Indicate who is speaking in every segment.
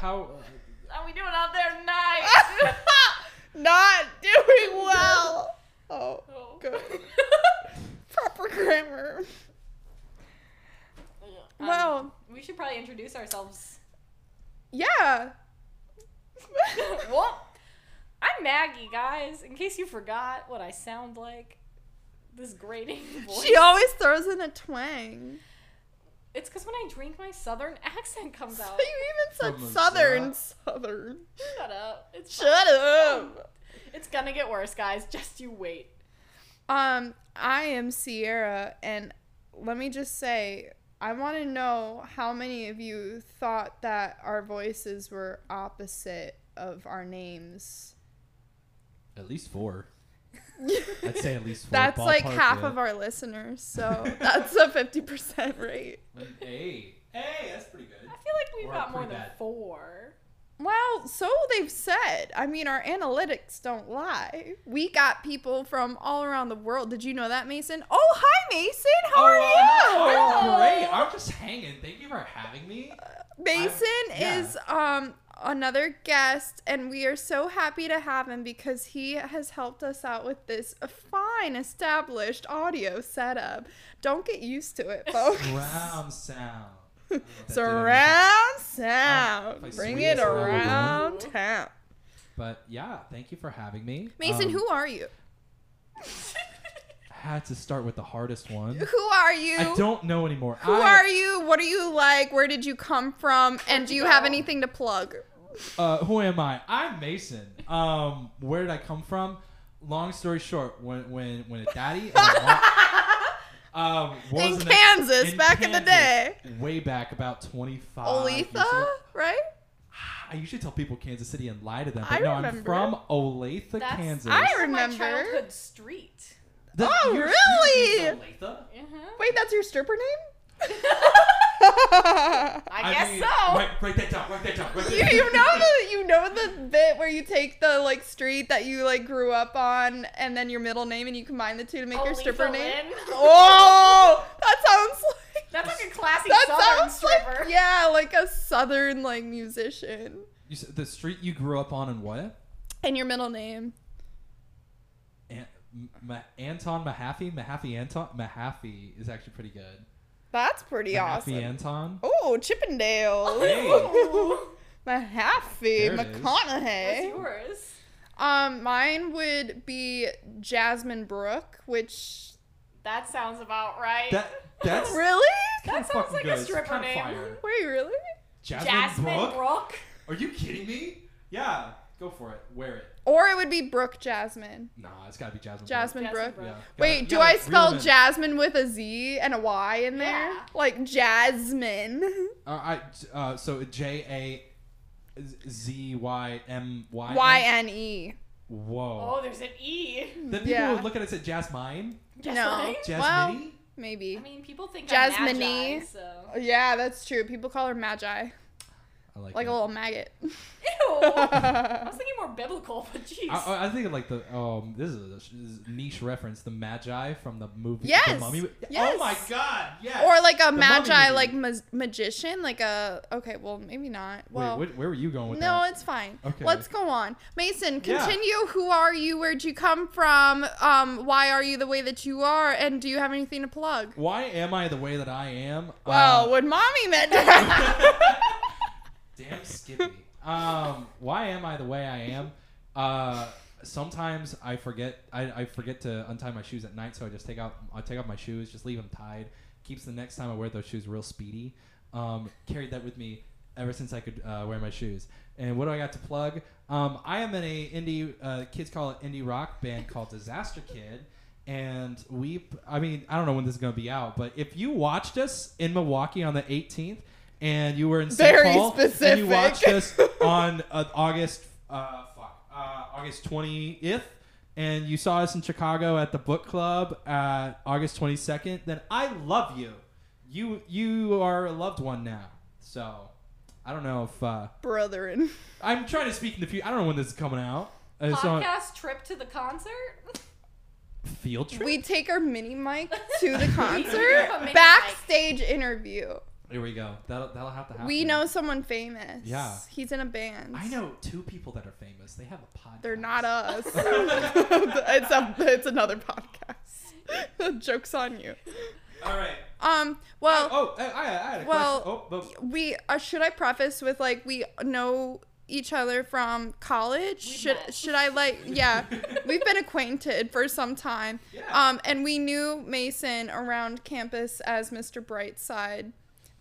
Speaker 1: how?
Speaker 2: How we doing out there tonight?
Speaker 3: Not doing well. Oh,
Speaker 2: Oh.
Speaker 3: good. Proper grammar.
Speaker 2: Um,
Speaker 3: Well,
Speaker 2: we should probably introduce ourselves.
Speaker 3: yeah.
Speaker 2: well, I'm Maggie, guys. In case you forgot what I sound like, this grating voice.
Speaker 3: She always throws in a twang.
Speaker 2: It's because when I drink, my southern accent comes
Speaker 3: So
Speaker 2: out.
Speaker 3: you even said
Speaker 1: Someone's
Speaker 3: southern.
Speaker 1: not.
Speaker 3: Southern.
Speaker 2: Shut up. It's
Speaker 3: Shut up.
Speaker 2: it's gonna get worse, guys. Just you wait.
Speaker 3: Um, I am Sierra, and let me just say, I want to know how many of you thought that our voices were opposite of our names.
Speaker 1: At least four. I'd say at least four.
Speaker 3: That's like
Speaker 1: Ballpark
Speaker 3: half
Speaker 1: it.
Speaker 3: of our listeners, so that's a 50% rate.
Speaker 1: Hey, hey, that's pretty good.
Speaker 2: I feel like we've
Speaker 1: We're
Speaker 2: got more
Speaker 1: pretty
Speaker 2: than
Speaker 1: bad.
Speaker 2: four.
Speaker 3: Well, so they've said. I mean, our analytics don't lie. We got people from all around the world. Did you know that, Mason? Oh, hi, Mason. How are you?
Speaker 2: hi.
Speaker 1: Oh, I'm great. I'm just hanging. Thank you for having me.
Speaker 3: Mason
Speaker 1: yeah.
Speaker 3: is um another guest and we are so happy to have him because he has helped us out with this fine established audio setup. Don't get used to it, folks.
Speaker 1: Surround sound.
Speaker 3: Surround
Speaker 1: Oh, my
Speaker 3: sound. Bring it
Speaker 1: sweetest little
Speaker 3: around
Speaker 2: room.
Speaker 3: town.
Speaker 1: But yeah, thank you for having me.
Speaker 3: Mason,
Speaker 1: Um,
Speaker 3: who are you?
Speaker 1: I had to start with the hardest one.
Speaker 3: Who are you?
Speaker 1: I don't know anymore.
Speaker 3: who
Speaker 1: I,
Speaker 3: are you? What are you like? Where did you come from? And do you have anything to plug?
Speaker 1: Uh, who am I? I'm Mason. Um, where did I come from? Long story short, when when when a daddy. and a mom- Um, what
Speaker 3: In
Speaker 1: was the next-
Speaker 3: Kansas,
Speaker 1: in
Speaker 3: back in the day.
Speaker 1: Kansas, Uh, way back about 25 years
Speaker 3: Oletha,
Speaker 1: ago.
Speaker 3: right?
Speaker 1: I usually tell people Kansas City and lie to them,
Speaker 3: I
Speaker 1: but no,
Speaker 3: remember.
Speaker 1: I'm from Olathe,
Speaker 2: That's-
Speaker 1: Kansas.
Speaker 3: I
Speaker 2: This is
Speaker 3: remember.
Speaker 2: My childhood street.
Speaker 1: Th-
Speaker 3: Oh,
Speaker 1: you're-
Speaker 3: really?
Speaker 1: Olathe?
Speaker 2: Mhm.
Speaker 3: Wait, that's your stripper name?
Speaker 2: I, guess
Speaker 1: mean,
Speaker 2: so.
Speaker 1: Write, write that down. Write that down. Write that
Speaker 3: you,
Speaker 1: down.
Speaker 3: you know the you know the bit where you take the like street that you like grew up on and then your middle name and you combine the two to make your
Speaker 2: Oletha
Speaker 3: stripper name.
Speaker 2: Lynn.
Speaker 3: Oh, that sounds like
Speaker 2: That's like a classic
Speaker 3: that
Speaker 2: southern
Speaker 3: sounds
Speaker 2: stripper.
Speaker 3: like yeah, like a southern like musician.
Speaker 1: You said the street you grew up on and what?
Speaker 3: And your middle name.
Speaker 1: An- Ma- Anton Mahaffey? Mahaffey Anton? Mahaffey is actually pretty good.
Speaker 3: That's pretty
Speaker 1: Mahaffey
Speaker 3: awesome.
Speaker 1: Anton?
Speaker 3: Oh, Chippendale.
Speaker 1: Hey.
Speaker 3: Mahaffey
Speaker 1: There it is.
Speaker 3: McConaughey.
Speaker 2: What's yours?
Speaker 3: Um, mine would be Jasmine Brooke, which
Speaker 2: That sounds about right.
Speaker 1: That, that's
Speaker 3: really?
Speaker 1: kinda
Speaker 2: that sounds
Speaker 1: fucking
Speaker 2: like a
Speaker 1: good. It's
Speaker 2: stripper
Speaker 1: kinda
Speaker 2: name.
Speaker 1: fire.
Speaker 3: Wait, really?
Speaker 1: Jasmine,
Speaker 2: Jasmine
Speaker 1: Brooke?
Speaker 2: Brooke.
Speaker 1: Are you kidding me? Yeah, go for it. Wear it.
Speaker 3: Or it would be Brooke Jasmine.
Speaker 1: Nah, it's gotta be Jasmine. Brooke.
Speaker 3: Jasmine,
Speaker 2: Jasmine
Speaker 3: Brooke.
Speaker 2: Brooke.
Speaker 1: Yeah, gotta-
Speaker 3: Wait, do
Speaker 1: yeah,
Speaker 3: I
Speaker 1: real
Speaker 3: spell
Speaker 1: men.
Speaker 3: Jasmine with a Z and a Y in there?
Speaker 2: Yeah.
Speaker 3: Like Jasmine.
Speaker 1: Uh, I uh, so J A Z Y M Y.
Speaker 3: Y N E.
Speaker 1: Whoa.
Speaker 2: Oh, there's an E.
Speaker 1: Then people
Speaker 3: yeah.
Speaker 1: would look at it and say Jasmine,
Speaker 3: No.
Speaker 2: Jasmine?
Speaker 1: Jasmine.
Speaker 3: Maybe.
Speaker 2: I mean, people think I'm
Speaker 3: Jasmine-y.
Speaker 2: magi, so.
Speaker 3: yeah, that's true. People call her Magi.
Speaker 1: I like,
Speaker 3: Like
Speaker 1: that.
Speaker 3: a little maggot.
Speaker 2: Ew. I was thinking more biblical, but jeez.
Speaker 1: I, I- I think of like the um this is a this is a niche reference the Magi from the movie
Speaker 3: Yes!
Speaker 1: the Mummy.
Speaker 3: Yes!
Speaker 1: Oh my God! Yes.
Speaker 3: or like a
Speaker 1: The Mummy
Speaker 3: magi,
Speaker 1: movie.
Speaker 3: like ma- magician, like a okay. Well, maybe not. Well,
Speaker 1: Wait, wh- where were you going with
Speaker 3: no,
Speaker 1: that?
Speaker 3: it's fine.
Speaker 1: Okay.
Speaker 3: Let's go on. Mason,
Speaker 1: Yeah.
Speaker 3: continue. Who are you? Where'd you come from? Um, why are you the way that you are? And do you have anything to plug?
Speaker 1: Why am I the way that I am?
Speaker 3: Well,
Speaker 1: Uh,
Speaker 3: would mommy meant to
Speaker 1: Damn Skippy. um, why am I the way I am? Uh, sometimes I forget. I, I forget to untie my shoes at night, so I just take out. I take off my shoes, just leave them tied. Keeps the next time I wear those shoes real speedy. Um, carried that with me ever since I could uh, wear my shoes. And what do I got to plug? Um, I am in a indie. Uh, kids call it indie rock band called Disaster Kid. And we, I mean, I don't know when this is going to be out, but if you watched us in Milwaukee on the 18th and you were in St.
Speaker 3: Very
Speaker 1: Paul and
Speaker 3: specific.
Speaker 1: you watched us on uh, August uh, fuck, uh, August 20th and you saw us in Chicago at the book club at August 22nd, then I love you. You you are a loved one now. So I don't know if uh,
Speaker 3: brotherin?
Speaker 1: I'm trying to speak in the future. I don't know when this is coming out. Uh, It's on
Speaker 2: Podcast trip to the concert?
Speaker 1: field trip.
Speaker 3: We take our mini mic to the
Speaker 2: We do
Speaker 3: concert
Speaker 2: have a mini mic.
Speaker 3: backstage interview.
Speaker 1: There we go. That'll that'll have to happen.
Speaker 3: We know someone famous.
Speaker 1: Yeah.
Speaker 3: He's in a band.
Speaker 1: I know two people that are famous. They have a podcast.
Speaker 3: They're not us. it's a, it's another podcast. Jokes on you.
Speaker 1: All right.
Speaker 3: Um. Well,
Speaker 1: oh, I, I, I had a
Speaker 3: well,
Speaker 1: question. Oh, but
Speaker 3: we uh, should I preface with like we know each other from college.
Speaker 2: We
Speaker 3: should
Speaker 2: met.
Speaker 3: should I like yeah, we've been acquainted for some time.
Speaker 1: Yeah.
Speaker 3: Um, and we knew Mason around campus as Mr. Brightside.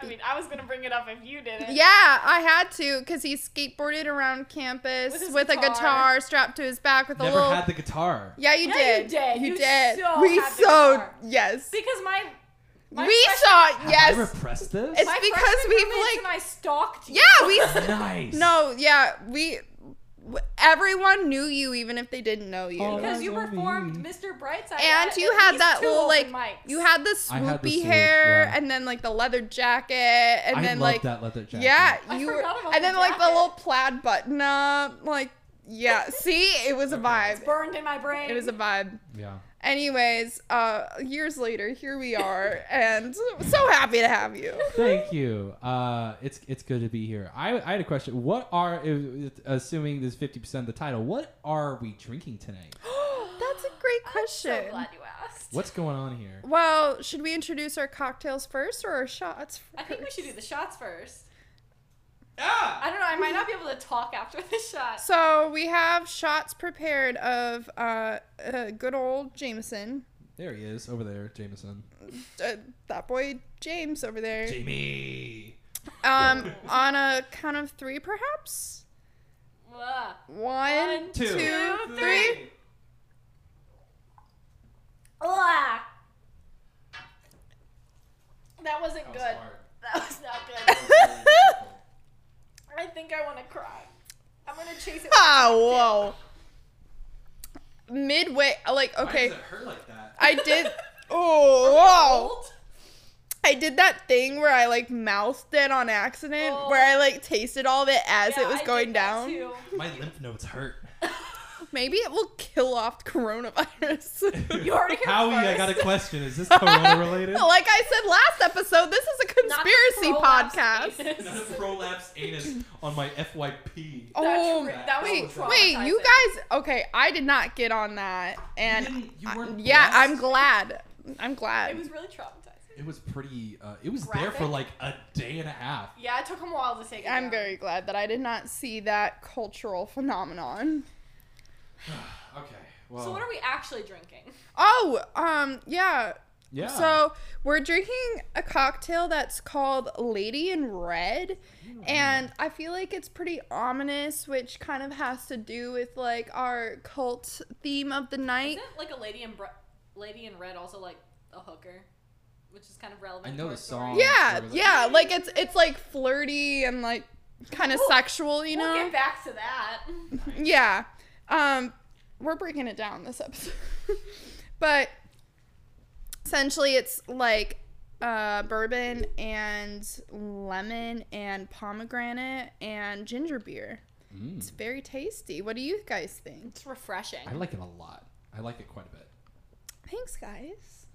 Speaker 2: I mean, I was gonna bring it up if you didn't.
Speaker 3: Yeah, I had to because he skateboarded around campus
Speaker 2: With
Speaker 3: with,
Speaker 2: his
Speaker 3: a
Speaker 2: guitar.
Speaker 3: guitar strapped to his back with a
Speaker 1: never
Speaker 3: little.
Speaker 1: had the guitar.
Speaker 3: yeah, you
Speaker 2: Yeah, you
Speaker 3: did.
Speaker 2: did. You
Speaker 3: did.
Speaker 2: so
Speaker 3: we
Speaker 2: had the
Speaker 3: so
Speaker 2: guitar.
Speaker 3: yes.
Speaker 2: Because my, my
Speaker 3: we
Speaker 2: freshman-
Speaker 3: saw
Speaker 1: Have I
Speaker 3: yes.
Speaker 1: repressed this.
Speaker 3: It's-
Speaker 2: my
Speaker 3: because
Speaker 2: freshman
Speaker 3: we've,
Speaker 2: roommates
Speaker 3: like-
Speaker 2: and I stalked you.
Speaker 3: Yeah, we
Speaker 1: nice.
Speaker 3: No, yeah, we. w- Everyone knew you, even if they didn't know you.
Speaker 1: Oh,
Speaker 2: Because
Speaker 1: That's
Speaker 2: you
Speaker 1: so
Speaker 2: performed
Speaker 1: mean.
Speaker 2: Mr. Brightside.
Speaker 3: and
Speaker 2: at
Speaker 3: you
Speaker 2: at
Speaker 3: had
Speaker 2: least
Speaker 3: that
Speaker 2: two
Speaker 3: little like
Speaker 2: open mics.
Speaker 3: you had the
Speaker 1: I had
Speaker 3: swoopy
Speaker 1: the swoop,
Speaker 3: hair,
Speaker 1: yeah.
Speaker 3: and then like the leather jacket, and
Speaker 1: I
Speaker 3: then
Speaker 1: love
Speaker 3: like
Speaker 1: that leather jacket.
Speaker 3: yeah,
Speaker 2: I
Speaker 3: you were,
Speaker 2: forgot about
Speaker 3: and
Speaker 2: the
Speaker 3: then like the
Speaker 2: jacket.
Speaker 3: little plaid button up, like yeah. See, it was a
Speaker 2: It's
Speaker 3: vibe.
Speaker 2: burned in my brain.
Speaker 3: It was a vibe.
Speaker 1: Yeah.
Speaker 3: Anyways, uh, years later, here we are, and so happy to have you.
Speaker 1: Thank you. Uh, it's it's good to be here. I, I had a question. What are if- assuming this fifty percent of the title? What are we drinking tonight?
Speaker 3: That's a great
Speaker 2: so
Speaker 3: question.
Speaker 2: glad you asked.
Speaker 1: What's going on here?
Speaker 3: well, should we introduce our cocktails first or our shots? First?
Speaker 2: I think we should do the shots first.
Speaker 1: Ah!
Speaker 2: I don't know. I might not be able to talk after the shot.
Speaker 3: So we have shots prepared of uh, uh, good old Jameson,
Speaker 1: There he is over there, Jameson.
Speaker 3: uh, that boy James over there,
Speaker 1: Jamie.
Speaker 3: um, on a count of three, perhaps.
Speaker 2: Ugh.
Speaker 3: One,
Speaker 2: One,
Speaker 3: two, three.
Speaker 2: two, three. Ugh. That wasn't good. That was not good. I think I want to cry. I'm gonna chase it.
Speaker 3: Oh, whoa. Midway, like okay,
Speaker 1: hurt like that?
Speaker 3: I did. Oh, whoa.
Speaker 2: Cold.
Speaker 3: I did that thing where I like mouthed it on accident,
Speaker 2: Oh.
Speaker 3: where I like tasted all of it as
Speaker 2: Yeah,
Speaker 3: it was
Speaker 2: I
Speaker 3: going
Speaker 2: did that
Speaker 3: down.
Speaker 2: too.
Speaker 1: My lymph nodes hurt.
Speaker 3: Maybe it will kill off coronavirus.
Speaker 2: You already heard
Speaker 1: Howie, I
Speaker 2: first.
Speaker 1: got a question. Is this corona related?
Speaker 3: like I said last episode, this is a
Speaker 2: Not the
Speaker 3: conspiracy
Speaker 2: prolapse
Speaker 3: podcast.
Speaker 2: anus.
Speaker 1: Another prolapse anus on my FYP.
Speaker 3: Oh,
Speaker 2: That's ri- that was
Speaker 3: wait,
Speaker 1: so
Speaker 3: wait, you
Speaker 2: traumatizing.
Speaker 3: guys. Okay, I did not get on that, and
Speaker 1: You didn't- you
Speaker 3: I-
Speaker 1: weren't
Speaker 3: yeah, I'm
Speaker 1: blessed?
Speaker 3: glad. I'm glad.
Speaker 2: It was really traumatizing.
Speaker 1: It was pretty. Uh, it was there for
Speaker 2: Graphic?
Speaker 1: like a day and a half.
Speaker 2: Yeah, it took him a while to take it.
Speaker 3: I'm
Speaker 2: down.
Speaker 3: very glad that I did not see that cultural phenomenon.
Speaker 1: Okay. Well.
Speaker 2: So what are we actually drinking?
Speaker 3: Oh, um, yeah.
Speaker 1: Yeah.
Speaker 3: So we're drinking a cocktail that's called Lady in Red, and I feel like it's pretty ominous, which kind of has to do with like our cult theme of the night.
Speaker 2: Isn't like a lady in br- lady in red also like a hooker, which is kind of relevant.
Speaker 1: I know
Speaker 2: to our
Speaker 1: the
Speaker 2: story?
Speaker 1: song.
Speaker 3: Yeah,
Speaker 1: Sure, but-
Speaker 3: yeah, like it's it's like flirty and like kind of
Speaker 2: We'll-
Speaker 3: sexual, you
Speaker 2: We'll
Speaker 3: know?
Speaker 2: get back to that.
Speaker 3: Yeah. Um we're breaking it down this episode. but essentially it's like uh bourbon and lemon and pomegranate and ginger beer. It's
Speaker 1: Mm.
Speaker 3: very tasty. What do you guys think?
Speaker 2: It's refreshing.
Speaker 1: I like it a lot. I like it quite a bit.
Speaker 3: Thanks guys.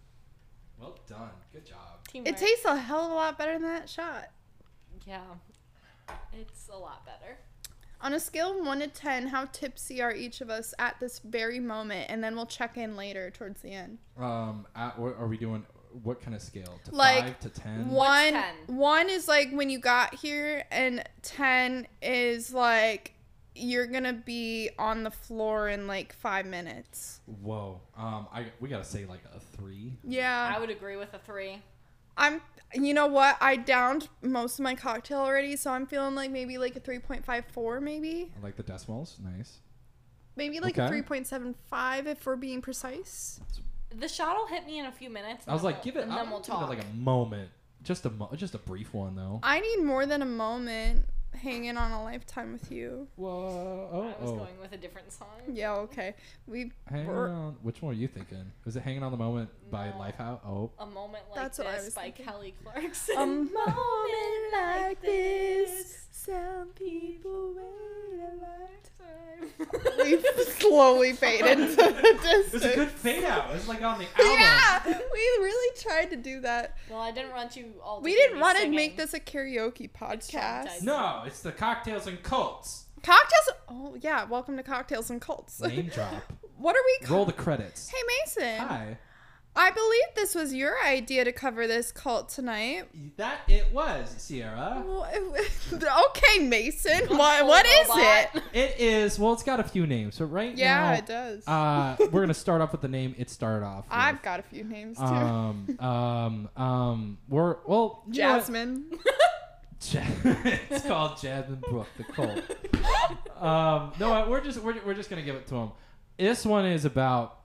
Speaker 1: Well done. Good job.
Speaker 2: Teamwork.
Speaker 3: It tastes a hell of a lot better than that shot.
Speaker 2: Yeah, it's a lot better.
Speaker 3: On a scale of 1 to 10, how tipsy are each of us at this very moment? And then we'll check in later towards the end.
Speaker 1: Um, at, what are we doing? What kind of scale? To
Speaker 3: Like,
Speaker 1: five to ten?
Speaker 3: One,
Speaker 2: 10?
Speaker 3: one is like when you got here, and 10 is like you're gonna be on the floor in like five minutes.
Speaker 1: Whoa. Um, I we gotta say like a three.
Speaker 3: Yeah.
Speaker 2: I would agree with a three.
Speaker 3: I'm, you know what? I downed most of my cocktail already, so I'm feeling like maybe like a 3.54, maybe.
Speaker 1: I like the decimals. Nice.
Speaker 3: Maybe like
Speaker 1: Okay.
Speaker 3: a 3.75 if we're being precise.
Speaker 2: The shot will hit me in a few minutes. and
Speaker 1: I was
Speaker 2: then
Speaker 1: like,
Speaker 2: we'll-
Speaker 1: give it.
Speaker 2: and
Speaker 1: I
Speaker 2: then we'll
Speaker 1: would give it
Speaker 2: talk.
Speaker 1: like a moment. Just a mo- just a brief one though.
Speaker 3: I need more than a moment hanging on a lifetime with you.
Speaker 1: Whoa. Oh.
Speaker 2: I was
Speaker 1: oh.
Speaker 2: going with a different song.
Speaker 3: Yeah, okay. We
Speaker 1: Hang
Speaker 3: Or-
Speaker 1: on. Which one were you thinking? Was it "Hanging on the Moment" by
Speaker 2: No.
Speaker 1: Lifehouse? Oh,
Speaker 2: A moment like
Speaker 3: That's
Speaker 2: this
Speaker 3: what I was
Speaker 2: by
Speaker 3: thinking.
Speaker 2: Kelly Clarkson.
Speaker 3: a moment like this. Some people wait a
Speaker 2: lifetime.
Speaker 3: We slowly fade into the
Speaker 1: It was a good
Speaker 3: distance.
Speaker 1: fade out. It was like on the album.
Speaker 3: Yeah, we really tried to do that.
Speaker 2: well, I didn't want you all. To
Speaker 3: We
Speaker 2: hear
Speaker 3: didn't
Speaker 2: me
Speaker 3: want to
Speaker 2: singing.
Speaker 3: make this a karaoke podcast.
Speaker 2: traumatizing.
Speaker 1: No, it's the cocktails and cults.
Speaker 3: Cocktails. Oh yeah, welcome to Cocktails and Cults.
Speaker 1: Name drop.
Speaker 3: what are we?
Speaker 1: Roll
Speaker 3: Called?
Speaker 1: the credits.
Speaker 3: Hey Mason,
Speaker 1: Hi.
Speaker 3: I believe this was your idea to cover this cult tonight.
Speaker 1: That it was Sierra.
Speaker 3: Well, okay, Mason.
Speaker 2: I'm
Speaker 3: What
Speaker 2: full
Speaker 3: what is
Speaker 2: robot.
Speaker 3: it?
Speaker 1: It is. Well, it's got a few names, but right
Speaker 3: Yeah,
Speaker 1: now,
Speaker 3: it does.
Speaker 1: uh, we're gonna start off with the name it started off. With.
Speaker 3: I've got a few names too.
Speaker 1: um, um, um, we're well, you know what?
Speaker 3: Jasmine.
Speaker 1: Ja- it's called Jasmine Brooke the Colt. Um, no, I- we're just we're, we're just gonna give it to him. This one is about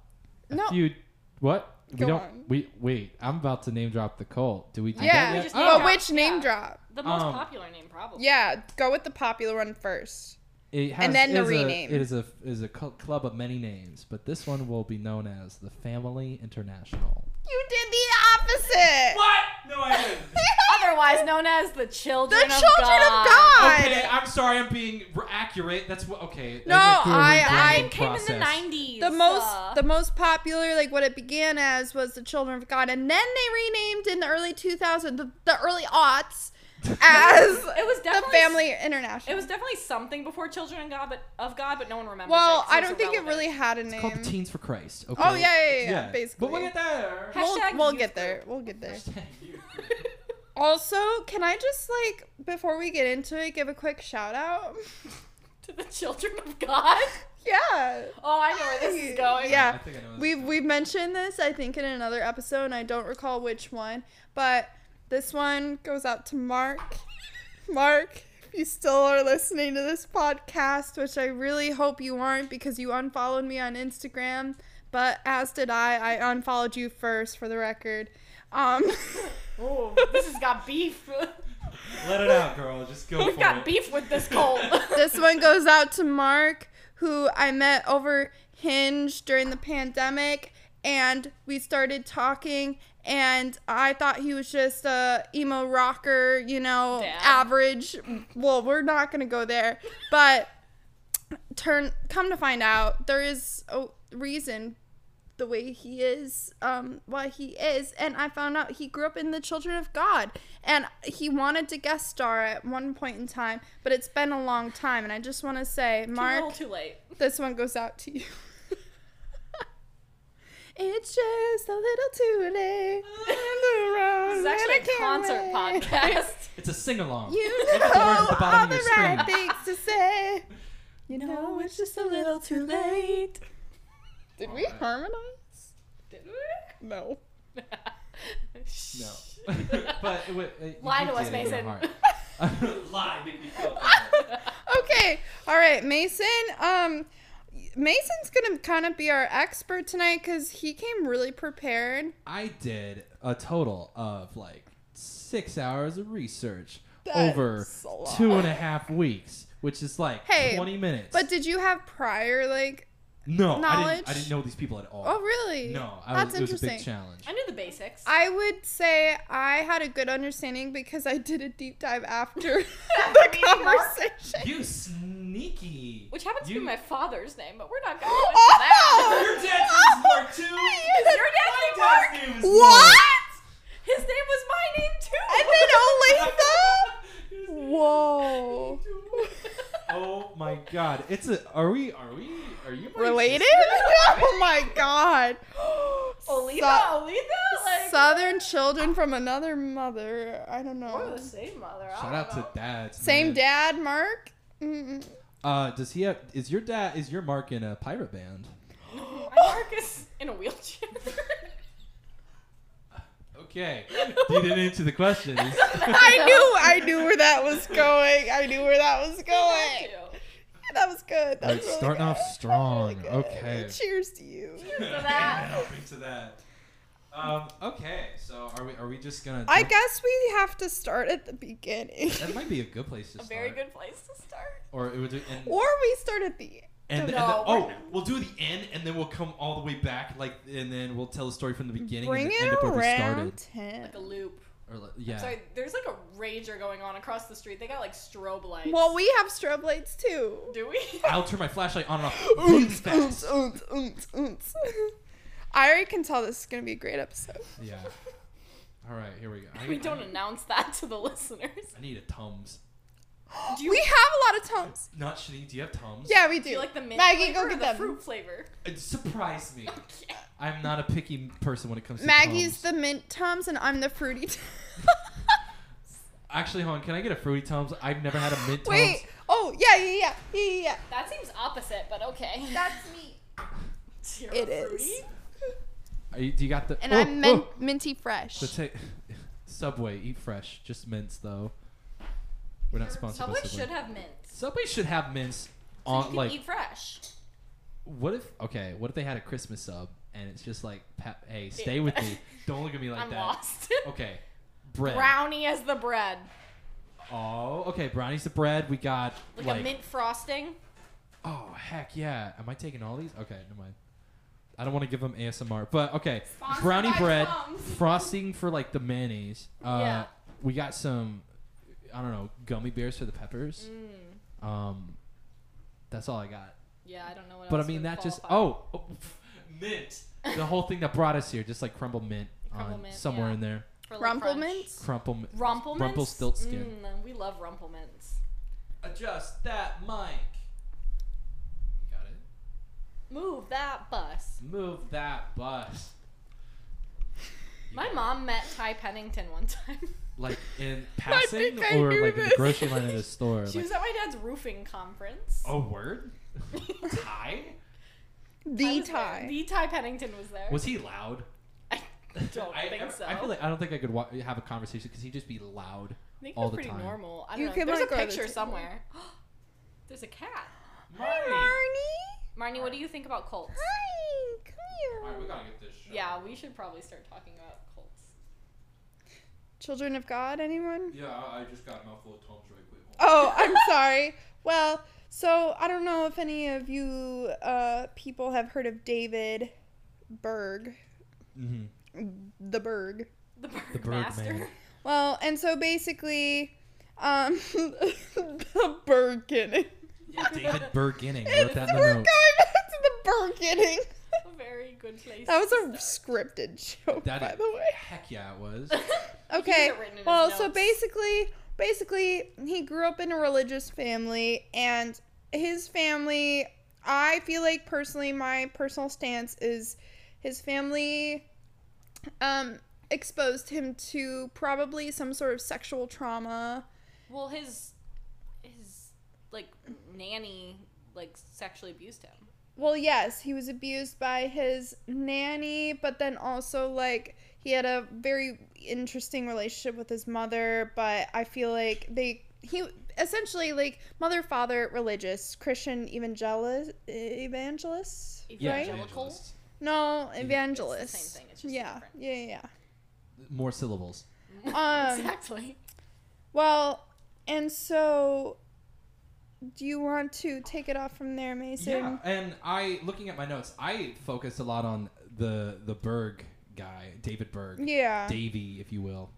Speaker 1: a
Speaker 3: No.
Speaker 1: few. What? we
Speaker 3: Go
Speaker 1: don't.
Speaker 3: on.
Speaker 1: We wait. I'm about to name drop the Colt. Do we do
Speaker 3: Yeah,
Speaker 1: that
Speaker 2: we
Speaker 1: yet?
Speaker 2: just name
Speaker 1: Oh,
Speaker 3: But
Speaker 2: drop.
Speaker 3: which name
Speaker 2: Yeah.
Speaker 3: drop?
Speaker 2: The most
Speaker 1: Um,
Speaker 2: popular name, probably.
Speaker 3: Yeah, go with the popular one first.
Speaker 1: It has,
Speaker 3: And then the
Speaker 1: is a-
Speaker 3: rename.
Speaker 1: it is a is a cl- club of many names, but this one will be known as the Family International.
Speaker 3: You did the opposite.
Speaker 1: What? No, I didn't.
Speaker 2: Otherwise known as the
Speaker 3: The
Speaker 2: Children
Speaker 3: children
Speaker 2: of
Speaker 3: of God.
Speaker 1: okay, I'm sorry. I'm being r- accurate. That's what. Okay.
Speaker 3: No,
Speaker 1: I went through a
Speaker 3: I-
Speaker 1: rebranding
Speaker 3: I-
Speaker 2: It came in
Speaker 1: process.
Speaker 2: the '90s.
Speaker 3: The most
Speaker 2: uh,
Speaker 3: the most popular like what it began as was the Children of God and then they renamed in the early 2000s the, the early aughts as
Speaker 2: it was
Speaker 3: the
Speaker 2: definitely
Speaker 3: Family International.
Speaker 2: It was definitely something before Children of God, but of God, but no one remembers.
Speaker 3: well,
Speaker 2: it, so
Speaker 3: I
Speaker 2: it's
Speaker 3: don't think it
Speaker 2: irrelevant.
Speaker 3: really had a name.
Speaker 1: It's called the Teens for Christ. Okay.
Speaker 3: Oh, yeah, yeah, yeah, basically.
Speaker 1: But we'll get there.
Speaker 2: Hashtag
Speaker 3: We'll, we'll
Speaker 2: youth
Speaker 3: get
Speaker 2: group.
Speaker 3: there. We'll get there.
Speaker 1: Hashtag you.
Speaker 3: Also, can I just like before we get into it, give a quick shout out?
Speaker 2: to the Children of God.
Speaker 3: Yeah.
Speaker 2: Oh, I know where this is going.
Speaker 3: Yeah.
Speaker 1: I think I know this.
Speaker 3: We've we've mentioned this I think in another episode and I don't recall which one, but this one goes out to Mark. Mark, if you still are listening to this podcast, which I really hope you aren't because you unfollowed me on Instagram, but as did I, I unfollowed you first for the record. Um
Speaker 2: Oh, this has got beef.
Speaker 1: Let it out, girl. Just go
Speaker 2: We've
Speaker 1: for
Speaker 2: got
Speaker 1: it.
Speaker 2: beef with this cult.
Speaker 3: this one goes out to Mark, who I met over Hinge during the pandemic, and we started talking. And I thought he was just a emo rocker, you know,
Speaker 2: Dad.
Speaker 3: average. Well, we're not gonna go there, but turn come to find out there is a reason the way he is, um, why he is. And I found out he grew up in the Children of God. And he wanted to guest star at one point in time, but it's been a long time. And I just want to say,
Speaker 2: Mark, too,
Speaker 3: Mark,
Speaker 2: late.
Speaker 3: this one goes out to you. it's just a little too late.
Speaker 2: This is actually a concert podcast.
Speaker 1: It's a sing along.
Speaker 3: You
Speaker 1: Look
Speaker 3: know
Speaker 1: at the words at the
Speaker 3: all
Speaker 1: bottom
Speaker 3: the
Speaker 1: of your
Speaker 3: right
Speaker 1: screen.
Speaker 3: things to say. You know it's just a little too late. Did we
Speaker 1: Alright.
Speaker 3: harmonize?
Speaker 2: Did
Speaker 3: No.
Speaker 2: we?
Speaker 1: No.
Speaker 2: Shh.
Speaker 1: but it, would- it,
Speaker 2: Lie
Speaker 1: you
Speaker 2: to us,
Speaker 1: did it in your
Speaker 2: Mason.
Speaker 1: heart. Lie, make me feel better.
Speaker 3: Okay. All right, Mason. Um, Mason's gonna kind of be our expert tonight because he came really prepared.
Speaker 1: I did a total of like six hours of research
Speaker 3: That's
Speaker 1: over
Speaker 3: a lot.
Speaker 1: two and a half weeks, which is like
Speaker 3: Hey,
Speaker 1: 20 minutes.
Speaker 3: But did you have prior like?
Speaker 1: no, I
Speaker 3: knowledge?
Speaker 1: didn't, I didn't know these people at all.
Speaker 3: Oh, really?
Speaker 1: No, I
Speaker 3: That's
Speaker 1: was, it was a big
Speaker 3: interesting.
Speaker 1: challenge.
Speaker 2: I knew the basics.
Speaker 3: I would say I had a good understanding because I did a deep dive after the
Speaker 2: meeting, Mark?
Speaker 3: conversation.
Speaker 1: You sneaky.
Speaker 2: which happens
Speaker 1: you,
Speaker 2: to be my father's name, but we're not going to go into
Speaker 3: Oh!
Speaker 2: that.
Speaker 1: Your dad's name's Mark too. dad's
Speaker 2: Is your dad's name Mark?
Speaker 1: name is
Speaker 3: What?
Speaker 2: His name was my name
Speaker 3: And
Speaker 2: too.
Speaker 3: then only
Speaker 1: Mark.
Speaker 3: the.
Speaker 1: His name-
Speaker 3: Whoa.
Speaker 1: Oh my god. It's a are we are we are you my
Speaker 3: Related?
Speaker 1: sister?
Speaker 3: Oh my god.
Speaker 2: Oliva, Oliva, like
Speaker 3: Southern children from another mother. I don't
Speaker 2: we're
Speaker 3: know.
Speaker 2: the same mother. I
Speaker 1: Shout
Speaker 2: don't
Speaker 1: out
Speaker 2: know.
Speaker 1: to dads.
Speaker 3: Same
Speaker 1: man.
Speaker 3: dad, Mark. Mm-mm.
Speaker 1: Uh does he have is your dad is your Mark in a pirate band?
Speaker 2: Marcus in a wheelchair.
Speaker 1: Okay. you didn't answer the question.
Speaker 3: I knew, I knew where that was going. I knew where that was going. That was good. That
Speaker 1: Alright,
Speaker 3: was really
Speaker 1: starting off
Speaker 3: good.
Speaker 1: strong.
Speaker 3: Really good.
Speaker 1: Okay.
Speaker 3: Cheers to you.
Speaker 2: that.
Speaker 1: Helping to that. Um, okay, so are we are we just gonna
Speaker 3: I
Speaker 1: jump-
Speaker 3: guess we have to start at the beginning,
Speaker 1: that might be a good place to
Speaker 2: A
Speaker 1: start.
Speaker 2: very good place to start.
Speaker 1: Or it would do, and,
Speaker 3: or we start at the.
Speaker 1: and, and
Speaker 2: No,
Speaker 1: the-
Speaker 2: we're
Speaker 1: oh,
Speaker 2: not.
Speaker 1: we'll do the end, and then we'll come all the way back, like, and then we'll tell the story from the beginning
Speaker 3: Bring
Speaker 1: and then
Speaker 3: it
Speaker 1: end up where we started.
Speaker 3: around ten.
Speaker 2: Like a loop.
Speaker 1: Or li- yeah.
Speaker 2: Sorry, there's like a rager going on across the street. They got like strobe lights.
Speaker 3: Well, we have strobe lights too.
Speaker 2: do we?
Speaker 1: I'll turn my flashlight on and off.
Speaker 3: Oonts,
Speaker 1: Fast.
Speaker 3: oonts, oonts, oonts, oonts. I already can tell this is gonna be a great episode.
Speaker 1: yeah. All right, here we go. I,
Speaker 2: we
Speaker 1: I
Speaker 2: don't
Speaker 1: need-
Speaker 2: announce that to the listeners.
Speaker 1: I need a tums.
Speaker 2: Do you,
Speaker 3: we have a lot of tums.
Speaker 1: Not Shanine, do you have tums?
Speaker 3: Yeah, we do.
Speaker 2: do you like the mint
Speaker 3: Maggie,
Speaker 2: flavor
Speaker 3: go
Speaker 2: or
Speaker 3: get
Speaker 2: the
Speaker 3: them.
Speaker 2: fruit flavor?
Speaker 1: Uh, Surprise me.
Speaker 2: Okay.
Speaker 1: I'm not a picky person when it comes to Tums.
Speaker 3: Maggie's the mint tums and I'm the fruity. Tums.
Speaker 1: Actually, hon, can I get a fruity tums? I've never had a mint tums.
Speaker 3: Wait. Oh yeah, yeah, yeah, yeah, yeah, yeah.
Speaker 2: That seems opposite, but okay.
Speaker 3: That's me.
Speaker 2: Zero
Speaker 3: It
Speaker 2: fruity?
Speaker 3: is.
Speaker 1: Are you, do you got the?
Speaker 3: And
Speaker 1: oh,
Speaker 3: I'm min-
Speaker 1: oh.
Speaker 3: minty fresh.
Speaker 1: But ta- Subway, eat fresh. Just mints though. We're not sponsored
Speaker 2: Subway
Speaker 1: by Subway.
Speaker 2: should have mints.
Speaker 1: Subway should have mints
Speaker 2: So
Speaker 1: on
Speaker 2: you can
Speaker 1: like
Speaker 2: eat fresh.
Speaker 1: what if okay, what if they had a Christmas sub and it's just like pep, hey, stay with me. Don't look at me like
Speaker 2: I'm
Speaker 1: that.
Speaker 2: lost.
Speaker 1: Okay. Bread.
Speaker 2: Brownie as the bread.
Speaker 1: Oh, okay, brownies the bread. We got
Speaker 2: Like,
Speaker 1: like,
Speaker 2: a mint frosting.
Speaker 1: Oh, heck yeah. Am I taking all these? Okay, never mind. I don't want to give them ASMR, but okay.
Speaker 3: Sponsored
Speaker 1: Brownie
Speaker 3: by
Speaker 1: bread,
Speaker 3: Tums.
Speaker 1: frosting for like the mayonnaise. Uh,
Speaker 2: Yeah.
Speaker 1: We got some, I don't know, gummy bears for the peppers.
Speaker 3: Mm.
Speaker 2: Mm.
Speaker 1: Um, that's all I got.
Speaker 2: Yeah, I don't know what
Speaker 1: but I
Speaker 2: else
Speaker 1: mean,
Speaker 2: would
Speaker 1: that just
Speaker 2: qualify.
Speaker 1: oh, oh, pff, mint. the whole thing that brought us here, just like crumble mint,
Speaker 2: Crumble
Speaker 1: on,
Speaker 2: mint,
Speaker 1: somewhere
Speaker 2: yeah.
Speaker 1: in there.
Speaker 2: For, like,
Speaker 3: Rumple
Speaker 2: crunch.
Speaker 3: mints.
Speaker 1: Crumple mint.
Speaker 2: Rumplements?
Speaker 1: Rumpelstiltskin.
Speaker 2: Mm, we love rumplements.
Speaker 1: Adjust that mic. Got it.
Speaker 2: Move that bus.
Speaker 1: Move that bus. You
Speaker 2: My
Speaker 1: got it.
Speaker 2: mom met Ty Pennington one time.
Speaker 1: like in
Speaker 3: think
Speaker 1: passing
Speaker 3: I
Speaker 1: or
Speaker 3: knew
Speaker 1: like in the
Speaker 3: this.
Speaker 1: grocery line at a store.
Speaker 2: She
Speaker 1: like, Oh.
Speaker 2: was at my dad's roofing conference.
Speaker 1: a word? Ty?
Speaker 2: I
Speaker 3: The
Speaker 2: was there.
Speaker 3: tie.
Speaker 2: The Ty Pennington was there.
Speaker 1: Was he loud?
Speaker 2: I don't
Speaker 1: I,
Speaker 2: think
Speaker 1: I,
Speaker 2: so.
Speaker 1: I feel like I don't think I could wa- have a conversation because he'd just be loud.
Speaker 2: I think
Speaker 1: all
Speaker 2: they're
Speaker 1: the
Speaker 2: pretty
Speaker 1: time.
Speaker 2: normal. I don't
Speaker 3: You
Speaker 2: know.
Speaker 3: could,
Speaker 2: There's
Speaker 3: like,
Speaker 2: a
Speaker 3: go to the
Speaker 2: picture
Speaker 3: table.
Speaker 2: somewhere. There's a cat.
Speaker 3: Hi, Marnie.
Speaker 2: Marnie, what do you think about Colts?
Speaker 3: Hi. Come here.
Speaker 1: gotta get this. Show.
Speaker 2: Yeah, we should probably start talking about Colts.
Speaker 3: Children of God. Anyone?
Speaker 1: Yeah, I, I just got a mouthful of Tom's right quick.
Speaker 3: Oh, I'm sorry. Well, so I don't know if any of you uh, people have heard of David Berg,
Speaker 1: Mm-hmm.
Speaker 3: the Berg.
Speaker 2: The Bird,
Speaker 1: The
Speaker 2: Master.
Speaker 1: Birdman.
Speaker 3: Well, and so basically, um, the Bergkinning.
Speaker 1: Yeah, David Berginning
Speaker 3: We're
Speaker 1: wrote
Speaker 3: going
Speaker 1: that in the note.
Speaker 3: back to the Bergkinning.
Speaker 2: A very good place.
Speaker 3: That was
Speaker 2: to
Speaker 3: a
Speaker 2: start.
Speaker 3: scripted joke,
Speaker 1: That
Speaker 3: by
Speaker 1: is-
Speaker 3: the way.
Speaker 1: Heck yeah, it was.
Speaker 3: Okay.
Speaker 2: it written in his
Speaker 3: Well, so
Speaker 2: notes.
Speaker 3: basically, basically, he grew up in a religious family, and his family. I feel like personally, my personal stance is, his family, um, exposed him to probably some sort of sexual trauma.
Speaker 2: Well, his his like nanny like sexually abused him.
Speaker 3: Well, yes, he was abused by his nanny, but then also like he had a very interesting relationship with his mother, but I feel like they he essentially like mother father religious Christian evangelist evangelist
Speaker 1: Yeah,
Speaker 3: right
Speaker 2: Evangelical.
Speaker 1: evangelists.
Speaker 3: no
Speaker 1: the
Speaker 3: evangelist
Speaker 2: same thing, it's just
Speaker 3: yeah,
Speaker 2: different.
Speaker 3: yeah yeah
Speaker 1: More syllables.
Speaker 3: yeah um
Speaker 2: exactly.
Speaker 3: well and so do you want to take it off from there Mason
Speaker 1: Yeah, and I looking at my notes, I focused a lot on the the Berg guy, David Berg,
Speaker 3: yeah
Speaker 1: Davy, if you will.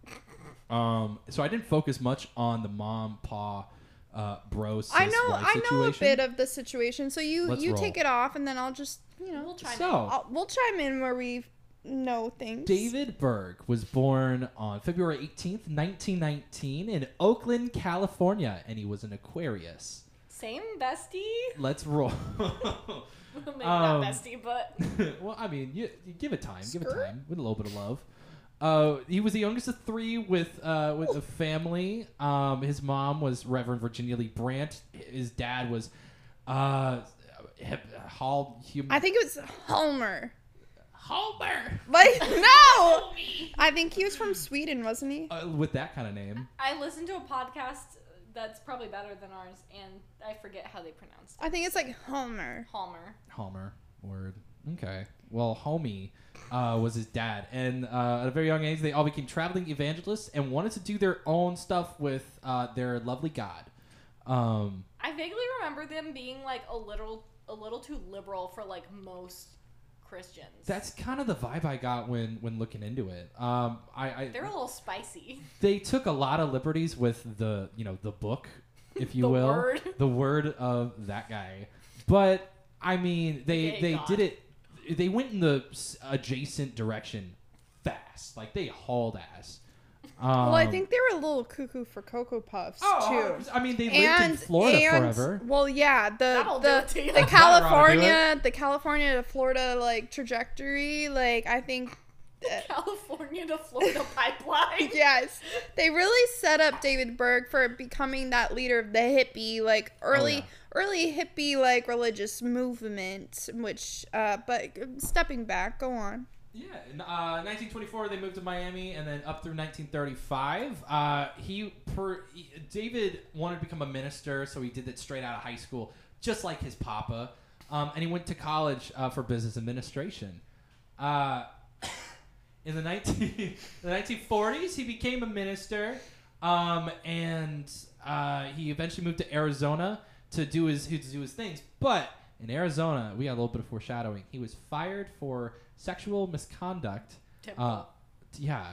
Speaker 1: Um, so I didn't focus much on the mom, pa, uh, bro, sis,
Speaker 3: I know,
Speaker 1: wife
Speaker 3: I know a
Speaker 1: situation.
Speaker 3: bit of the situation. So you
Speaker 1: Let's
Speaker 3: you
Speaker 1: roll.
Speaker 3: take it off, and then I'll just you know
Speaker 2: We'll try and
Speaker 1: So
Speaker 3: I'll, we'll chime in where we know things.
Speaker 1: David Berg was born on February 18th, 1919, in Oakland, California, and he was an Aquarius.
Speaker 2: same bestie.
Speaker 1: Let's roll.
Speaker 2: Maybe
Speaker 1: Um,
Speaker 2: not bestie, but
Speaker 1: well, I mean, you, you give it time, give it
Speaker 3: Skirt?
Speaker 1: time, with a little bit of love. Uh, he was the youngest of three with uh, with a family. Um, his mom was Reverend Virginia Lee Brandt. His dad was uh, hip, Hall Hum-
Speaker 3: I think it was Homer.
Speaker 1: Halber.
Speaker 3: Like no, I think he was from Sweden, wasn't he?
Speaker 1: Uh, with that kind of name,
Speaker 2: I listened to a podcast that's probably better than ours, and I forget how they pronounced it.
Speaker 3: I think it's like Homer.
Speaker 2: Palmer.
Speaker 1: Halmer. Word. Okay. Well, Homie uh, was his dad, and uh, at a very young age, they all became traveling evangelists and wanted to do their own stuff with uh, their lovely God. Um,
Speaker 2: I vaguely remember them being like a little a little too liberal for like most Christians.
Speaker 1: That's kind of the vibe I got when when looking into it. Um, I, I
Speaker 2: They're a little spicy.
Speaker 1: they took a lot of liberties with the you know the book, if you
Speaker 2: the
Speaker 1: will,
Speaker 2: word.
Speaker 1: the word of that guy. But I mean, they
Speaker 2: Okay,
Speaker 1: they
Speaker 2: God.
Speaker 1: did it. They went in the s- adjacent direction fast. Like they hauled ass. Um,
Speaker 3: well, I think they were a little cuckoo for Cocoa Puffs
Speaker 1: Oh,
Speaker 3: too.
Speaker 1: I mean, they lived
Speaker 3: and
Speaker 1: in Florida
Speaker 3: and
Speaker 1: forever.
Speaker 3: well, yeah, the
Speaker 2: That'll do it to
Speaker 3: the,
Speaker 2: you.
Speaker 3: the
Speaker 2: That
Speaker 1: ought to do
Speaker 3: California, the California to Florida like trajectory, like I think
Speaker 2: California to Florida pipeline.
Speaker 3: yes, they really set up David Berg for becoming that leader of the hippie, like early,
Speaker 1: Oh, yeah.
Speaker 3: early hippie, like religious movement. Which, uh, but stepping back, go on.
Speaker 1: Yeah, in uh, 1924 they moved to Miami, and then up through 1935, uh, he, per, he- David wanted to become a minister, so he did that straight out of high school, just like his papa. Um, and he went to college uh, for business administration. Uh, in the 19 the 1940s, he became a minister, um, and uh, he eventually moved to Arizona to do his to do his things. But in Arizona, we had a little bit of foreshadowing. He was fired for sexual misconduct. Uh, yeah,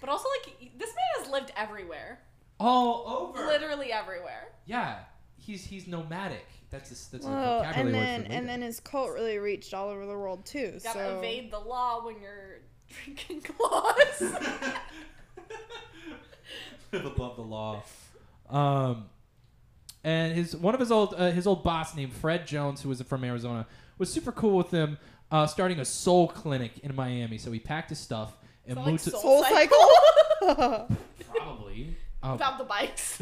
Speaker 2: but also, like, this man has lived everywhere.
Speaker 1: all over.
Speaker 2: Literally everywhere.
Speaker 1: Yeah, he's he's nomadic. That's a, that's a
Speaker 3: Well,
Speaker 1: vocabulary
Speaker 3: and then
Speaker 1: word for
Speaker 3: and then
Speaker 1: nomadic.
Speaker 3: his cult really reached all over the world too.
Speaker 2: You gotta
Speaker 3: so
Speaker 2: evade the law when you're drinking claws.
Speaker 1: Live above the law. Um, and his one of his old uh, his old boss named Fred Jones, who was from Arizona, was super cool with him uh, starting a soul clinic in Miami. So he packed his stuff and
Speaker 2: Sounds like
Speaker 1: moved
Speaker 2: soul-
Speaker 3: Soul Cycle.
Speaker 1: to probably. Um,
Speaker 2: Without the bikes.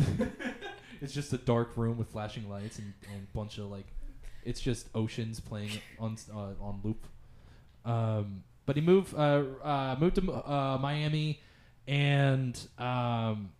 Speaker 1: it's just a dark room with flashing lights and and bunch of like, it's just oceans playing on s- uh, on loop. Um, but he moved uh, uh, moved to uh, Miami, and um,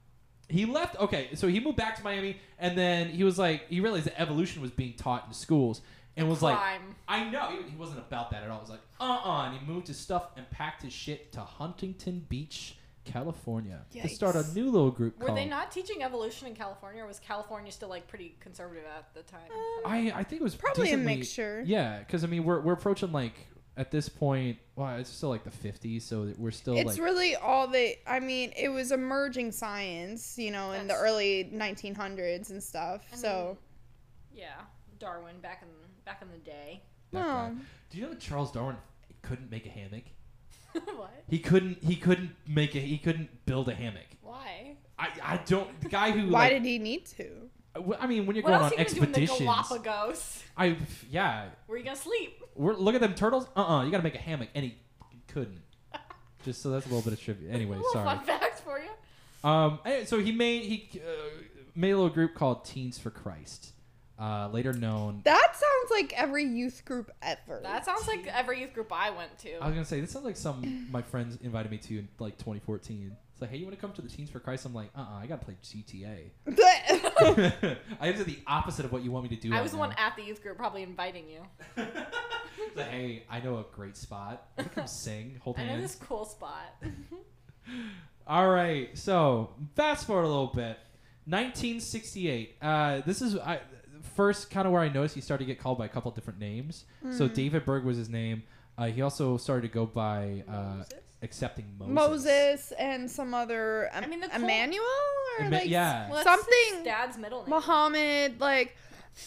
Speaker 1: he left. Okay, so he moved back to Miami, and then he was like, he realized that evolution was being taught in schools, and was like,
Speaker 2: Crime.
Speaker 1: I know he, he wasn't about that at all. He was like, uh uh and he moved his stuff and packed his shit to Huntington Beach, California, to start a
Speaker 3: Yikes.
Speaker 1: new little group.
Speaker 2: Were
Speaker 1: called
Speaker 2: they not teaching evolution in California, or was California still like pretty conservative at the time?
Speaker 1: I I think it was
Speaker 3: Probably a
Speaker 1: decently-
Speaker 3: mixture.
Speaker 1: Yeah, because I mean we're we're approaching like at this point, well, it's still like the 50s, so that we're still like
Speaker 3: It's really all they. I mean, it was emerging science, you know, in the
Speaker 2: That's-
Speaker 3: early 1900s and stuff.
Speaker 2: I
Speaker 3: so,
Speaker 2: yeah, Darwin back in back in the day.
Speaker 1: that guy.
Speaker 3: no.
Speaker 1: Do you know that Charles Darwin couldn't make a hammock?
Speaker 2: what?
Speaker 1: He couldn't he couldn't make a he couldn't build a hammock.
Speaker 2: Why?
Speaker 1: I I don't the guy who
Speaker 3: why
Speaker 1: like,
Speaker 3: did he need to?
Speaker 1: w- I mean when you're
Speaker 2: What
Speaker 1: going
Speaker 2: else
Speaker 1: on
Speaker 2: are you gonna do in the
Speaker 1: expeditions
Speaker 2: Galapagos?
Speaker 1: I yeah,
Speaker 2: Were you gonna sleep?
Speaker 1: we're look at them turtles. Uh-uh, you got to make a hammock and he couldn't. Just so that's a little bit of trivia. Anyway,
Speaker 2: Little
Speaker 1: sorry.
Speaker 2: fun facts for you.
Speaker 1: Um, anyway, so he made he uh, made a little group called Teens for Christ, uh, later known.
Speaker 3: That sounds like every youth group ever.
Speaker 2: That sounds like every youth group I went to.
Speaker 1: I was gonna say this sounds like some my friends invited me to in like 2014. It's like, hey, you want to come to the Teens for Christ? I'm like, uh, uh I gotta play GTA. I did the opposite of what you want me to do.
Speaker 2: I
Speaker 1: right
Speaker 2: was the
Speaker 1: now.
Speaker 2: one at the youth group probably inviting you.
Speaker 1: It's like, hey, I know a great spot. Wanna Come sing, hold
Speaker 2: I know
Speaker 1: hands.
Speaker 2: this cool spot.
Speaker 1: All right, so fast forward a little bit. 1968. Uh, this is I, first kind of where I noticed he started to get called by a couple different names. So
Speaker 3: Hmm.
Speaker 1: David Berg was his name. Uh, he also started to go by uh,
Speaker 2: Moses?
Speaker 1: accepting Moses.
Speaker 3: Moses and some other.
Speaker 2: I mean, the cult-
Speaker 3: Emmanuel or
Speaker 1: Emma-
Speaker 3: like
Speaker 1: yeah.
Speaker 2: Well, that's his
Speaker 3: something.
Speaker 2: dad's middle name.
Speaker 3: Muhammad, like.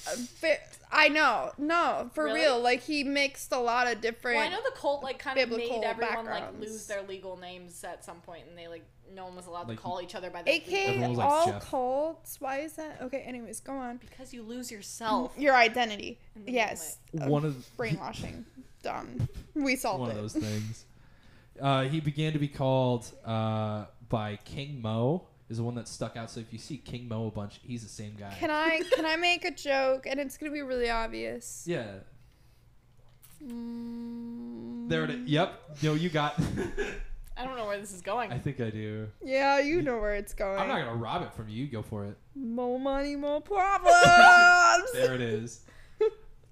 Speaker 3: uh, fi- I know, no, for
Speaker 2: Really?
Speaker 3: real. Like he mixed a lot of different.
Speaker 2: Well, I know the cult like kind of made
Speaker 3: biblical
Speaker 2: everyone like
Speaker 3: backgrounds.
Speaker 2: lose their legal names at some point, and they like no one was allowed
Speaker 1: Like,
Speaker 2: to call each other by their legal-
Speaker 3: AKA
Speaker 1: Everyone likes
Speaker 3: all
Speaker 1: Jeff.
Speaker 3: cults. Why is that? Okay, anyways, go on.
Speaker 2: because you lose yourself.
Speaker 3: Your identity.
Speaker 2: In the
Speaker 3: Yes. Uh,
Speaker 1: One of
Speaker 3: brainwashing. Done. We solved
Speaker 1: one
Speaker 3: it.
Speaker 1: of those things. Uh, he began to be called uh, by King Mo. Is the one that stuck out. So if you see King Mo a bunch, he's the same guy.
Speaker 3: Can I can I make a joke and it's gonna be really obvious?
Speaker 1: yeah.
Speaker 3: Mm,
Speaker 1: There it is. Yep. No, you got.
Speaker 2: I don't know where this is going.
Speaker 1: I think I do.
Speaker 3: Yeah, you know where it's going.
Speaker 1: I'm not gonna rob it from you. You Go for it.
Speaker 3: More money, more problems.
Speaker 1: There it is.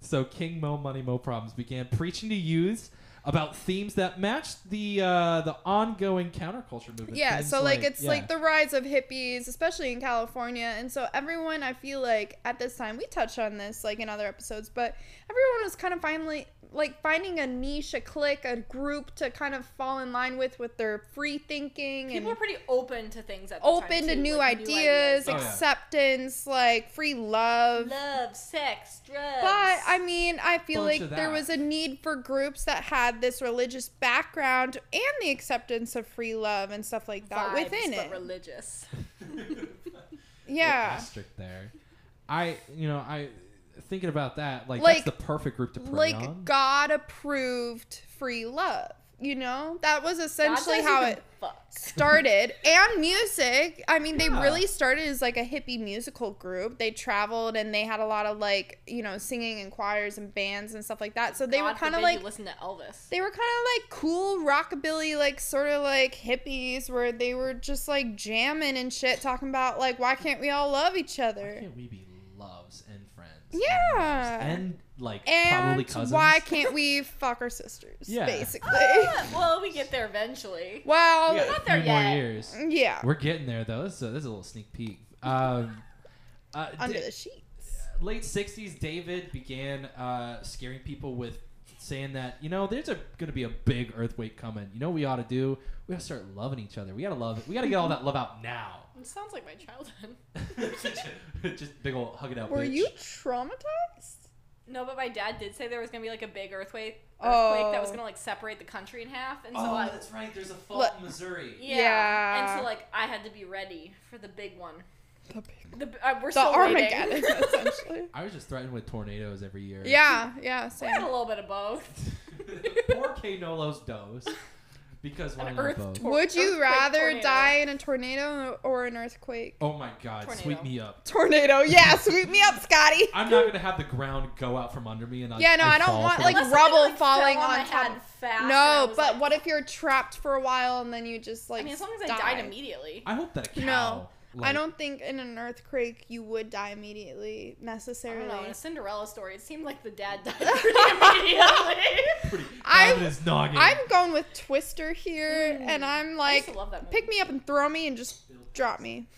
Speaker 1: so King Mo Money Mo Problems began preaching to youths about themes that match the uh, the ongoing counterculture movement.
Speaker 3: Yeah,
Speaker 1: Themes
Speaker 3: so like, it's
Speaker 1: yeah.
Speaker 3: like the rise of hippies, especially in California. And so everyone, I feel like at this time, we touched on this like in other episodes, but everyone was kind of finally like finding a niche, a clique, a group to kind of fall in line with with their free thinking
Speaker 2: People
Speaker 3: and
Speaker 2: were pretty open to things at the time,
Speaker 3: open to
Speaker 2: too,
Speaker 3: new,
Speaker 2: like,
Speaker 3: ideas,
Speaker 1: Oh, yeah.
Speaker 3: acceptance, like free love.
Speaker 2: Love, sex, drugs.
Speaker 3: But I mean, I feel
Speaker 1: Bunch
Speaker 3: like
Speaker 1: of
Speaker 3: there
Speaker 1: that.
Speaker 3: was a need for groups that had this religious background and the acceptance of free love and stuff like that
Speaker 2: Vibes,
Speaker 3: within
Speaker 2: but
Speaker 3: it.
Speaker 2: religious.
Speaker 1: Little
Speaker 3: yeah.
Speaker 1: asterisk there. I you know I thinking about that like,
Speaker 3: Like-
Speaker 1: that's the perfect group to prey
Speaker 3: Like
Speaker 1: on.
Speaker 3: God approved free love, you know? That was essentially
Speaker 2: God
Speaker 3: how
Speaker 2: doesn't
Speaker 3: it
Speaker 2: Fuck.
Speaker 3: started. and music. I mean, they
Speaker 1: Yeah.
Speaker 3: really started as like a hippie musical group. They traveled and they had a lot of like, you know, singing and choirs and bands and stuff like that. So they
Speaker 2: God
Speaker 3: were
Speaker 2: forbid
Speaker 3: kind of
Speaker 2: you
Speaker 3: like
Speaker 2: listen to Elvis.
Speaker 3: they were kind of like cool rockabilly, like sort of like hippies, where they were just like jamming and shit, talking about like why can't we all love each
Speaker 1: Why
Speaker 3: other?
Speaker 1: can't we be loves and friends? and
Speaker 3: Yeah.
Speaker 1: loves And like probably
Speaker 3: And
Speaker 1: cousins.
Speaker 3: why can't we fuck our sisters?
Speaker 1: Yeah.
Speaker 3: Basically.
Speaker 2: Ah, well, we get there eventually.
Speaker 1: we
Speaker 3: well,
Speaker 1: got
Speaker 2: not
Speaker 1: a
Speaker 2: there
Speaker 1: few more
Speaker 2: yet.
Speaker 1: years.
Speaker 3: yeah.
Speaker 1: We're getting there though. This is a, this is a little sneak peek. Um, uh,
Speaker 3: Under
Speaker 1: d-
Speaker 3: the sheets.
Speaker 1: late '60s, David began uh, scaring people with saying that you know there's a going to be a big earthquake coming. You know what we ought to do? We ought to start loving each other. We got to love it. We got to get all that love out now.
Speaker 2: It sounds like my childhood.
Speaker 1: Just big old hug it out.
Speaker 3: Were
Speaker 1: bitch.
Speaker 3: you traumatized?
Speaker 2: No, but my dad did say there was gonna be like a big earthquake, earthquake
Speaker 3: Oh.
Speaker 2: that was gonna like separate the country in half, and so
Speaker 1: Oh,
Speaker 2: I,
Speaker 1: that's right. There's a fault
Speaker 3: Look-
Speaker 1: in Missouri.
Speaker 2: yeah.
Speaker 3: Yeah.
Speaker 2: and so like I had to be ready for the big one.
Speaker 3: The, big-
Speaker 2: The uh, we're
Speaker 3: the
Speaker 2: still
Speaker 3: Armageddon,
Speaker 2: waiting.
Speaker 3: essentially.
Speaker 1: I was just threatened with tornadoes every year.
Speaker 3: Yeah, yeah,
Speaker 2: we had a
Speaker 3: same.
Speaker 2: little bit of both.
Speaker 1: Poor Canolo's dose. Because
Speaker 2: An
Speaker 1: one
Speaker 2: earth
Speaker 1: of those.
Speaker 2: tor-
Speaker 3: Would you
Speaker 2: Earthquake,
Speaker 3: rather
Speaker 2: tornado.
Speaker 3: die in a tornado or an earthquake?
Speaker 1: Oh my god, sweep
Speaker 2: Tornado.
Speaker 1: me up.
Speaker 3: Tornado, yeah, sweep me up, Scotty.
Speaker 1: I'm not gonna have the ground go out from under me and I
Speaker 3: Yeah, no, I don't
Speaker 1: fall
Speaker 3: want,
Speaker 1: from-
Speaker 3: like,
Speaker 2: Unless
Speaker 3: rubble
Speaker 2: something, fell
Speaker 3: falling
Speaker 2: my
Speaker 3: on top
Speaker 2: head
Speaker 3: of-
Speaker 2: fast. and I
Speaker 3: No,
Speaker 2: was
Speaker 3: but
Speaker 2: like-
Speaker 3: what if you're trapped for a while and then you just like
Speaker 2: I mean, as long as I
Speaker 3: die?
Speaker 2: died immediately.
Speaker 1: I hope that a cow
Speaker 3: No, I
Speaker 1: like-
Speaker 3: don't think in an earthquake you would die
Speaker 2: I
Speaker 3: immediately
Speaker 2: don't
Speaker 3: necessarily.
Speaker 2: know. In a Cinderella story, it seemed like the dad died pretty immediately.
Speaker 1: pretty
Speaker 3: I'm-
Speaker 1: I'm, his noggin.
Speaker 3: I'm going with Twister here,
Speaker 2: Mm.
Speaker 3: and I'm
Speaker 2: I used
Speaker 3: like,
Speaker 2: to love that movie.
Speaker 3: pick me up and throw me and just drop me.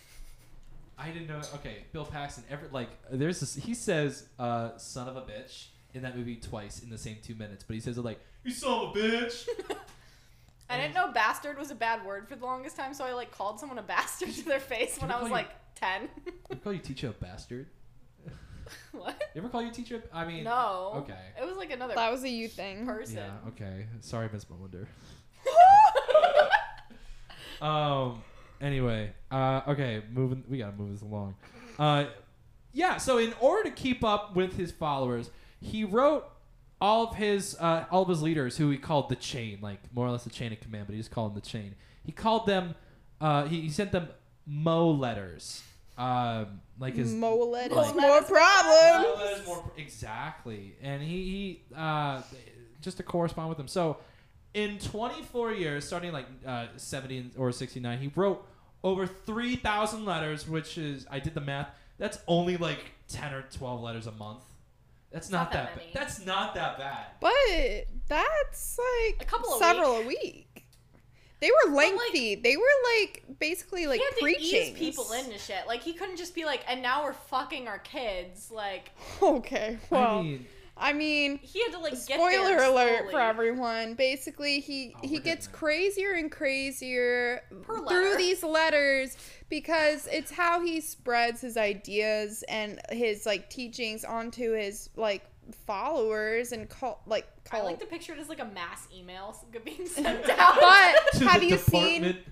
Speaker 1: I didn't know okay, Bill Paxton every like there's this he says uh son of a bitch in that movie twice in the same two minutes, but he says it like, You son of a bitch
Speaker 2: I didn't know bastard was a bad word for the longest time, so I like called someone a bastard to their face when
Speaker 1: we
Speaker 2: I was
Speaker 1: call
Speaker 2: like
Speaker 1: you-
Speaker 2: ten.
Speaker 1: You call your teacher a bastard?
Speaker 2: what?
Speaker 1: You ever call your teacher a- I mean
Speaker 2: No.
Speaker 1: Okay.
Speaker 2: It was like another
Speaker 3: That was a you thing.
Speaker 2: person.
Speaker 1: Yeah, okay. Sorry, Miss Melinda. Um. Anyway. Uh. Okay. Moving. We gotta move this along. Uh. Yeah. So in order to keep up with his followers, he wrote all of his uh, all of his leaders, who he called the chain, like more or less the chain of command, but he just called them the chain. He called them. Uh. He, he sent them mo letters. Um. Like his
Speaker 3: Mole letters,
Speaker 1: Mole
Speaker 3: more
Speaker 2: letters.
Speaker 3: problems.
Speaker 1: well, that is more- exactly. And he, he uh, just to correspond with him. So in 24 years, starting like uh, 70 and- or 69, he wrote over 3,000 letters, which is, I did the math, that's only like 10 or 12 letters a month. That's not, that,
Speaker 2: many.
Speaker 1: bad. That's not that bad.
Speaker 3: But that's like
Speaker 2: A couple a
Speaker 3: several a week. They were
Speaker 2: like,
Speaker 3: lengthy. they were like basically like
Speaker 2: he had to
Speaker 3: preaching.
Speaker 2: ease people into shit. Like he couldn't just be like, and now we're fucking our kids. Like
Speaker 3: Okay, well,
Speaker 1: I mean,
Speaker 2: he had to like get
Speaker 3: spoiler
Speaker 2: there
Speaker 3: alert for
Speaker 2: slowly.
Speaker 3: everyone. Basically, he
Speaker 1: Oh, we're
Speaker 3: he
Speaker 1: getting
Speaker 3: gets
Speaker 1: there.
Speaker 3: crazier and crazier
Speaker 2: Per
Speaker 3: through
Speaker 2: letter.
Speaker 3: these letters because it's how he spreads his ideas and his like teachings onto his like followers and cult like
Speaker 2: I
Speaker 3: cult.
Speaker 2: like to picture it as like a mass email being sent out.
Speaker 3: but
Speaker 1: to
Speaker 3: have
Speaker 1: the
Speaker 3: you seen?
Speaker 1: department-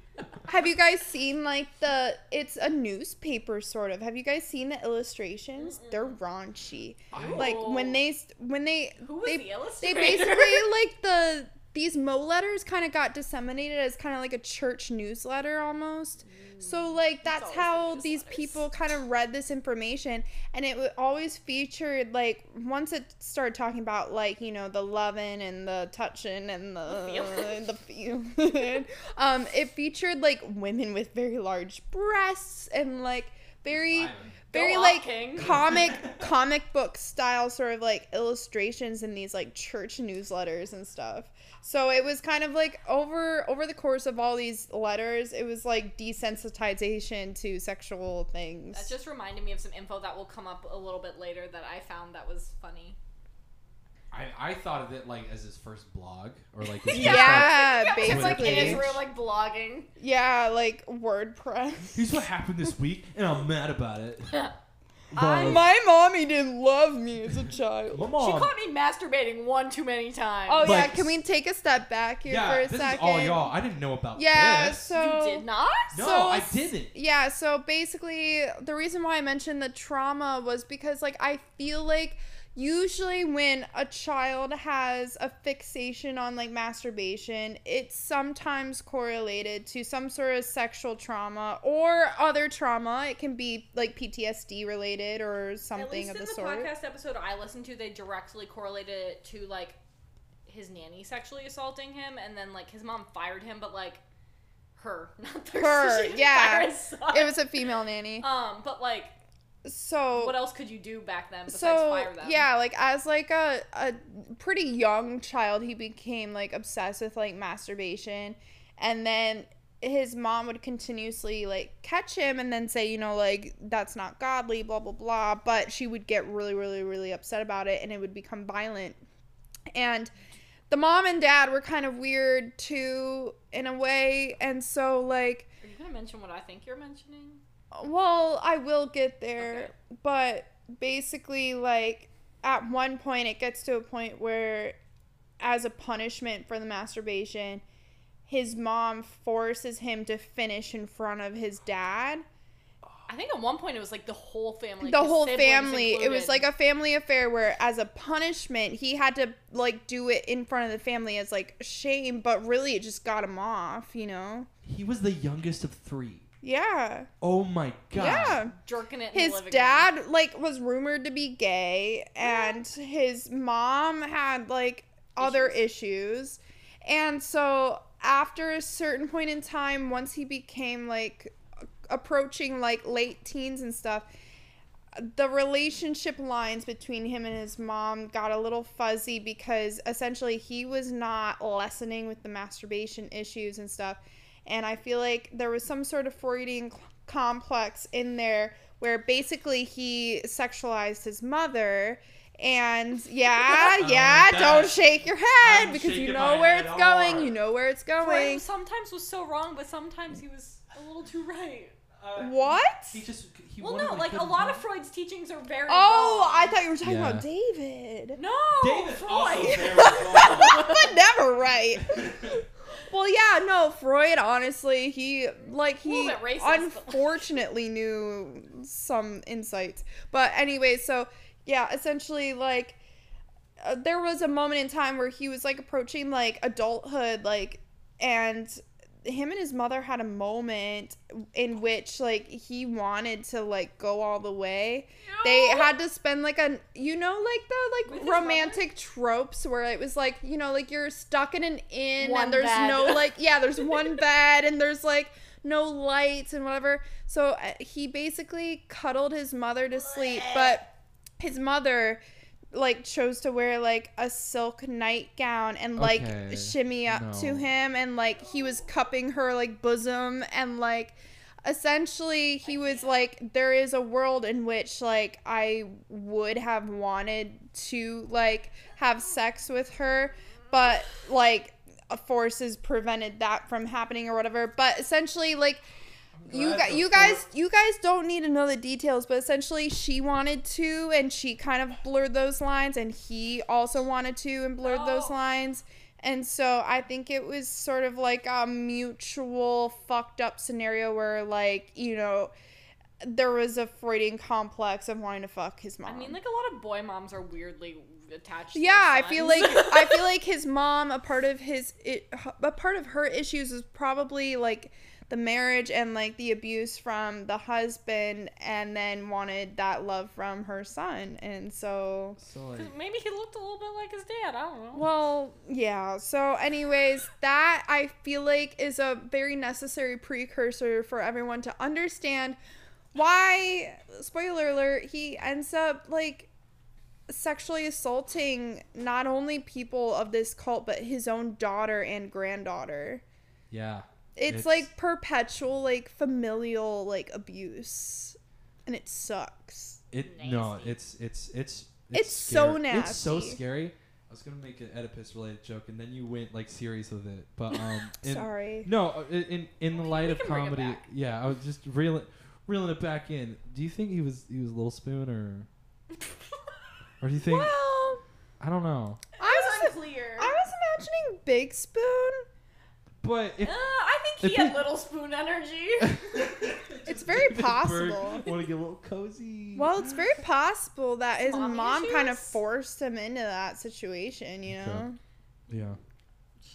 Speaker 3: Have you guys seen like the? It's a newspaper sort of. Have you guys seen the illustrations? They're raunchy.
Speaker 1: I-
Speaker 3: Like when they st- when they
Speaker 2: who was
Speaker 3: they
Speaker 2: the
Speaker 3: they
Speaker 2: illustrator?
Speaker 3: basically like the these mo letters kind of got disseminated as kind of like a church newsletter almost so like that's
Speaker 2: always the
Speaker 3: how these
Speaker 2: newsletters.
Speaker 3: people kind of read this information and it wa- always featured like once it started talking about like you know the loving and the touching and the
Speaker 2: feeling.
Speaker 3: the feeling um it featured like women with very large breasts and like very
Speaker 1: Violent.
Speaker 3: very
Speaker 2: Go off,
Speaker 3: like
Speaker 2: King.
Speaker 3: comic comic book style sort of like illustrations in these like church newsletters and stuff. So it was kind of like over over the course of all these letters, it was like desensitization to sexual things.
Speaker 2: That just reminded me of some info that will come up a little bit later that I found that was funny.
Speaker 1: I, I thought of it like as his first blog or like his
Speaker 3: yeah,
Speaker 1: first, like,
Speaker 2: he's like in
Speaker 3: basically.
Speaker 2: his room, like blogging.
Speaker 3: yeah, like WordPress.
Speaker 1: Here's what happened this week, and I'm mad about it.
Speaker 2: I-
Speaker 3: My mommy didn't love me as a child.
Speaker 1: My
Speaker 2: She
Speaker 1: mom.
Speaker 2: caught me masturbating one too many times.
Speaker 3: Oh yeah,
Speaker 1: But-
Speaker 3: can we take a step back here
Speaker 1: yeah,
Speaker 3: for a
Speaker 1: this
Speaker 3: second?
Speaker 1: is all y'all. I didn't know about
Speaker 3: Yeah,
Speaker 1: this.
Speaker 3: so
Speaker 2: you did not.
Speaker 1: no,
Speaker 3: so
Speaker 1: I
Speaker 3: s-
Speaker 1: didn't.
Speaker 3: yeah, so basically the reason why I mentioned the trauma was because like I feel like usually when a child has a fixation on like masturbation, it's sometimes correlated to some sort of sexual trauma or other trauma. It can be like PTSD related or something
Speaker 2: At least
Speaker 3: of
Speaker 2: in
Speaker 3: the,
Speaker 2: the,
Speaker 3: sort.
Speaker 2: podcast episode I listened to, they directly correlated it to like his nanny sexually assaulting him, and then like his mom fired him, but like her, not their
Speaker 3: Her,
Speaker 2: she didn't
Speaker 3: yeah.
Speaker 2: fire his son.
Speaker 3: It was a female nanny.
Speaker 2: um, but like,
Speaker 3: So
Speaker 2: what else could you do back then besides
Speaker 3: so
Speaker 2: fire them?
Speaker 3: yeah like as like a, a pretty young child he became like obsessed with like masturbation and then his mom would continuously like catch him and then say you know like that's not godly blah blah blah but she would get really really really upset about it and it would become violent and the mom and dad were kind of weird too in a way and so like
Speaker 2: Are you gonna mention what I think you're mentioning?
Speaker 3: well, I will get there, but basically, like, at one point, it gets to a point where, as a punishment for the masturbation, his mom forces him to finish in front of his dad.
Speaker 2: I think at one point it was like the whole family.
Speaker 3: the
Speaker 2: his
Speaker 3: whole
Speaker 2: siblings
Speaker 3: family. It was
Speaker 2: included.
Speaker 3: like a family affair where, as a punishment, he had to, like, do it in front of the family as, like, shame, but really it just got him off, you know?
Speaker 1: He was the youngest of three.
Speaker 3: Yeah.
Speaker 1: Oh my god.
Speaker 3: Yeah.
Speaker 2: jerking it. in the
Speaker 3: his
Speaker 2: living room.
Speaker 3: dad like was rumored to be gay and his mom had like other issues and so after a certain point in time once he became like approaching like late teens and stuff the relationship lines between him and his mom got a little fuzzy because essentially he was not lessening with the masturbation issues and stuff. And I feel like there was some sort of Freudian c- complex in there where basically he sexualized his mother. And yeah,
Speaker 1: Oh,
Speaker 3: yeah,
Speaker 1: that-
Speaker 3: don't shake your head
Speaker 1: I'm
Speaker 3: because you
Speaker 1: shaking
Speaker 3: know
Speaker 1: my
Speaker 3: where
Speaker 1: head
Speaker 3: it's going.
Speaker 1: hard.
Speaker 3: You know where it's
Speaker 2: Graham
Speaker 3: going.
Speaker 2: sometimes was so wrong, but sometimes he was a little too right.
Speaker 1: Uh,
Speaker 3: What?
Speaker 1: He just. He
Speaker 2: Well,
Speaker 1: wanted
Speaker 2: no,
Speaker 1: what he
Speaker 2: like a
Speaker 1: couldn't
Speaker 2: lot
Speaker 1: have.
Speaker 2: of Freud's teachings are very.
Speaker 3: Oh,
Speaker 2: wrong.
Speaker 3: I thought you were talking
Speaker 1: Yeah.
Speaker 3: about David.
Speaker 2: No,
Speaker 1: David's
Speaker 2: oh, Freud.
Speaker 1: also very wrong.
Speaker 3: but never right. Well, yeah, no, Freud. Honestly, he like he
Speaker 2: Little bit racist, but-
Speaker 3: unfortunately knew some insights. But anyway, so yeah, essentially, like uh, there was a moment in time where he was like approaching like adulthood, like, and him and his mother had a moment in which like he wanted to like go all the way. They had to spend like a you know like the
Speaker 2: With
Speaker 3: like
Speaker 2: his
Speaker 3: romantic tropes where it was like you know like you're stuck in an inn
Speaker 2: One
Speaker 3: and there's
Speaker 2: bed.
Speaker 3: no like yeah there's one bed and there's like no lights and whatever. So uh, he basically cuddled his mother to sleep, but his mother like chose to wear like a silk nightgown and like
Speaker 1: Okay.
Speaker 3: shimmy up to
Speaker 1: No.
Speaker 3: him and like he was cupping her like bosom and like essentially he was like there is a world in which like I would have wanted to like have sex with her but like uh, forces prevented that from happening or whatever but essentially like you
Speaker 1: Glad
Speaker 3: guys,
Speaker 1: the
Speaker 3: you guys, you guys don't need to know the details, but essentially, she wanted to, and she kind of blurred those lines, and he also wanted to and blurred those
Speaker 2: No.
Speaker 3: lines, and so I think it was sort of like a mutual fucked up scenario where, like, you know, there was a Freudian complex of wanting to fuck his mom.
Speaker 2: I mean, like a lot of boy moms are weirdly attached. to
Speaker 3: Yeah, I
Speaker 2: their
Speaker 3: feel like
Speaker 2: sons.
Speaker 3: I feel like his mom. A part of his, it, a part of her issues is probably like the marriage and like the abuse from the husband, and then wanted that love from her son, and so.
Speaker 1: So like,
Speaker 2: 'Cause maybe he looked a little bit like his dad. I don't know.
Speaker 3: Well, yeah. So, anyways, that I feel like is a very necessary precursor for everyone to understand why spoiler alert he ends up like sexually assaulting not only people of this cult but his own daughter and granddaughter
Speaker 1: Yeah.
Speaker 3: it's,
Speaker 1: It's-
Speaker 3: like perpetual like familial like abuse and it sucks
Speaker 1: It no,
Speaker 2: Nasty.
Speaker 1: it's it's it's
Speaker 3: It's so
Speaker 1: scary. It's so
Speaker 3: nasty.
Speaker 1: scary. I was gonna make an Oedipus related joke, and then you went like serious with it. But um, in,
Speaker 3: sorry
Speaker 1: no, uh, in in- in the
Speaker 2: We-
Speaker 1: light
Speaker 2: we
Speaker 1: of
Speaker 2: can bring it
Speaker 1: comedy,
Speaker 2: back.
Speaker 1: yeah, I was just reeling reeling it back in. Do you think he was he was Little Spoon or or do you think
Speaker 3: well
Speaker 1: I don't know?
Speaker 3: i was
Speaker 2: unclear.
Speaker 3: i was imagining big spoon
Speaker 1: But if,
Speaker 2: Uh, I
Speaker 1: If
Speaker 2: think he had
Speaker 1: we-
Speaker 2: little spoon energy.
Speaker 3: It's very possible.
Speaker 1: Want to get a little cozy?
Speaker 3: well it's very possible that his
Speaker 2: Mommy
Speaker 3: mom kind of
Speaker 2: issues?
Speaker 3: forced him into that situation you
Speaker 1: Okay.
Speaker 3: know
Speaker 1: yeah.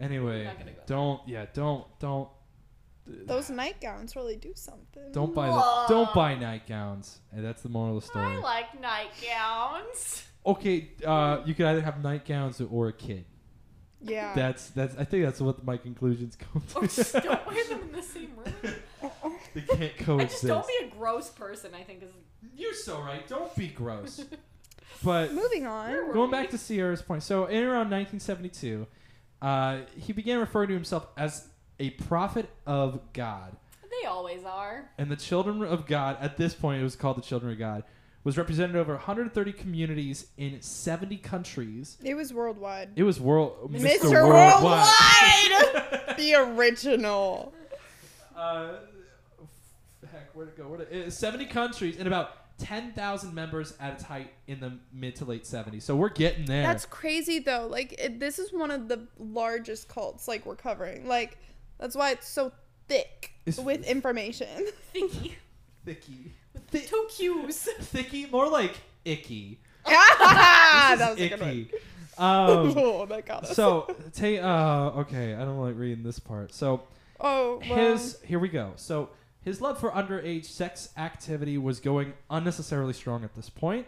Speaker 1: Anyway,
Speaker 2: not gonna go.
Speaker 1: don't yeah, don't don't
Speaker 3: those nightgowns really do something
Speaker 1: don't buy the, don't buy nightgowns. And that's the moral of the story.
Speaker 2: I like nightgowns.
Speaker 1: Okay, uh, you could either have nightgowns or a kid.
Speaker 3: yeah
Speaker 1: That's that's. I think that's what my conclusions come to.
Speaker 2: Or just don't wear them in the same room.
Speaker 1: they can't
Speaker 2: I
Speaker 1: coexist.
Speaker 2: just don't be a gross person. I think is
Speaker 1: You're so right. Don't be gross. but
Speaker 3: moving on
Speaker 1: going back to Sierra's point, so in around 1972, uh, he began referring to himself as a prophet of God,
Speaker 2: they always are.
Speaker 1: and the children of God. At this point, it was called the children of God. Was represented over 130 communities in 70 countries.
Speaker 3: it was worldwide
Speaker 1: It was world,
Speaker 3: Mr. Worldwide! the original.
Speaker 1: uh, f- heck, where'd it go? Where'd it, uh, 70 countries and about 10,000 members at its height in the mid to late 70s. So we're getting there.
Speaker 3: That's crazy though. Like it, this is one of the largest cults like we're covering. Like that's why it's so thick
Speaker 1: It's-
Speaker 3: with information.
Speaker 2: Thinky
Speaker 1: thicky.
Speaker 2: with two Q's.
Speaker 1: Thicky, more like icky.
Speaker 3: ah, that was a
Speaker 1: icky.
Speaker 3: good one.
Speaker 1: Um,
Speaker 3: oh, that got us.
Speaker 1: so, ta- uh, okay, I don't like reading this part. So,
Speaker 3: oh, well,
Speaker 1: his here we go. So his love for underage sex activity was going unnecessarily strong at this point.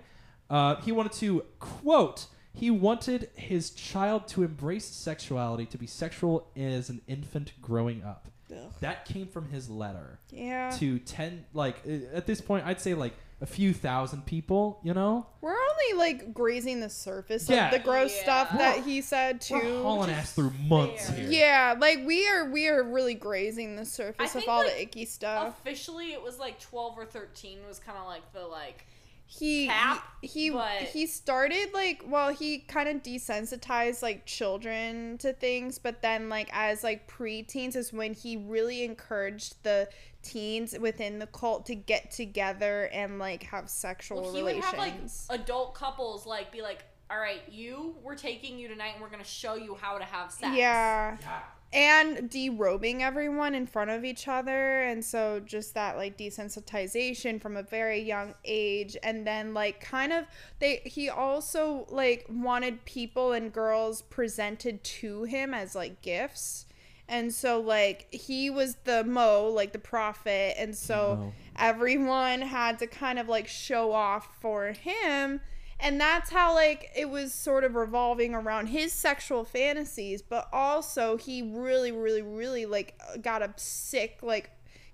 Speaker 1: Uh, he wanted to quote. He wanted his child to embrace sexuality, to be sexual as an infant growing up.
Speaker 3: Ugh.
Speaker 1: That came from his letter
Speaker 3: yeah,
Speaker 2: Uh.
Speaker 1: to ten. Like uh, at this point, I'd say like a few thousand people. You know,
Speaker 3: we're only like grazing the surface
Speaker 1: Yeah.
Speaker 3: of the gross
Speaker 2: Yeah.
Speaker 3: stuff that
Speaker 1: We're-
Speaker 3: he said
Speaker 1: we're
Speaker 3: too.
Speaker 1: hauling ass through months
Speaker 2: fair.
Speaker 1: here.
Speaker 3: Yeah, like we are we are really grazing the surface of
Speaker 2: think,
Speaker 3: all
Speaker 2: like,
Speaker 3: the icky stuff.
Speaker 2: Officially, it was like twelve or thirteen. Was kind of like the like
Speaker 3: he
Speaker 2: cap,
Speaker 3: he he,
Speaker 2: but-
Speaker 3: he started like well he kind of desensitized like children to things but then like as like preteens is when he really encouraged the teens within the cult to get together and like have sexual
Speaker 2: Well, he would
Speaker 3: relations
Speaker 2: have like adult couples like be like, "All right, you, we're taking you tonight, and we're gonna show you how to have sex."
Speaker 3: yeah
Speaker 1: Yeah.
Speaker 3: and derobing everyone in front of each other and so just that like desensitization from a very young age and then like kind of they he also like wanted people and girls presented to him as like gifts and so like he was the mo like the prophet and so
Speaker 1: Mo.
Speaker 3: everyone had to kind of like show off for him and that's how like it was sort of revolving around his sexual fantasies but also he really really really like got a sick like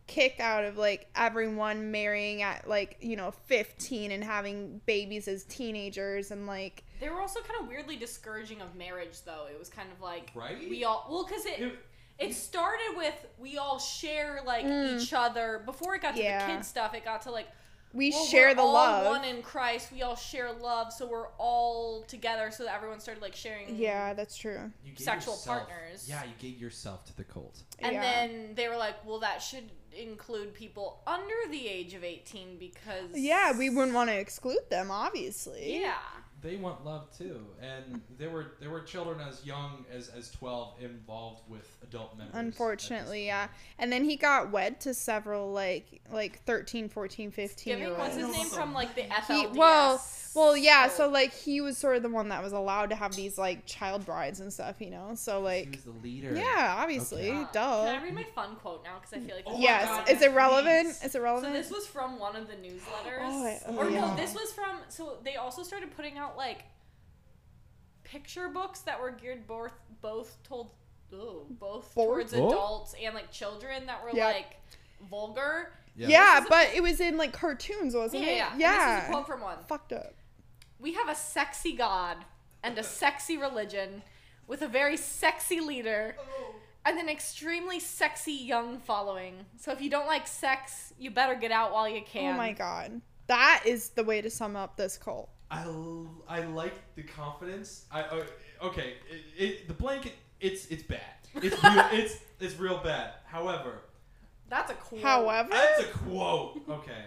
Speaker 3: kick out of like everyone marrying at like you know 15 and having babies as teenagers and like
Speaker 2: They were also kind of weirdly discouraging of marriage, though. It was kind of like
Speaker 1: Right?
Speaker 2: we all well, because it, it
Speaker 1: It-
Speaker 2: started with we all share like
Speaker 3: Mm.
Speaker 2: each other. Before it got to
Speaker 3: Yeah.
Speaker 2: the kid stuff, it got to like
Speaker 3: we
Speaker 2: well,
Speaker 3: share
Speaker 2: we're
Speaker 3: the
Speaker 2: all
Speaker 3: love
Speaker 2: One in Christ, we all share love, so we're all together. So that everyone started like sharing.
Speaker 3: yeah that's true
Speaker 1: You gave
Speaker 2: Sexual
Speaker 1: yourself-
Speaker 2: partners.
Speaker 1: Yeah, you gave yourself to the cult.
Speaker 2: And
Speaker 3: Yeah.
Speaker 2: then they were like, well, that should include people under the age of 18 because.
Speaker 3: yeah we wouldn't want to exclude them obviously
Speaker 2: Yeah.
Speaker 1: they want love too, and there were there were children as young as as twelve involved with adult members. at this
Speaker 3: Unfortunately, yeah.
Speaker 1: point.
Speaker 3: And then he got wed to several like like 13, 14, 15 year
Speaker 2: Giving,
Speaker 3: olds.
Speaker 2: what's his name from like the
Speaker 3: He,
Speaker 2: FLDS?
Speaker 3: well, well, yeah. So like he was sort of the one that was allowed to have these like child brides and stuff, you know. So
Speaker 1: he
Speaker 3: like,
Speaker 1: was the leader.
Speaker 3: yeah, obviously,
Speaker 1: Okay.
Speaker 2: Oh, Can I
Speaker 3: duh.
Speaker 2: read my fun quote now? Because I feel like.
Speaker 1: Oh my
Speaker 3: yes,
Speaker 1: God,
Speaker 3: is
Speaker 1: yes,
Speaker 3: it relevant?
Speaker 1: please.
Speaker 3: Is it
Speaker 2: So
Speaker 3: relevant?
Speaker 2: this was from one of the newsletters.
Speaker 3: Oh, I- oh,
Speaker 2: or
Speaker 1: yeah.
Speaker 2: no, this was from. So they also started putting out like picture books that were geared both both told ooh, both
Speaker 3: Both?
Speaker 2: towards
Speaker 1: Oh.
Speaker 2: adults and like children that were
Speaker 3: Yep.
Speaker 2: like vulgar.
Speaker 3: Yeah, but it was in like cartoons, wasn't
Speaker 2: Yeah,
Speaker 3: it?
Speaker 2: yeah. yeah. And This is a quote from one.
Speaker 3: Fucked up.
Speaker 2: We have a sexy God and a sexy religion with a very sexy leader and an extremely sexy young following. So if you don't like sex, you better get out while you can.
Speaker 3: Oh my god. That is the way to sum up this cult.
Speaker 1: I, l- I like the confidence. I uh, okay. It, it, the blanket. It's it's bad. It's real, it's it's real bad. However,
Speaker 2: That's a cool.
Speaker 3: However,
Speaker 1: that's a quote. Okay.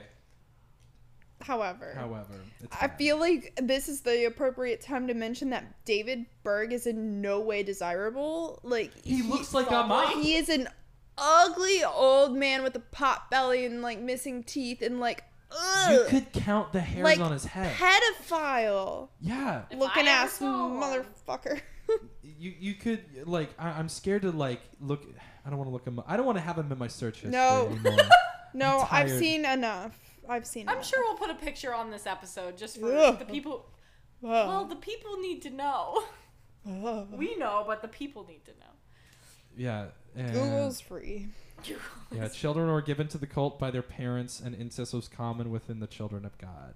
Speaker 3: however,
Speaker 1: However, it's
Speaker 3: I
Speaker 1: bad.
Speaker 3: feel like this is the appropriate time to mention that David Berg is in no way desirable. Like
Speaker 1: he looks like a mom.
Speaker 3: he is an ugly old man with a pot belly and like missing teeth and like ugh,
Speaker 1: You could count the hairs
Speaker 3: like
Speaker 1: on his head.
Speaker 3: pedophile
Speaker 1: yeah.
Speaker 2: If
Speaker 3: looking
Speaker 2: I ever
Speaker 3: ass
Speaker 2: saw one.
Speaker 3: motherfucker.
Speaker 1: You you could like I, I'm scared to like look. I don't want to look him. up. I don't want to have him in my search history
Speaker 3: No.
Speaker 1: anymore.
Speaker 3: no,
Speaker 1: I'm
Speaker 3: I've
Speaker 1: tired.
Speaker 3: seen enough. I've seen.
Speaker 2: I'm
Speaker 3: enough.
Speaker 2: sure we'll put a picture on this episode just for
Speaker 3: Ugh. Um,
Speaker 2: the people.
Speaker 3: Whoa.
Speaker 2: Well, the people need to know.
Speaker 3: Whoa.
Speaker 2: We know, but the people need to know.
Speaker 1: yeah. and-
Speaker 3: Google's free.
Speaker 1: Yeah, children were given to the cult by their parents, and incest was common within the children of God.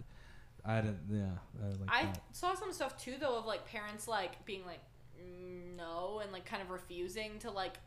Speaker 1: I didn't. Yeah, I didn't like
Speaker 2: I
Speaker 1: that.
Speaker 2: saw some stuff too, though, of like parents like being like "Mm, no and like kind of refusing to like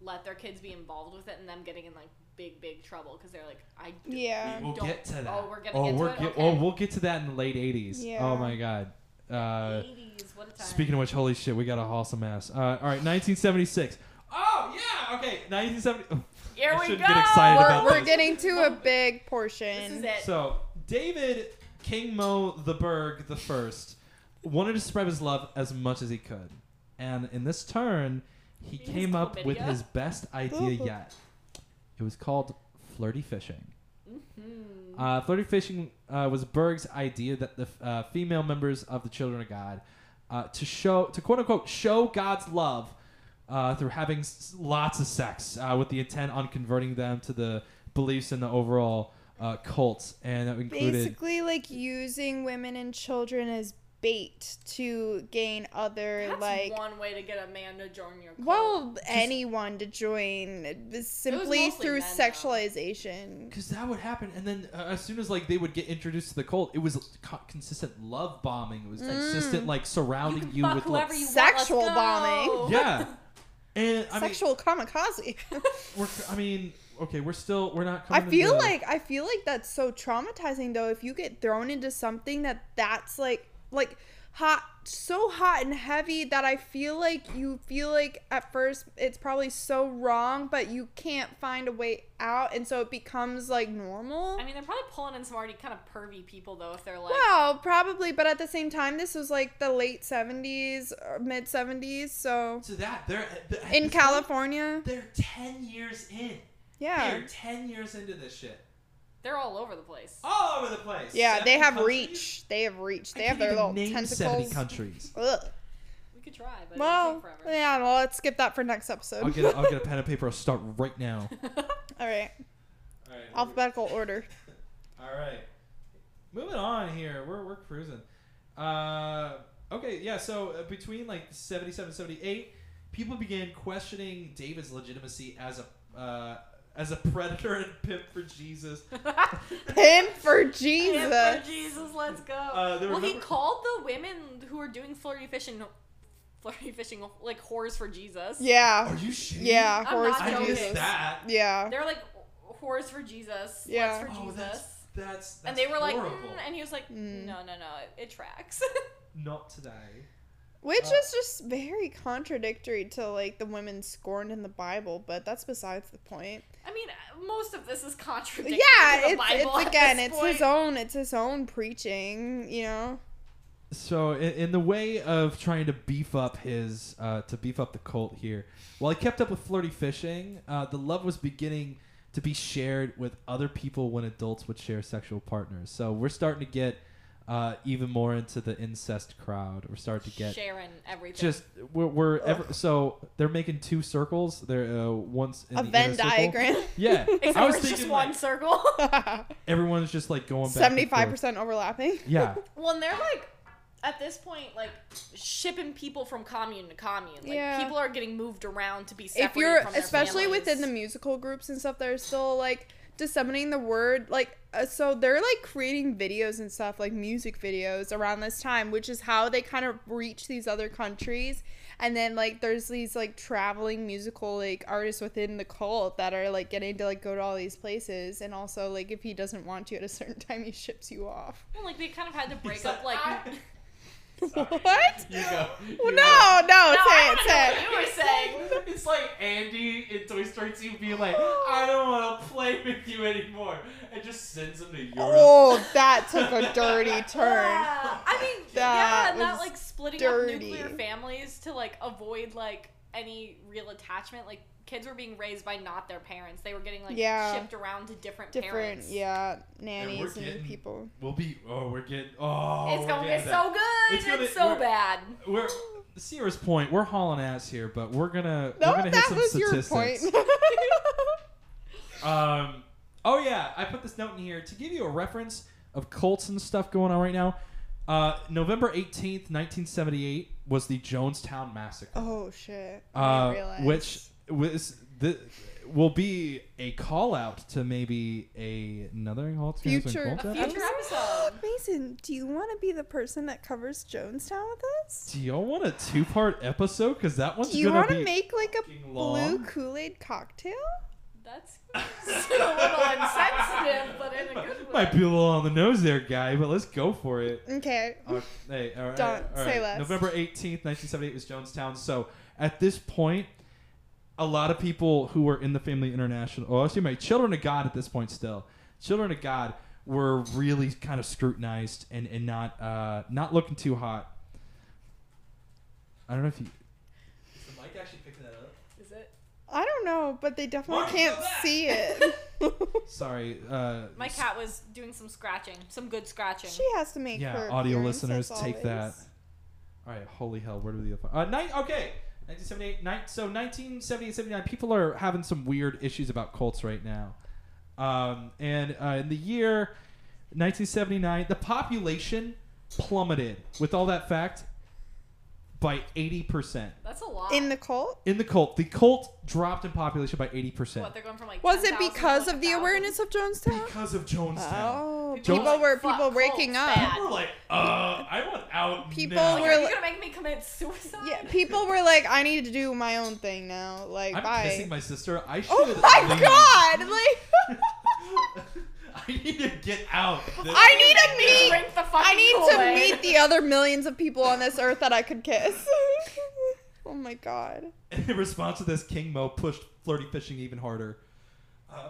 Speaker 2: let their kids be involved with it, and them getting in like big big trouble because they're like, I d-
Speaker 3: Yeah.
Speaker 1: We'll
Speaker 2: don't-
Speaker 1: get to that.
Speaker 2: Oh, we're gonna get to it.
Speaker 1: ge-
Speaker 2: okay.
Speaker 1: oh, we'll get to that in the late '80s.
Speaker 3: Yeah.
Speaker 1: Oh my God. Uh,
Speaker 2: 80s, what a time.
Speaker 1: speaking of which, holy shit, we gotta haul some ass. Uh, all right, 1976. Oh yeah, okay, 1970.
Speaker 2: here
Speaker 1: I
Speaker 2: we
Speaker 1: should
Speaker 2: go.
Speaker 1: get excited
Speaker 3: We're,
Speaker 1: about
Speaker 3: we're
Speaker 1: this.
Speaker 3: getting to a big portion.
Speaker 2: This is it.
Speaker 1: So David King Mo the Berg the First wanted to spread his love as much as he could, and in this turn, he
Speaker 2: His
Speaker 1: came up with
Speaker 2: chlamydia?
Speaker 1: his best idea yet. It was called flirty fishing.
Speaker 2: Mhm.
Speaker 1: Uh, flirty fishing uh, was Berg's idea that the uh, female members of the Children of God uh, to show to quote unquote show God's love uh, through having s- lots of sex uh, with the intent on converting them to the beliefs in the overall uh, cults, and that included
Speaker 3: Basically, like using women and children as bait to gain other,
Speaker 2: That's
Speaker 3: like,
Speaker 2: one way to get a man to join your cult.
Speaker 3: well, anyone to join uh, simply
Speaker 2: mostly
Speaker 3: through
Speaker 2: men, though.
Speaker 3: sexualization.
Speaker 1: Because that would happen, and then uh, as soon as like they would get introduced to the cult, it was co- consistent love bombing. It was consistent like
Speaker 2: you
Speaker 1: surrounding
Speaker 2: can
Speaker 1: you,
Speaker 2: fuck
Speaker 1: with
Speaker 2: whoever
Speaker 1: love.
Speaker 2: you
Speaker 3: Sexual
Speaker 2: want. Let's go.
Speaker 3: bombing.
Speaker 1: Yeah, and I
Speaker 3: Sexual kamikaze.
Speaker 1: mean, we're, I mean, okay, we're still we're not.
Speaker 3: I
Speaker 1: Coming
Speaker 3: feel
Speaker 1: into-
Speaker 3: like I feel like that's so traumatizing though. If you get thrown into something that that's like like hot, so hot and heavy that I feel like you feel like at first it's probably so wrong, but you can't find a way out, and so it becomes like normal.
Speaker 2: I mean, they're probably pulling in some already kind of pervy people though, if they're like,
Speaker 3: Well, probably, but at the same time, this was like the late seventies or mid seventies, so
Speaker 1: to that they're uh, at the- at
Speaker 3: in
Speaker 1: this point,
Speaker 3: California,
Speaker 1: They're ten years in.
Speaker 3: yeah,
Speaker 1: They're ten years into this shit,
Speaker 2: they're all over the place.
Speaker 1: all over the place.
Speaker 3: yeah, they
Speaker 1: Seven
Speaker 3: have
Speaker 1: countries?
Speaker 3: reach, they have reach,
Speaker 1: I
Speaker 3: they have
Speaker 1: can't
Speaker 3: their
Speaker 1: even
Speaker 3: little
Speaker 1: name Seventy
Speaker 3: tentacles.
Speaker 1: countries.
Speaker 3: Ugh.
Speaker 2: We could try, but
Speaker 3: Well,
Speaker 2: it'll take forever.
Speaker 3: yeah, well, let's skip that for next episode.
Speaker 1: I'll get a, I'll get a pen and paper. I'll start right now.
Speaker 3: All right,
Speaker 1: All right.
Speaker 3: alphabetical order.
Speaker 1: All right. Moving on here. We're, we're cruising. Uh, okay, yeah, so uh, between like 77 78, people began questioning David's legitimacy as a uh, as a predator and pimp for Jesus.
Speaker 3: Pimp for
Speaker 2: Yeah,
Speaker 3: Jesus.
Speaker 2: for Jesus, let's go.
Speaker 1: Uh, there
Speaker 2: well,
Speaker 1: were
Speaker 2: he
Speaker 1: member-
Speaker 2: called the women who were doing flirty fishing, flirty fishing like whores for Jesus.
Speaker 1: Are
Speaker 3: Yeah,
Speaker 1: you shitting?
Speaker 3: yeah,
Speaker 2: I'm
Speaker 3: horse
Speaker 2: not
Speaker 3: for
Speaker 1: I
Speaker 2: joking.
Speaker 1: missed
Speaker 3: Jesus.
Speaker 1: that. Uh,
Speaker 3: Yeah,
Speaker 2: They're like whores for Jesus.
Speaker 3: Yeah.
Speaker 2: Yeah. for
Speaker 1: Oh,
Speaker 2: Jesus.
Speaker 1: that's, that's, that's
Speaker 2: and they were
Speaker 1: horrible.
Speaker 2: like, "Mm," and he was like,
Speaker 3: Mm.
Speaker 2: no, no, no, it, it tracks.
Speaker 1: Not today.
Speaker 3: which
Speaker 1: Uh,
Speaker 3: is just very contradictory to like the women scorned in the Bible, but that's besides the point.
Speaker 2: I mean, most of this is contradictory. to
Speaker 3: yeah,
Speaker 2: the
Speaker 3: it's,
Speaker 2: Bible
Speaker 3: it's
Speaker 2: at
Speaker 3: again,
Speaker 2: this
Speaker 3: it's
Speaker 2: point.
Speaker 3: his own, it's his own preaching. You know,
Speaker 1: So, in, in the way of trying to beef up his, uh, to beef up the cult here, while he kept up with flirty fishing, uh, the love was beginning to be shared with other people when adults would share sexual partners. So, we're starting to get uh, even more into the incest crowd. We're starting to get
Speaker 2: Sharon, everything.
Speaker 1: just we're, we're ever, so they're making two circles. They're uh, once in
Speaker 3: a
Speaker 1: the
Speaker 3: Venn
Speaker 1: inner circle.
Speaker 3: diagram.
Speaker 1: Yeah,
Speaker 2: Except
Speaker 1: I was
Speaker 2: for it's
Speaker 1: thinking
Speaker 2: just
Speaker 1: like,
Speaker 2: one circle.
Speaker 1: everyone's just like going back and
Speaker 3: Seventy-five
Speaker 1: forth.
Speaker 3: percent overlapping.
Speaker 1: Yeah,
Speaker 2: Well, and they're like, at this point, like shipping people from commune to commune. Like
Speaker 3: Yeah.
Speaker 2: people are getting moved around to be separated
Speaker 3: if you're
Speaker 2: from their
Speaker 3: especially
Speaker 2: families.
Speaker 3: within the musical groups and stuff that are still like disseminating the word like uh, so they're like creating videos and stuff like music videos around this time which is how they kind of reach these other countries and then like there's these like traveling musical like artists within the cult that are like getting to like go to all these places and also like if he doesn't want you at a certain time he ships you off
Speaker 2: Well, like they kind of had to break up. Like,
Speaker 1: like-
Speaker 3: what
Speaker 1: You go.
Speaker 3: well,
Speaker 1: you
Speaker 3: no no
Speaker 2: No,
Speaker 3: say
Speaker 2: I
Speaker 3: it
Speaker 2: wanna
Speaker 3: say
Speaker 2: know
Speaker 3: it
Speaker 2: what you were
Speaker 1: It's
Speaker 2: saying.
Speaker 1: like- It's like Andy in Toy Story 2 being like, I don't want to play with you anymore. And just sends him to Europe.
Speaker 3: oh that took a dirty turn
Speaker 2: Yeah. I mean,
Speaker 3: That
Speaker 2: yeah, not
Speaker 3: was
Speaker 2: like splitting up
Speaker 3: dirty.
Speaker 2: nuclear families to like avoid like any real attachment. Like kids were being raised by not their parents. They were getting like
Speaker 3: Yeah.
Speaker 2: shipped around to different,
Speaker 3: different
Speaker 2: parents.
Speaker 3: yeah
Speaker 1: And we're
Speaker 3: nannies and,
Speaker 1: getting-
Speaker 3: people
Speaker 1: We'll be, oh, we're getting, oh.
Speaker 2: It's
Speaker 1: we're
Speaker 2: gonna
Speaker 1: getting
Speaker 2: get
Speaker 1: that.
Speaker 2: so good.
Speaker 1: It's
Speaker 2: It's,
Speaker 1: gonna-
Speaker 2: so
Speaker 1: we're-
Speaker 2: bad.
Speaker 1: We're, Sierra's point, we're hauling ass here, but we're gonna,
Speaker 3: no
Speaker 1: we're gonna hit
Speaker 3: that
Speaker 1: some
Speaker 3: was your
Speaker 1: statistics.
Speaker 3: point
Speaker 1: Um, oh yeah, I put this note in here to give you a reference of cults and stuff going on right now. Uh, November eighteenth, nineteen seventy-eight was the Jonestown massacre,
Speaker 3: oh shit I
Speaker 1: uh,
Speaker 3: didn't realize.
Speaker 1: which was the will be a call out to maybe a another cult
Speaker 3: Future-
Speaker 2: A
Speaker 1: Cult
Speaker 3: future-
Speaker 2: future episode.
Speaker 3: Mason, do you want to be the person that covers Jonestown with us?
Speaker 1: Do y'all want a two-part episode? Because that one's
Speaker 3: Do you
Speaker 1: gonna
Speaker 3: want to
Speaker 1: be
Speaker 3: make like a
Speaker 1: fucking long.
Speaker 3: blue Kool Aid cocktail?
Speaker 2: That's a little insensitive, but in a good way.
Speaker 1: Might be a little on the nose there, guy, but let's go for it.
Speaker 3: Okay.
Speaker 1: Uh, hey, all right,
Speaker 3: Don't
Speaker 1: all
Speaker 3: say
Speaker 1: right.
Speaker 3: less.
Speaker 1: November 18th, 1978 was Jonestown. So at this point, a lot of people who were in the Family International, oh, excuse me, Children of God at this point still, Children of God were really kind of scrutinized and, and not uh, not looking too hot. I don't know if you. Is the mic actually picking that up?
Speaker 2: Is it?
Speaker 3: I don't know, but they definitely
Speaker 1: Mark,
Speaker 3: can't
Speaker 1: go back.
Speaker 3: see it.
Speaker 1: Sorry. Uh,
Speaker 2: My cat was doing some scratching, some good scratching.
Speaker 3: she has to make
Speaker 1: Yeah,
Speaker 3: her
Speaker 1: audio
Speaker 3: appearance,
Speaker 1: listeners,
Speaker 3: as
Speaker 1: take that.
Speaker 3: always.
Speaker 1: All right, holy hell, where do we go? Uh, nine, okay, 1978, nine, so 1978, 79, people are having some weird issues about cults right now. Um, and uh, in the year 1979, the population plummeted with all that fact by 80%.
Speaker 2: That's a lot.
Speaker 3: In the cult?
Speaker 1: In the cult, the cult dropped in population by 80%.
Speaker 2: what they're going from like.
Speaker 3: Was it
Speaker 2: 10,000 to,
Speaker 3: because
Speaker 2: like,
Speaker 3: of the
Speaker 2: 1,000?
Speaker 3: awareness of Jonestown?
Speaker 1: because of Jonestown.
Speaker 3: Oh,
Speaker 2: People
Speaker 3: people,
Speaker 1: were like,
Speaker 3: were
Speaker 2: "Fuck
Speaker 3: people waking
Speaker 2: cults,
Speaker 3: up.
Speaker 2: bad."
Speaker 1: People were like, uh, I want out.
Speaker 3: People
Speaker 1: now.
Speaker 2: Like,
Speaker 3: were
Speaker 2: are
Speaker 3: like-
Speaker 2: you gonna make me commit suicide?
Speaker 3: Yeah, people were like, I need to do my own thing now. Like,
Speaker 1: I'm
Speaker 3: bye.
Speaker 1: kissing my sister. I should.
Speaker 3: oh my
Speaker 1: leave.
Speaker 3: god! Like,
Speaker 1: I need to get out.
Speaker 3: I need to meet.
Speaker 2: Drink the fucking
Speaker 3: I need to
Speaker 2: Kool-Aid.
Speaker 3: meet the other millions of people on this earth that I could kiss. oh my god.
Speaker 1: In response to this, King Mo pushed flirty fishing even harder. Uh,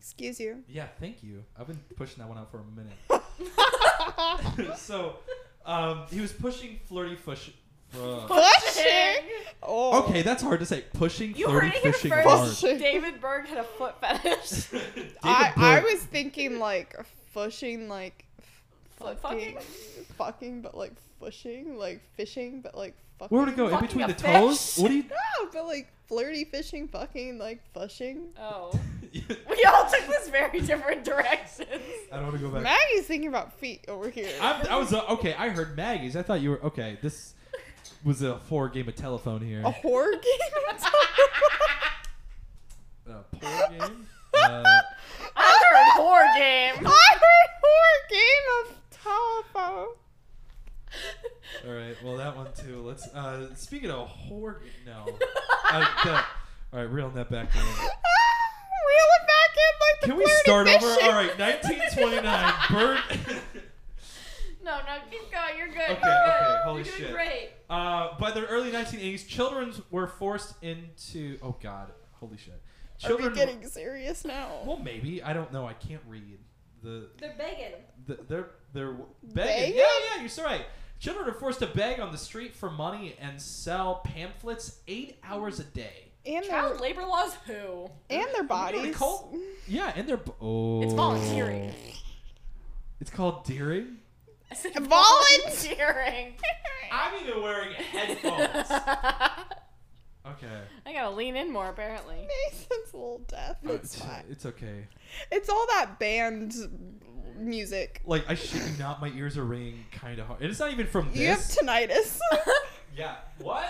Speaker 3: Excuse you.
Speaker 1: yeah, thank you. I've been pushing that one out for a minute. so, um, he was pushing flirty fish. uh,
Speaker 3: Pushing. Oh.
Speaker 1: okay, that's hard to say. Pushing
Speaker 2: You heard
Speaker 1: flirty
Speaker 2: it here
Speaker 1: fishing
Speaker 2: first.
Speaker 1: hard.
Speaker 3: Hard.
Speaker 2: David Berg had a foot fetish.
Speaker 1: David
Speaker 3: Oh, I, I
Speaker 1: Brooke-
Speaker 3: was thinking like fushing like f-
Speaker 2: Foot
Speaker 3: fucking
Speaker 2: fucking?
Speaker 3: fucking but like fushing like fishing but like fucking.
Speaker 1: Where would it go? In
Speaker 2: fucking
Speaker 1: between
Speaker 2: a
Speaker 1: the toes?
Speaker 2: fish.
Speaker 1: What do you?
Speaker 3: No, but like flirty fishing fucking like fushing.
Speaker 2: Oh.
Speaker 1: I
Speaker 2: We all took this very different directions.
Speaker 1: don't want to go back.
Speaker 3: Maggie's thinking about feet over here.
Speaker 1: I'm, I was uh, okay. I heard Maggie's. I thought you were okay. This was a four game of telephone here.
Speaker 3: a horror game.
Speaker 1: Uh, poor game. Uh,
Speaker 2: I heard horror game.
Speaker 3: I heard horror game of telephone.
Speaker 1: All right. Well, that one too. Let's. Uh, speaking of horror, no. Uh, the- all right, reeling that back in.
Speaker 3: Reel it back in like the
Speaker 1: Can we
Speaker 3: flirty
Speaker 1: start over?
Speaker 3: fishing.
Speaker 1: All right, 1929. Bird.
Speaker 2: No, no, keep going. You're good.
Speaker 1: Okay,
Speaker 2: You're good.
Speaker 1: okay, holy
Speaker 2: You're doing
Speaker 1: shit.
Speaker 2: great.
Speaker 1: uh, by the early 1980s, children were forced into. Oh God, holy shit.
Speaker 3: Are
Speaker 1: Children.
Speaker 3: we getting serious now?
Speaker 1: well, maybe I don't know. I can't read the.
Speaker 2: They're begging.
Speaker 1: the they're they're begging.
Speaker 3: Begging?
Speaker 1: Yeah, yeah, you're so right. Children are forced to beg on the street for money and sell pamphlets eight hours a day.
Speaker 3: And their,
Speaker 2: Child labor laws who?
Speaker 3: and their
Speaker 1: You know, the
Speaker 3: bodies.
Speaker 1: cult- yeah, and they're oh.
Speaker 2: It's volunteering.
Speaker 1: It's called deering.
Speaker 2: I said
Speaker 3: Volunteering.
Speaker 1: I'm even wearing okay,
Speaker 2: I gotta lean in more apparently.
Speaker 3: Mason's little death.
Speaker 1: Uh,
Speaker 3: It's
Speaker 1: it's,
Speaker 3: fine.
Speaker 1: it's okay.
Speaker 3: It's all that band music.
Speaker 1: Like I shit you not, my ears are ringing kind of hard, and it's not even from
Speaker 3: You have
Speaker 1: this.
Speaker 3: tinnitus.
Speaker 1: yeah. What?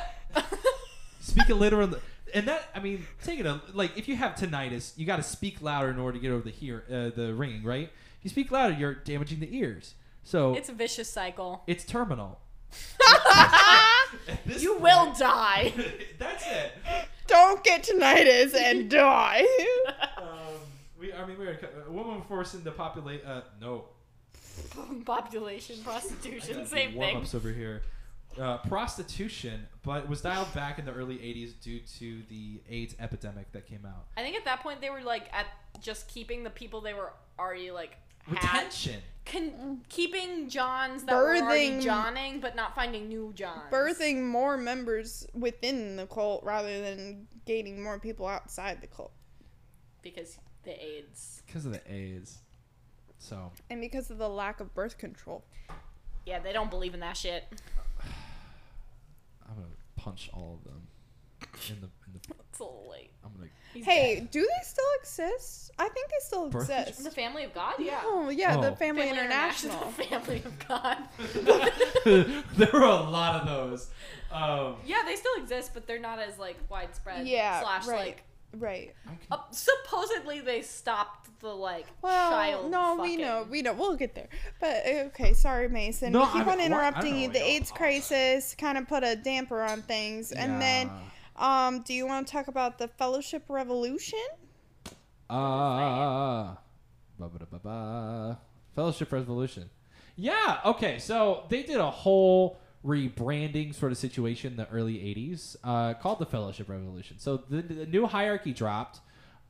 Speaker 1: Speaking later on, the, and that I mean, take it a, like if you have tinnitus, you got to speak louder in order to get over the hear uh, the ringing, right? If you speak louder, you're damaging the ears. So it's,
Speaker 2: It's a vicious cycle.
Speaker 1: terminal. At this
Speaker 2: You
Speaker 1: point-
Speaker 2: will die.
Speaker 1: That's it.
Speaker 3: Don't get tinnitus and die.
Speaker 1: Um, we I mean we are a woman forcing the populate. Uh, no,
Speaker 2: Population
Speaker 1: I
Speaker 2: prostitution,
Speaker 1: gotta do
Speaker 2: same thing.
Speaker 1: warm-ups over here. Uh, prostitution, but was dialed back in the early '80s due to the AIDS epidemic that came out.
Speaker 2: I think at that point they were like at just keeping the people they were already like had.
Speaker 1: Retention.
Speaker 2: Con- keeping Johns that were already
Speaker 3: Birthing-
Speaker 2: Johning, but not finding new Johns.
Speaker 3: Birthing more members within the cult rather than gaining more people outside the cult.
Speaker 2: because the AIDS.
Speaker 1: because of the AIDS. So
Speaker 3: And because of the lack of birth control.
Speaker 2: Yeah, they don't believe in that shit.
Speaker 1: I'm gonna punch all of them. In the, in the
Speaker 2: It's a little late.
Speaker 1: I'm gonna
Speaker 2: He's
Speaker 3: Hey, do they still exist? I think they still
Speaker 1: Birth
Speaker 3: exist.
Speaker 2: dead. the family of God. Yeah,
Speaker 3: Oh yeah,
Speaker 1: Oh.
Speaker 3: the Family, International.
Speaker 2: family of God.
Speaker 1: there were a lot of those. Um,
Speaker 2: yeah, they still exist, but they're not as like widespread.
Speaker 3: Yeah,
Speaker 2: slash
Speaker 3: right.
Speaker 2: like
Speaker 3: Right.
Speaker 1: I'm con-
Speaker 2: up, supposedly they stopped the like
Speaker 3: Well,
Speaker 2: child.
Speaker 3: no, we
Speaker 2: fucking.
Speaker 3: know, we know. We'll get there. But okay, sorry, Mason.
Speaker 1: No,
Speaker 3: we keep
Speaker 1: I-
Speaker 3: on
Speaker 1: wha- I
Speaker 3: interrupting
Speaker 1: don't
Speaker 3: you.
Speaker 1: know,
Speaker 3: The
Speaker 1: y'all.
Speaker 3: AIDS crisis kind of put a damper on things, and then,
Speaker 1: yeah.
Speaker 3: um, do you want to talk about the Fellowship Revolution?
Speaker 1: Ah, ba ba ba ba. Fellowship Resolution. Yeah. Okay. So they did a whole rebranding sort of situation in the early '80s, uh, called the Fellowship Revolution. So the, the new hierarchy dropped,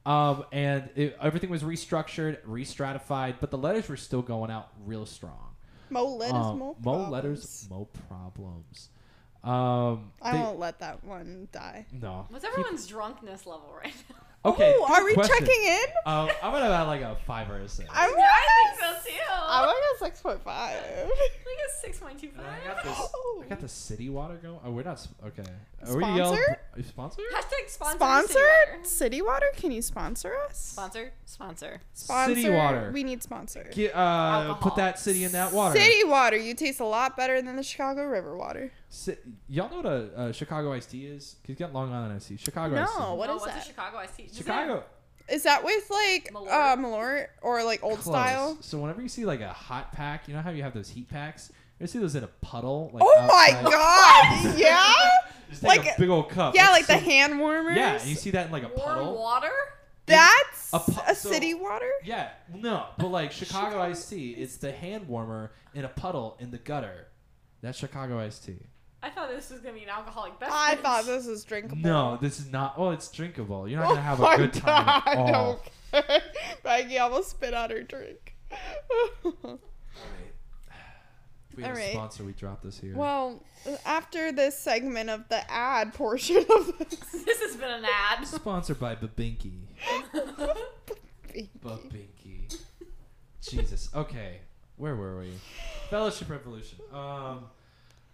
Speaker 1: um, and it, everything was restructured, restratified, but the letters were still going out real strong.
Speaker 3: Mo letters,
Speaker 1: Um,
Speaker 3: mo,
Speaker 1: mo letters,
Speaker 3: problems.
Speaker 1: mo problems. Um,
Speaker 3: I
Speaker 1: they-
Speaker 3: won't let that one die.
Speaker 1: no.
Speaker 2: What's
Speaker 1: Keep-
Speaker 2: everyone's drunkness level right now?
Speaker 1: okay.
Speaker 3: Ooh, are
Speaker 1: good
Speaker 3: we
Speaker 1: question.
Speaker 3: checking in?
Speaker 1: Um, I'm gonna have like a five or a six.
Speaker 3: I'm
Speaker 2: Yeah, I think
Speaker 3: at,
Speaker 2: so too.
Speaker 3: I'm
Speaker 2: I
Speaker 3: at six point five.
Speaker 2: guess six point two
Speaker 1: And
Speaker 2: five.
Speaker 1: I got this. I got the city water going. Oh, we're not s- okay. Are we yelling?
Speaker 3: Sponsored?
Speaker 1: Are you sponsored?
Speaker 2: Hashtag sponsor.
Speaker 3: Sponsored City Water. Can you sponsor us?
Speaker 2: Sponsor. Sponsor.
Speaker 1: City water.
Speaker 3: We need sponsor.
Speaker 1: Get, uh,
Speaker 2: Alcohol.
Speaker 1: put that city in that water.
Speaker 3: City water. You taste a lot better than the Chicago River water.
Speaker 1: Si- y'all know what a uh, Chicago iced tea is? Cause you got Long Island iced tea. Chicago iced
Speaker 3: No,
Speaker 1: tea.
Speaker 3: what
Speaker 2: no,
Speaker 3: is
Speaker 2: what's
Speaker 3: that?
Speaker 2: a Chicago iced tea? Does it have-
Speaker 1: Chicago.
Speaker 3: Is that with like
Speaker 2: Malort?
Speaker 3: uh, Malort or like old
Speaker 1: Close.
Speaker 3: style?
Speaker 1: So whenever you see like a hot pack, you know how you have those heat packs. You see those in a puddle. Like,
Speaker 3: Oh
Speaker 1: outside?
Speaker 3: my god! yeah,
Speaker 1: Just take
Speaker 3: Like-
Speaker 1: a big old cup.
Speaker 3: yeah, like
Speaker 1: It's
Speaker 3: the
Speaker 1: so-
Speaker 3: hand warmers.
Speaker 1: Yeah, and you see that in like a
Speaker 2: warm
Speaker 1: puddle.
Speaker 2: water.
Speaker 3: that's
Speaker 1: A
Speaker 3: a,
Speaker 1: pu- so-
Speaker 3: city water.
Speaker 1: Yeah, no, but like Chicago iced tea, it's the hand warmer in a puddle in the gutter. That's Chicago iced tea.
Speaker 2: I thought this was gonna be an alcoholic beverage.
Speaker 3: I thought this was drinkable.
Speaker 1: No, this is not. Well, it's drinkable. You're not
Speaker 3: Oh
Speaker 1: gonna have
Speaker 3: my
Speaker 1: a good time.
Speaker 3: God,
Speaker 1: at
Speaker 3: I
Speaker 1: all.
Speaker 3: don't care. Maggie almost spit out her drink.
Speaker 1: If we had a
Speaker 3: Alright.
Speaker 1: sponsor. We dropped this here.
Speaker 3: well, after this segment of the ad portion of this,
Speaker 2: This has been an ad.
Speaker 1: Sponsored by Babinky. Babinky. Jesus. Okay, where were we? Fellowship Revolution. Um.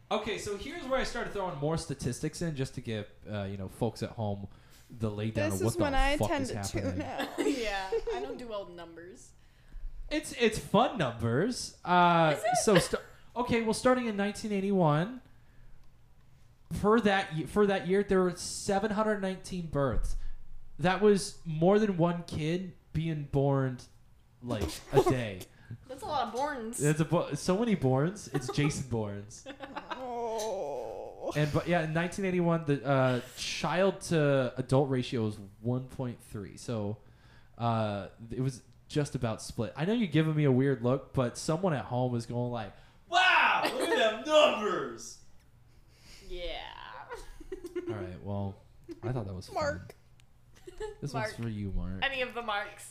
Speaker 1: Okay, so here's where I started throwing more statistics in, just to give uh, you know folks at home the lay down
Speaker 3: this
Speaker 1: of what
Speaker 3: is when
Speaker 1: the
Speaker 3: I
Speaker 1: fuck
Speaker 3: tend
Speaker 1: is
Speaker 3: to
Speaker 1: happening.
Speaker 3: tune out.
Speaker 2: yeah, I don't do well with numbers.
Speaker 1: It's it's fun numbers. Uh,
Speaker 2: Is it?
Speaker 1: So st- okay, well, starting in 1981, for that y- for that year, there were 719 births. That was more than one kid being born, like a day.
Speaker 2: That's a lot of borns.
Speaker 1: That's a bo- so many borns. It's Jason Bournes.
Speaker 3: Oh.
Speaker 1: And but yeah, in 1981, the uh, child to adult ratio was 1.3. So uh, it was just about split. I know you're giving me a weird look, but someone at home is going like, "Wow, look at them numbers!"
Speaker 2: yeah.
Speaker 1: All right, well, I thought that was fun.
Speaker 3: Mark.
Speaker 1: This
Speaker 2: Mark.
Speaker 1: one's for you, Mark.
Speaker 2: Any of the marks.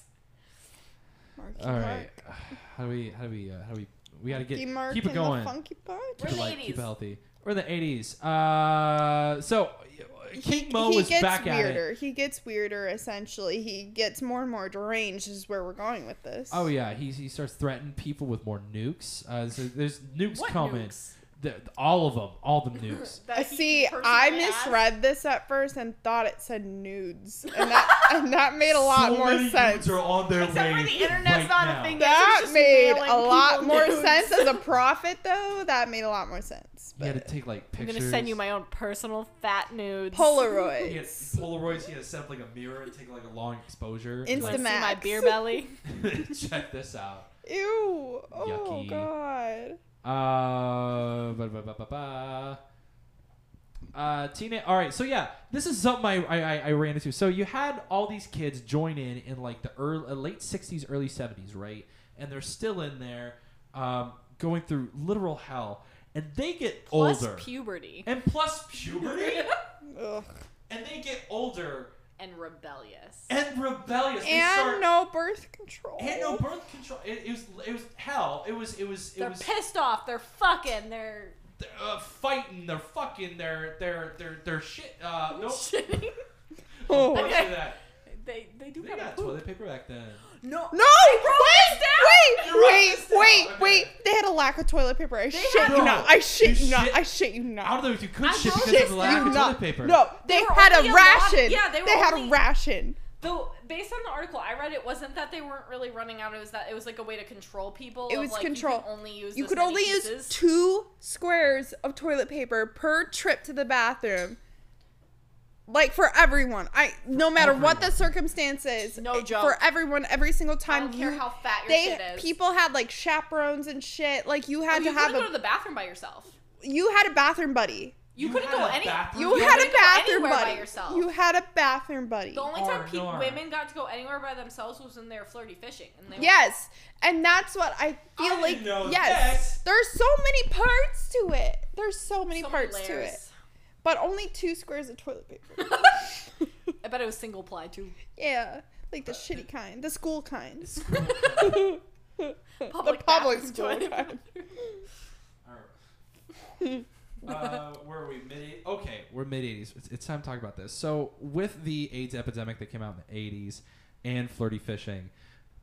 Speaker 3: Marky
Speaker 1: All right,
Speaker 3: Mark.
Speaker 1: how do we? How do we? Uh, how do we? We got to get
Speaker 3: Funky Mark
Speaker 1: keep it
Speaker 3: and the
Speaker 1: going.
Speaker 3: funky Bunch.
Speaker 1: Keep
Speaker 2: We're in
Speaker 1: it
Speaker 2: the
Speaker 1: light, keep it
Speaker 2: 80s.
Speaker 1: healthy. We're in the 80s. Uh, so King Mo
Speaker 3: he
Speaker 1: was
Speaker 3: gets
Speaker 1: back at it.
Speaker 3: weirder. He gets weirder. Essentially, he gets more and more deranged. Is where we're going with this.
Speaker 1: Oh yeah, he, he starts threatening people with more nukes. Uh, so there's nukes
Speaker 2: What
Speaker 1: coming.
Speaker 2: nukes?
Speaker 1: The, all of them, all the news.
Speaker 2: That he
Speaker 3: Uh, See,
Speaker 2: personally
Speaker 3: I
Speaker 2: asked.
Speaker 3: misread this at first and thought it said nudes, and that and that made a lot
Speaker 1: so
Speaker 3: more
Speaker 1: many
Speaker 3: sense.
Speaker 1: dudes are on their
Speaker 2: Except
Speaker 1: way
Speaker 2: for the internet's
Speaker 1: right
Speaker 2: not a
Speaker 1: now.
Speaker 2: thing. It's
Speaker 3: That
Speaker 2: just
Speaker 3: made
Speaker 2: mailing
Speaker 3: a lot
Speaker 2: people
Speaker 3: more
Speaker 2: nudes.
Speaker 3: sense as a prophet, though. That made a lot more sense.
Speaker 1: You had to
Speaker 3: But
Speaker 1: take like
Speaker 2: I'm
Speaker 1: pictures.
Speaker 2: gonna send you my own personal fat nudes.
Speaker 3: Polaroids.
Speaker 1: He had Polaroids. He had set up like a mirror and take like a long exposure.
Speaker 3: Insta-
Speaker 2: You wanna see my
Speaker 3: Instamax.
Speaker 2: beer belly.
Speaker 1: Like, check this out.
Speaker 3: Ew. Oh
Speaker 1: Yucky.
Speaker 3: God.
Speaker 1: Uh, ba- ba- ba- ba- ba. Uh, teenage. All right, so yeah, this is something I, I I- I ran into. So you had all these kids join in in like the early uh, late '60s, early '70s, right? And they're still in there, um, going through literal hell, and they get
Speaker 2: Plus
Speaker 1: older,
Speaker 2: puberty
Speaker 1: and plus puberty,
Speaker 3: Ugh.
Speaker 1: and they get older
Speaker 2: and rebellious.
Speaker 1: and rebellious. They start-
Speaker 3: And no birth control.
Speaker 1: and no birth control. It, it was it was hell. It was it was it
Speaker 2: They're
Speaker 1: was
Speaker 2: pissed off. They're fucking. They're
Speaker 1: uh, fighting. They're fucking. They're they're they're they're shit. Uh, no.
Speaker 2: shitting.
Speaker 3: Oh.
Speaker 1: Don't do
Speaker 2: Okay.
Speaker 1: that.
Speaker 2: They they do
Speaker 1: They
Speaker 2: kinda
Speaker 1: got
Speaker 2: poop.
Speaker 1: toilet paper back then.
Speaker 2: No.
Speaker 3: No! Wait!
Speaker 1: You wrote
Speaker 3: Wait!
Speaker 1: this down.
Speaker 3: Wait!
Speaker 1: Okay.
Speaker 3: Wait! They had a lack of toilet paper. I shit
Speaker 2: had-
Speaker 3: you not. I shit
Speaker 1: You
Speaker 3: you not.
Speaker 1: shit-
Speaker 3: I shit you
Speaker 1: I
Speaker 3: not.
Speaker 1: don't know if you could
Speaker 2: I
Speaker 1: shit
Speaker 2: know
Speaker 1: because
Speaker 2: this
Speaker 1: of the
Speaker 2: now.
Speaker 1: lack of
Speaker 3: You
Speaker 1: toilet
Speaker 3: not.
Speaker 1: paper.
Speaker 3: No, they,
Speaker 2: They were
Speaker 3: had
Speaker 2: only
Speaker 3: a
Speaker 2: allowed-
Speaker 3: ration.
Speaker 2: yeah, they were
Speaker 3: had
Speaker 2: only-
Speaker 3: a ration.
Speaker 2: Though based on the article I read, it wasn't that they weren't really running out. It was that it was like a way to control people.
Speaker 3: It
Speaker 2: of,
Speaker 3: was
Speaker 2: like, you
Speaker 3: control.
Speaker 2: can only use.
Speaker 3: You
Speaker 2: this
Speaker 3: could
Speaker 2: many
Speaker 3: only use
Speaker 2: pieces.
Speaker 3: two squares of toilet paper per trip to the bathroom. Like for everyone, I no matter what the circumstances,
Speaker 2: No joke.
Speaker 3: For everyone, every single
Speaker 2: I
Speaker 3: time
Speaker 2: don't care
Speaker 3: you-
Speaker 2: how fat your
Speaker 3: they
Speaker 2: shit is.
Speaker 3: people had like chaperones and shit. Like you
Speaker 2: Oh,
Speaker 3: had
Speaker 2: you
Speaker 3: to have
Speaker 2: couldn't
Speaker 3: a
Speaker 2: go to the bathroom by yourself.
Speaker 3: you had a bathroom buddy.
Speaker 2: You,
Speaker 1: You
Speaker 2: couldn't
Speaker 1: had
Speaker 2: go
Speaker 1: a
Speaker 2: any.
Speaker 1: bathroom-
Speaker 3: You
Speaker 1: You
Speaker 3: had
Speaker 2: couldn't
Speaker 3: a
Speaker 2: go
Speaker 3: bathroom
Speaker 2: anywhere by
Speaker 3: buddy.
Speaker 2: yourself.
Speaker 3: You had a bathroom buddy.
Speaker 2: The only time
Speaker 1: Arm,
Speaker 2: pe-
Speaker 1: no arm.
Speaker 2: women got to go anywhere by themselves was when they were flirty fishing. And they were-
Speaker 3: Yes. And that's what I feel
Speaker 1: I
Speaker 3: like.
Speaker 1: didn't know
Speaker 3: yes.
Speaker 1: this.
Speaker 3: There's so many parts to it. There's so many
Speaker 2: so
Speaker 3: parts to
Speaker 2: layers.
Speaker 3: it. But only two squares of toilet paper.
Speaker 2: I bet it was single ply too.
Speaker 3: yeah. Like the shitty kind, the school kind.
Speaker 2: Public
Speaker 3: the public
Speaker 2: bathroom
Speaker 3: school
Speaker 2: toilet
Speaker 3: kind.
Speaker 1: uh, where are we? Mid okay, we're mid eighties. It's, it's time to talk about this. So with the AIDS epidemic that came out in the eighties and flirty fishing,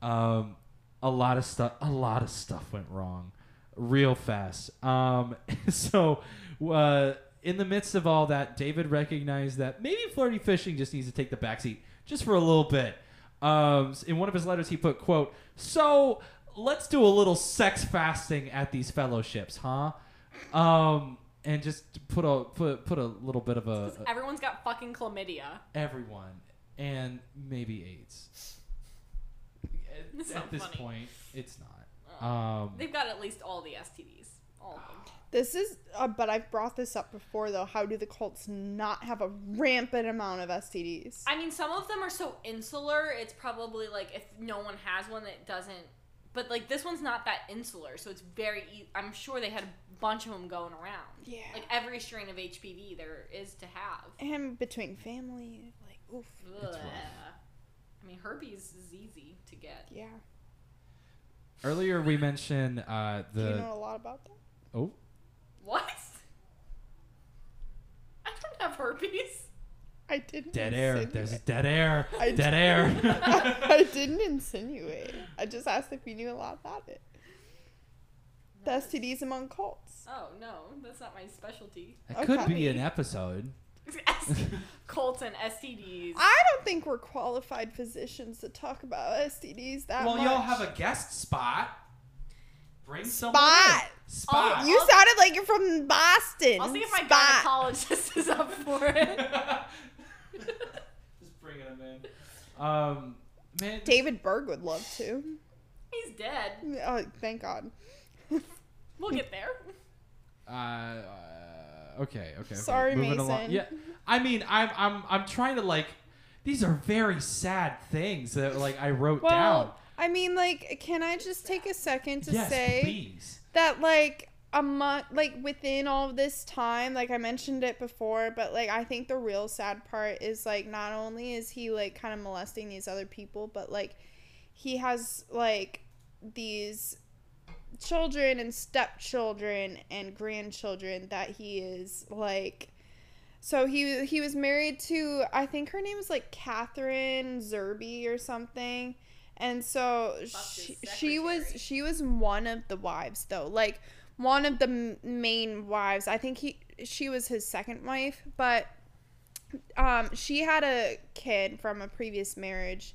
Speaker 1: um, a lot of stuff a lot of stuff went wrong real fast. Um, so uh, in the midst of all that, David recognized that maybe flirty fishing just needs to take the backseat just for a little bit. Um, in one of his letters, he put, "quote So let's do a little sex fasting at these fellowships, huh?" Um, and just put a put put a little bit of a,
Speaker 2: Because everyone's got fucking chlamydia.
Speaker 1: everyone and maybe AIDS. At-
Speaker 2: That's
Speaker 1: At
Speaker 2: not
Speaker 1: this
Speaker 2: funny.
Speaker 1: point, it's not.
Speaker 2: Oh.
Speaker 1: Um,
Speaker 2: They've got at least all the STDs. All of them.
Speaker 3: This is, uh, but I've brought this up before though. How do the cults not have a rampant amount of STDs?
Speaker 2: I mean, some of them are so insular. It's probably like if no one has one, it doesn't. But like this one's not that insular, so it's very. E- I'm sure they had a bunch of them going around.
Speaker 3: Yeah.
Speaker 2: Like every strain of HPV there is to have.
Speaker 3: and between family, like, oof.
Speaker 1: rough.
Speaker 2: Ugh. I mean, herpes is easy to get.
Speaker 3: Yeah.
Speaker 1: Earlier we mentioned uh, the
Speaker 3: Do you know a lot about that?
Speaker 1: oh
Speaker 2: What? I don't have herpes.
Speaker 3: I didn't.
Speaker 1: dead air.
Speaker 3: insinuate.
Speaker 1: There's dead air.
Speaker 3: I
Speaker 1: dead air.
Speaker 3: I didn't insinuate. I just asked if you knew a lot about it. The STDs among cults.
Speaker 2: Oh no, that's not my specialty.
Speaker 1: that could be
Speaker 3: Okay.
Speaker 1: an episode.
Speaker 2: Colts and STDs.
Speaker 3: I don't think we're qualified physicians to talk about STDs that
Speaker 1: well,
Speaker 3: much.
Speaker 1: y'all have a guest spot. Bring someone
Speaker 3: Spot.
Speaker 1: in. Spot.
Speaker 3: You sounded like you're from Boston.
Speaker 2: I'll see if my
Speaker 3: Spot.
Speaker 2: gynecologist is up for it.
Speaker 1: Just bringing him in. Um, man.
Speaker 3: David Berg would love to.
Speaker 2: He's dead.
Speaker 3: Oh, thank God.
Speaker 2: We'll get there.
Speaker 1: Uh, uh, okay, okay. okay.
Speaker 3: Sorry,
Speaker 1: Moving Along.
Speaker 3: Mason.
Speaker 1: Yeah, I mean, I'm, I'm, I'm trying to like. These are very sad things that like I wrote
Speaker 3: Well,
Speaker 1: down.
Speaker 3: I mean, like, can I just take a second to
Speaker 1: yes,
Speaker 3: say?
Speaker 1: please.
Speaker 3: that like a month like within all of this time like i mentioned it before but like i think the real sad part is like not only is he like kind of molesting these other people but like he has like these children and stepchildren and grandchildren that he is like so he he was married to I think her name was like Catherine Zerby or something, and so
Speaker 2: Fucked
Speaker 3: she,
Speaker 2: his
Speaker 3: she was
Speaker 2: secretary.
Speaker 3: she was one of the wives though. Like one of the m- main wives. I think he she was his second wife, but um, she had a kid from a previous marriage,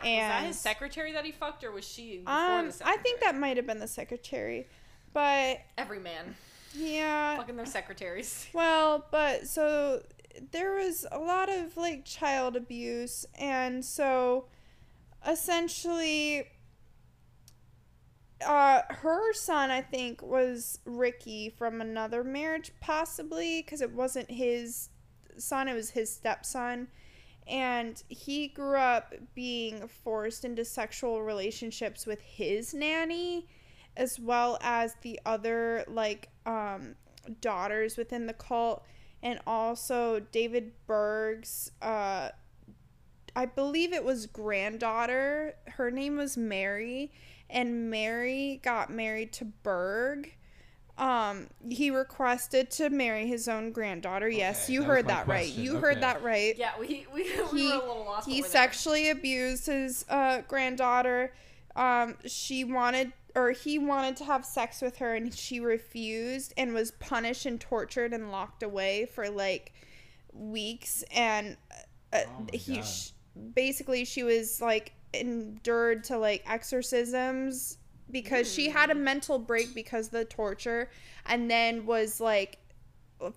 Speaker 3: and
Speaker 4: was that his secretary that he fucked, or was she? Before
Speaker 3: um,
Speaker 4: the
Speaker 3: I think
Speaker 4: secretary?
Speaker 3: that might have been the secretary, but
Speaker 2: Every man.
Speaker 3: yeah,
Speaker 4: fucking their secretaries.
Speaker 3: Well, but so there was a lot of like child abuse, and so essentially, uh, her son, I think, was Ricky from another marriage, possibly because it wasn't his son, it was his stepson. And he grew up being forced into sexual relationships with his nanny, as well as the other, like, um, daughters within the cult and also David Berg's uh I believe it was granddaughter. Her name was Mary and Mary got married to Berg. Um he requested to marry his own granddaughter. yes,
Speaker 1: Okay,
Speaker 3: you
Speaker 1: that was
Speaker 3: heard
Speaker 1: my
Speaker 3: that right.
Speaker 1: question.
Speaker 3: You
Speaker 1: Okay.
Speaker 3: heard that right.
Speaker 4: Yeah, we we, we
Speaker 3: He-
Speaker 4: were a little lost.
Speaker 3: He
Speaker 4: over there.
Speaker 3: sexually abused his uh, granddaughter. Um, she wanted, or he wanted to have sex with her, and she refused and was punished and tortured and locked away for like weeks. And uh,
Speaker 1: Oh my
Speaker 3: he
Speaker 1: God.
Speaker 3: sh- basically she was like endured to like exorcisms because she had a
Speaker 4: Hmm.
Speaker 3: mental break because of the torture, and then was like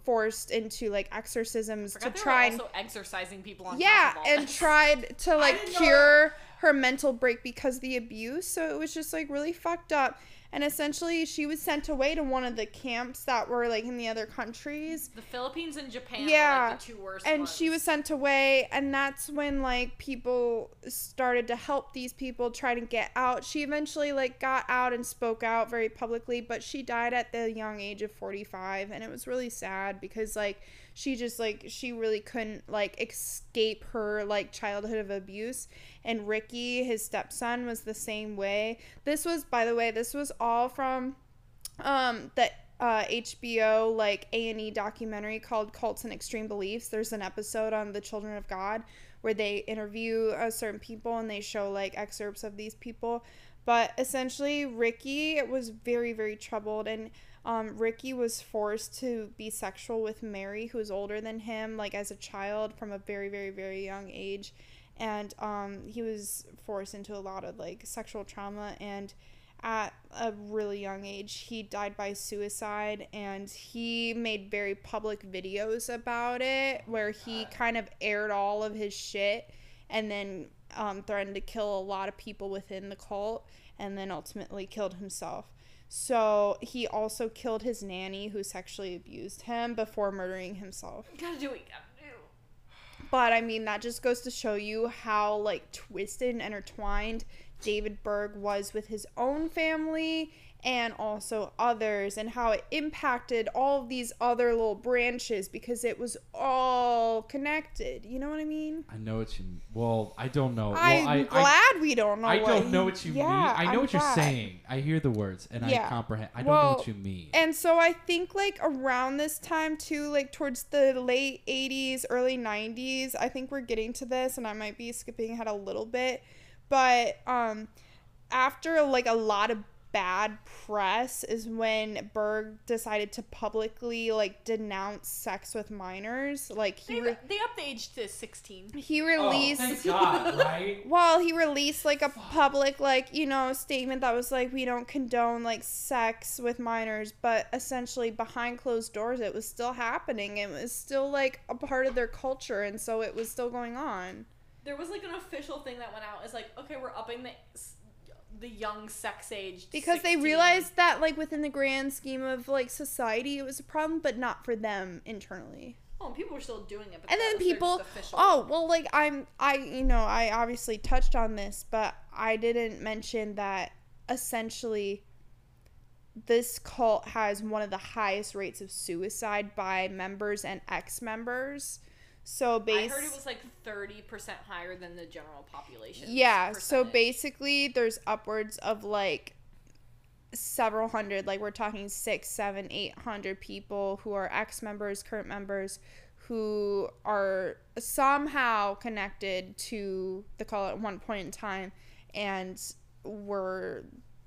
Speaker 3: forced into like exorcisms
Speaker 4: Forgot
Speaker 3: to
Speaker 4: they were
Speaker 3: try and
Speaker 4: also exercising people on top
Speaker 3: yeah
Speaker 4: of all
Speaker 3: and
Speaker 4: that.
Speaker 3: tried to like
Speaker 4: didn't know
Speaker 3: cure her mental break because of the abuse so it was just like really fucked up and essentially she was sent away to one of the camps that were like in the other countries
Speaker 4: the Philippines and Japan. Yeah,
Speaker 3: Yeah,
Speaker 4: like the two worst.
Speaker 3: and
Speaker 4: ones.
Speaker 3: she was sent away and that's when like people started to help these people try to get out she eventually like got out and spoke out very publicly but she died at the young age of 45 and it was really sad because like she just like she really couldn't like escape her like childhood of abuse and ricky his stepson was the same way this was by the way this was all from um the uh, HBO like A and E documentary called Cults and Extreme Beliefs. There's an episode on the Children of God where they interview uh, certain people and they show like excerpts of these people. But essentially, Ricky was very very troubled, and um, Ricky was forced to be sexual with Mary, who was older than him, like as a child from a very very very young age, and um, he was forced into a lot of like sexual trauma and at a really young age. He died by suicide and he made very public videos about it where he kind of aired all of his shit and then um, threatened to kill a lot of people within the cult and then ultimately killed himself. So he also killed his nanny who sexually abused him before murdering himself.
Speaker 4: gotta do what you gotta do.
Speaker 3: But I mean, that just goes to show you how like twisted and intertwined David Berg was with his own family and also others, and how it impacted all of these other little branches because it was all connected. You know what I mean?
Speaker 1: I know what you. Well, I don't know. Well,
Speaker 3: I'm
Speaker 1: I, I-
Speaker 3: glad we don't know.
Speaker 1: I,
Speaker 3: what
Speaker 1: don't know
Speaker 3: he-
Speaker 1: what you
Speaker 3: Yeah,
Speaker 1: mean. I know
Speaker 3: I'm
Speaker 1: what you're
Speaker 3: glad.
Speaker 1: saying. I hear the words and
Speaker 3: Yeah.
Speaker 1: I comprehend. I don't know
Speaker 3: Well,
Speaker 1: what you mean.
Speaker 3: And so I think like around this time too, like towards the late 80s, early 90s, I think we're getting to this and I might be skipping ahead a little bit, but um after like a lot of bad press is when Berg decided to publicly like denounce sex with minors. Like he
Speaker 4: They,
Speaker 3: re-
Speaker 4: they upped the age to 16.
Speaker 3: he released
Speaker 1: Oh, God, right?
Speaker 3: well, he released like a public, like, you know, statement that was like, we don't condone like sex with minors, but essentially behind closed doors, it was still happening. It was still like a part of their culture, and so it was still going on.
Speaker 4: There was like an official thing that went out. It's like, okay, we're upping the the young sex age to
Speaker 3: Because
Speaker 4: 16.
Speaker 3: they realized that, like, within the grand scheme of like society, it was a problem, but not for them internally.
Speaker 4: Oh, and people were still doing it. But
Speaker 3: and
Speaker 4: that
Speaker 3: then
Speaker 4: was their
Speaker 3: people
Speaker 4: just official.
Speaker 3: oh well like i'm i you know i obviously touched on this but i didn't mention that essentially this cult has one of the highest rates of suicide by members and ex-members so
Speaker 4: I
Speaker 3: basically
Speaker 4: heard it was like 30 percent higher than the general population.
Speaker 3: yeah so
Speaker 4: percentage.
Speaker 3: basically there's upwards of like several hundred like we're talking six seven eight hundred people who are ex-members current members who are somehow connected to the call at one point in time and were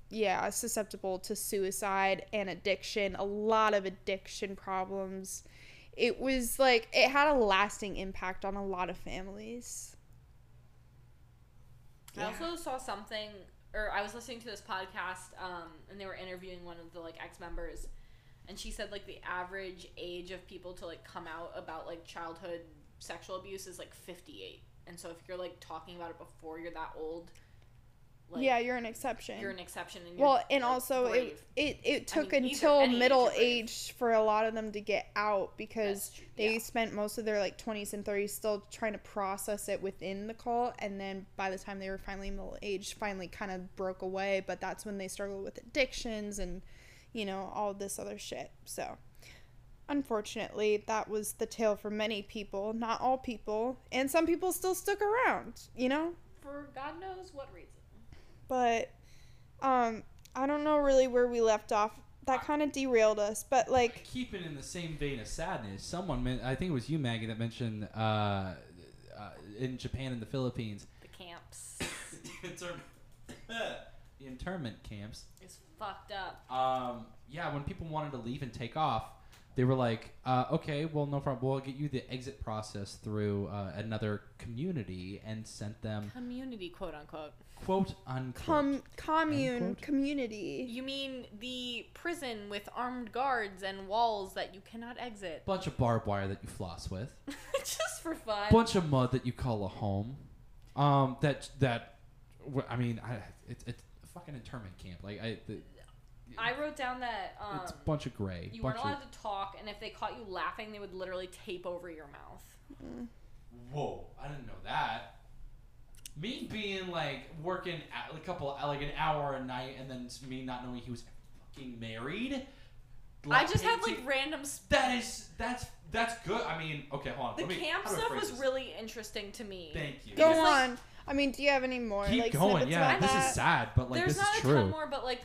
Speaker 3: yeah, susceptible to suicide and addiction, a lot of addiction problems. It was like it had a lasting impact on a lot of families.
Speaker 2: I also saw something, or I was listening to this podcast, um, and they were interviewing one of the like ex members, and she said like the average age of people to like come out about like childhood sexual abuse is like fifty eight, and so if you're like talking about it before you're that old, like
Speaker 3: yeah, you're an exception.
Speaker 2: you're an exception. And you're,
Speaker 3: well, and
Speaker 2: like,
Speaker 3: also it,
Speaker 2: brave.
Speaker 3: it it took
Speaker 2: mean, either-
Speaker 3: until
Speaker 2: any age
Speaker 3: middle
Speaker 2: you're brave.
Speaker 3: age for a lot of them to get out because
Speaker 2: That's true,
Speaker 3: they
Speaker 2: yeah.
Speaker 3: spent most of their like 20s and 30s still trying to process it within the cult and then by the time they were finally middle aged finally kind of broke away but that's when they struggled with addictions and you know all this other shit so unfortunately that was the tale for many people not all people and some people still stuck around you know
Speaker 2: for God knows what reason.
Speaker 3: but um i don't know really where we left off that kind of derailed us but like
Speaker 1: keeping in the same vein of sadness, someone men- I think it was you, Maggie, that mentioned uh, uh, in Japan and the Philippines,
Speaker 2: The camps
Speaker 1: the, intern- the internment camps.
Speaker 2: is fucked up.
Speaker 1: Um, yeah, when people wanted to leave and take off, they were like, uh, "Okay, well, no problem. We'll get you the exit process through uh, another community," and sent them
Speaker 2: Community, quote unquote.
Speaker 1: quote unquote.
Speaker 3: com commune
Speaker 1: Unquote.
Speaker 3: community
Speaker 2: You mean the prison with armed guards and walls that you cannot exit?
Speaker 1: Bunch of barbed wire that you floss with.
Speaker 2: Just for fun.
Speaker 1: bunch of mud that you call a home. Um, that that, wh- I mean, I, it's it's a fucking internment camp. Like I, the,
Speaker 2: I wrote down that um,
Speaker 1: it's a bunch of gray.
Speaker 2: you
Speaker 1: bunch
Speaker 2: weren't
Speaker 1: of,
Speaker 2: allowed to talk, and if they caught you laughing, they would literally tape over your mouth.
Speaker 1: Whoa! I didn't know that. Me being like working at a couple uh, like an hour a night, and then me not knowing he was fucking married.
Speaker 2: I just had like random. Sp-
Speaker 1: that is that's that's good. I mean, okay, hold on.
Speaker 2: the
Speaker 1: Let me-
Speaker 2: camp
Speaker 1: how do I
Speaker 2: stuff
Speaker 1: phrase
Speaker 2: was
Speaker 1: this?
Speaker 2: really interesting to me.
Speaker 1: Thank you.
Speaker 3: go
Speaker 2: Because, like,
Speaker 3: on i mean do you have any more
Speaker 1: Keep
Speaker 3: like
Speaker 1: going.
Speaker 3: snippets
Speaker 1: Yeah,
Speaker 3: about
Speaker 1: this
Speaker 3: that?
Speaker 1: is sad, but like
Speaker 2: There's
Speaker 1: this
Speaker 2: not
Speaker 1: is
Speaker 2: a
Speaker 1: true.
Speaker 2: ton more, but like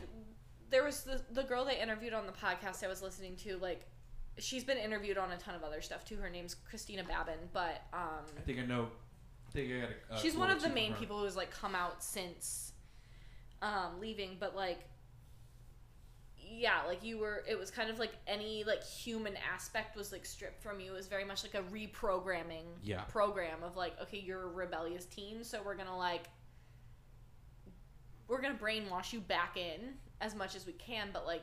Speaker 2: there was the the girl they interviewed on the podcast I was listening to. Like she's been interviewed on a ton of other stuff too. Her name's Christina Babin, but um,
Speaker 1: I think I know. I think I got a, a
Speaker 2: she's one
Speaker 1: quote
Speaker 2: of the
Speaker 1: or Uh, two
Speaker 2: main
Speaker 1: from her.
Speaker 2: people who's like come out since um leaving but like yeah like you were it was kind of like any like human aspect was like stripped from you it was very much like a reprogramming
Speaker 1: Yeah.
Speaker 2: program of like okay you're a rebellious teen so we're gonna like we're gonna brainwash you back in as much as we can but like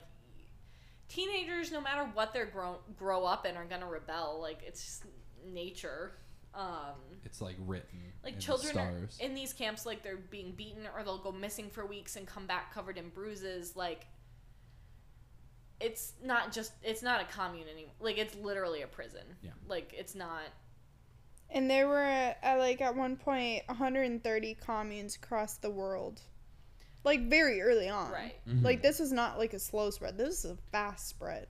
Speaker 2: teenagers no matter what they're grown grow up in are gonna rebel like it's just nature um
Speaker 1: It's like written.
Speaker 2: like
Speaker 1: in
Speaker 2: children are
Speaker 1: stars.
Speaker 2: in these camps like they're being beaten or they'll go missing for weeks and come back covered in bruises like it's not just it's not a commune anymore like it's literally a prison
Speaker 1: Yeah.
Speaker 2: like it's not
Speaker 3: and there were uh, like at one point 130 communes across the world like very early on
Speaker 2: right
Speaker 1: Mm-hmm.
Speaker 3: like this was not like a slow spread this is a fast spread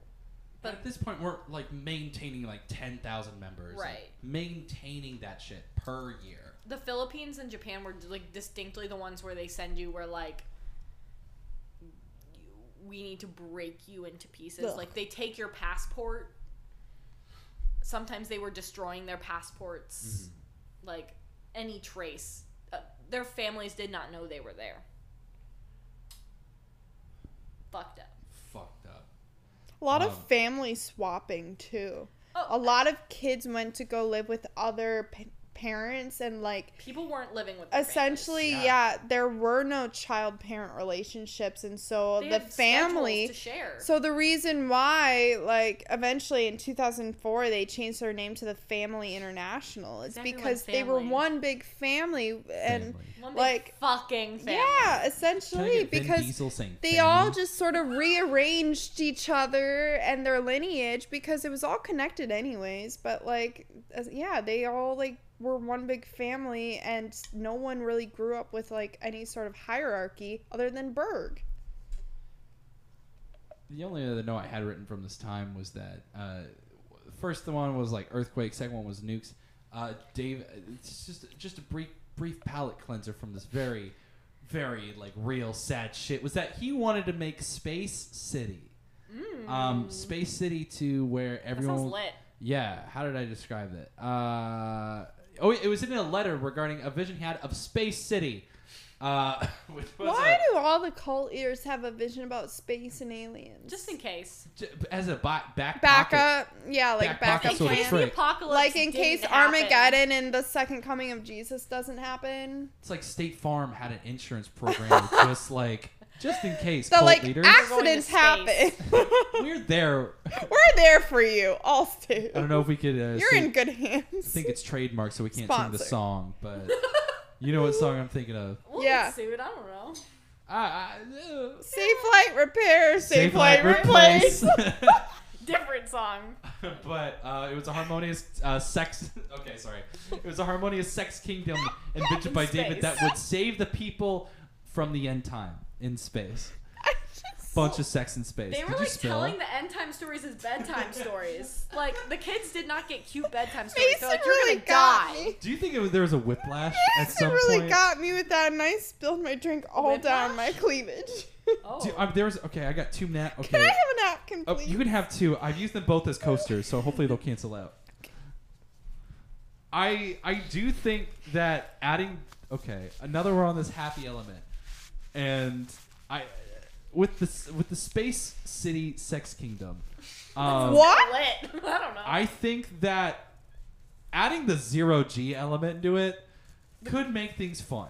Speaker 1: But at this point, we're like maintaining like ten thousand members. like,
Speaker 2: Right.
Speaker 1: maintaining that shit per year.
Speaker 2: the philippines and japan were like distinctly the ones where they send you where like you- we need to break you into pieces
Speaker 3: Ugh.
Speaker 2: like they take your passport sometimes they were destroying their
Speaker 1: Mm-hmm.
Speaker 2: passports like any trace uh, their families did not know they were there fucked up
Speaker 1: Fucked up.
Speaker 3: a lot
Speaker 1: Um,
Speaker 3: of family swapping too
Speaker 2: oh
Speaker 3: a lot of kids went to go live with other p- parents and like
Speaker 2: people weren't living with their
Speaker 3: essentially
Speaker 1: Yeah.
Speaker 3: yeah. there were no child parent relationships and so
Speaker 2: families. They
Speaker 3: the
Speaker 2: had schedules
Speaker 3: family
Speaker 2: to share
Speaker 3: so the reason why like eventually in 2004 they changed their name to the family international is
Speaker 2: It's everyone's
Speaker 3: because they were
Speaker 2: family.
Speaker 3: one big family and
Speaker 1: Family.
Speaker 2: One big
Speaker 3: like-
Speaker 2: fucking family
Speaker 3: yeah
Speaker 1: Can I
Speaker 3: essentially
Speaker 1: get Vin
Speaker 3: because
Speaker 1: Diesel saying
Speaker 3: they all
Speaker 1: family?
Speaker 3: just sort of rearranged each other and their lineage because it was all connected anyways but like as- yeah they all like were one big family and no one really grew up with like any sort of hierarchy other than berg
Speaker 1: The only other note I had written from this time was that uh, first the one was like earthquake, second one was nukes. Uh, Dave, it's just just a brief brief palate cleanser from this very, very like real sad shit was that he wanted to make Space City,
Speaker 4: Mm.
Speaker 3: Mm-hmm.
Speaker 1: um, Space City to where
Speaker 2: that sounds
Speaker 1: everyone
Speaker 2: lit
Speaker 1: Yeah, how did I describe that? Uh, oh, it was in a letter regarding a vision he had of Space City, uh, which was
Speaker 3: why
Speaker 1: a-
Speaker 3: do all the cult ears have a vision about space and aliens.
Speaker 4: Just in case.
Speaker 1: J- As a bo- back pocket.
Speaker 3: backup, yeah, like
Speaker 1: Back pocket
Speaker 3: backup
Speaker 4: in
Speaker 1: So sort of
Speaker 3: plan.
Speaker 4: case the
Speaker 1: trick.
Speaker 4: apocalypse.
Speaker 3: Like in case
Speaker 4: didn't happen.
Speaker 3: Armageddon and the second coming of Jesus doesn't happen.
Speaker 1: It's like State Farm had an insurance program just like just in case
Speaker 3: So
Speaker 1: cult
Speaker 3: like
Speaker 1: leaders.
Speaker 3: accidents
Speaker 4: We're going
Speaker 3: happen.
Speaker 4: to
Speaker 1: We're there.
Speaker 3: We're there for you, all state.
Speaker 1: I don't know if we could. Uh,
Speaker 3: You're
Speaker 1: say-
Speaker 3: in good
Speaker 1: I
Speaker 3: hands.
Speaker 1: think it's trademarked, so we can't sing the
Speaker 3: Sponsor.
Speaker 1: song. But you know what song I'm thinking of?
Speaker 4: We'll
Speaker 3: Yeah.
Speaker 4: get sued. I don't know.
Speaker 1: I, I, uh,
Speaker 3: Safe light repair, safe, light, replace.
Speaker 4: Different song.
Speaker 1: but uh, it was a harmonious uh, sex. Okay, sorry. It was a harmonious sex kingdom envisioned
Speaker 4: In
Speaker 1: by David that
Speaker 4: space.
Speaker 1: would save the people from the end time in space.
Speaker 3: I just-
Speaker 1: Bunch of sex in space.
Speaker 4: They
Speaker 1: Did
Speaker 4: were
Speaker 1: you
Speaker 4: like
Speaker 1: spill?
Speaker 4: telling the end time stories as bedtime stories. Like the kids did not get cute bedtime stories.
Speaker 3: Mason
Speaker 4: They're like, you're
Speaker 3: really
Speaker 4: gonna
Speaker 3: got
Speaker 4: die.
Speaker 3: me.
Speaker 1: Do you think it was, there was a whiplash at
Speaker 3: Mason
Speaker 1: some
Speaker 3: really
Speaker 1: point?
Speaker 3: got me with that, and I spilled my drink all down my
Speaker 4: Whiplash?
Speaker 3: cleavage.
Speaker 4: Oh.
Speaker 1: Do, um, there was okay. I got two nap.
Speaker 3: Can I
Speaker 1: Okay,
Speaker 3: have a napkin,
Speaker 1: oh,
Speaker 3: please?
Speaker 1: you can have two. I've used them both as coasters, so hopefully they'll cancel out. I I do think that adding okay another we're on this happy element, and I with the with the space city sex kingdom. Um,
Speaker 3: what?
Speaker 4: Lit. I don't know.
Speaker 1: I think that adding the zero g element into it could make things fun.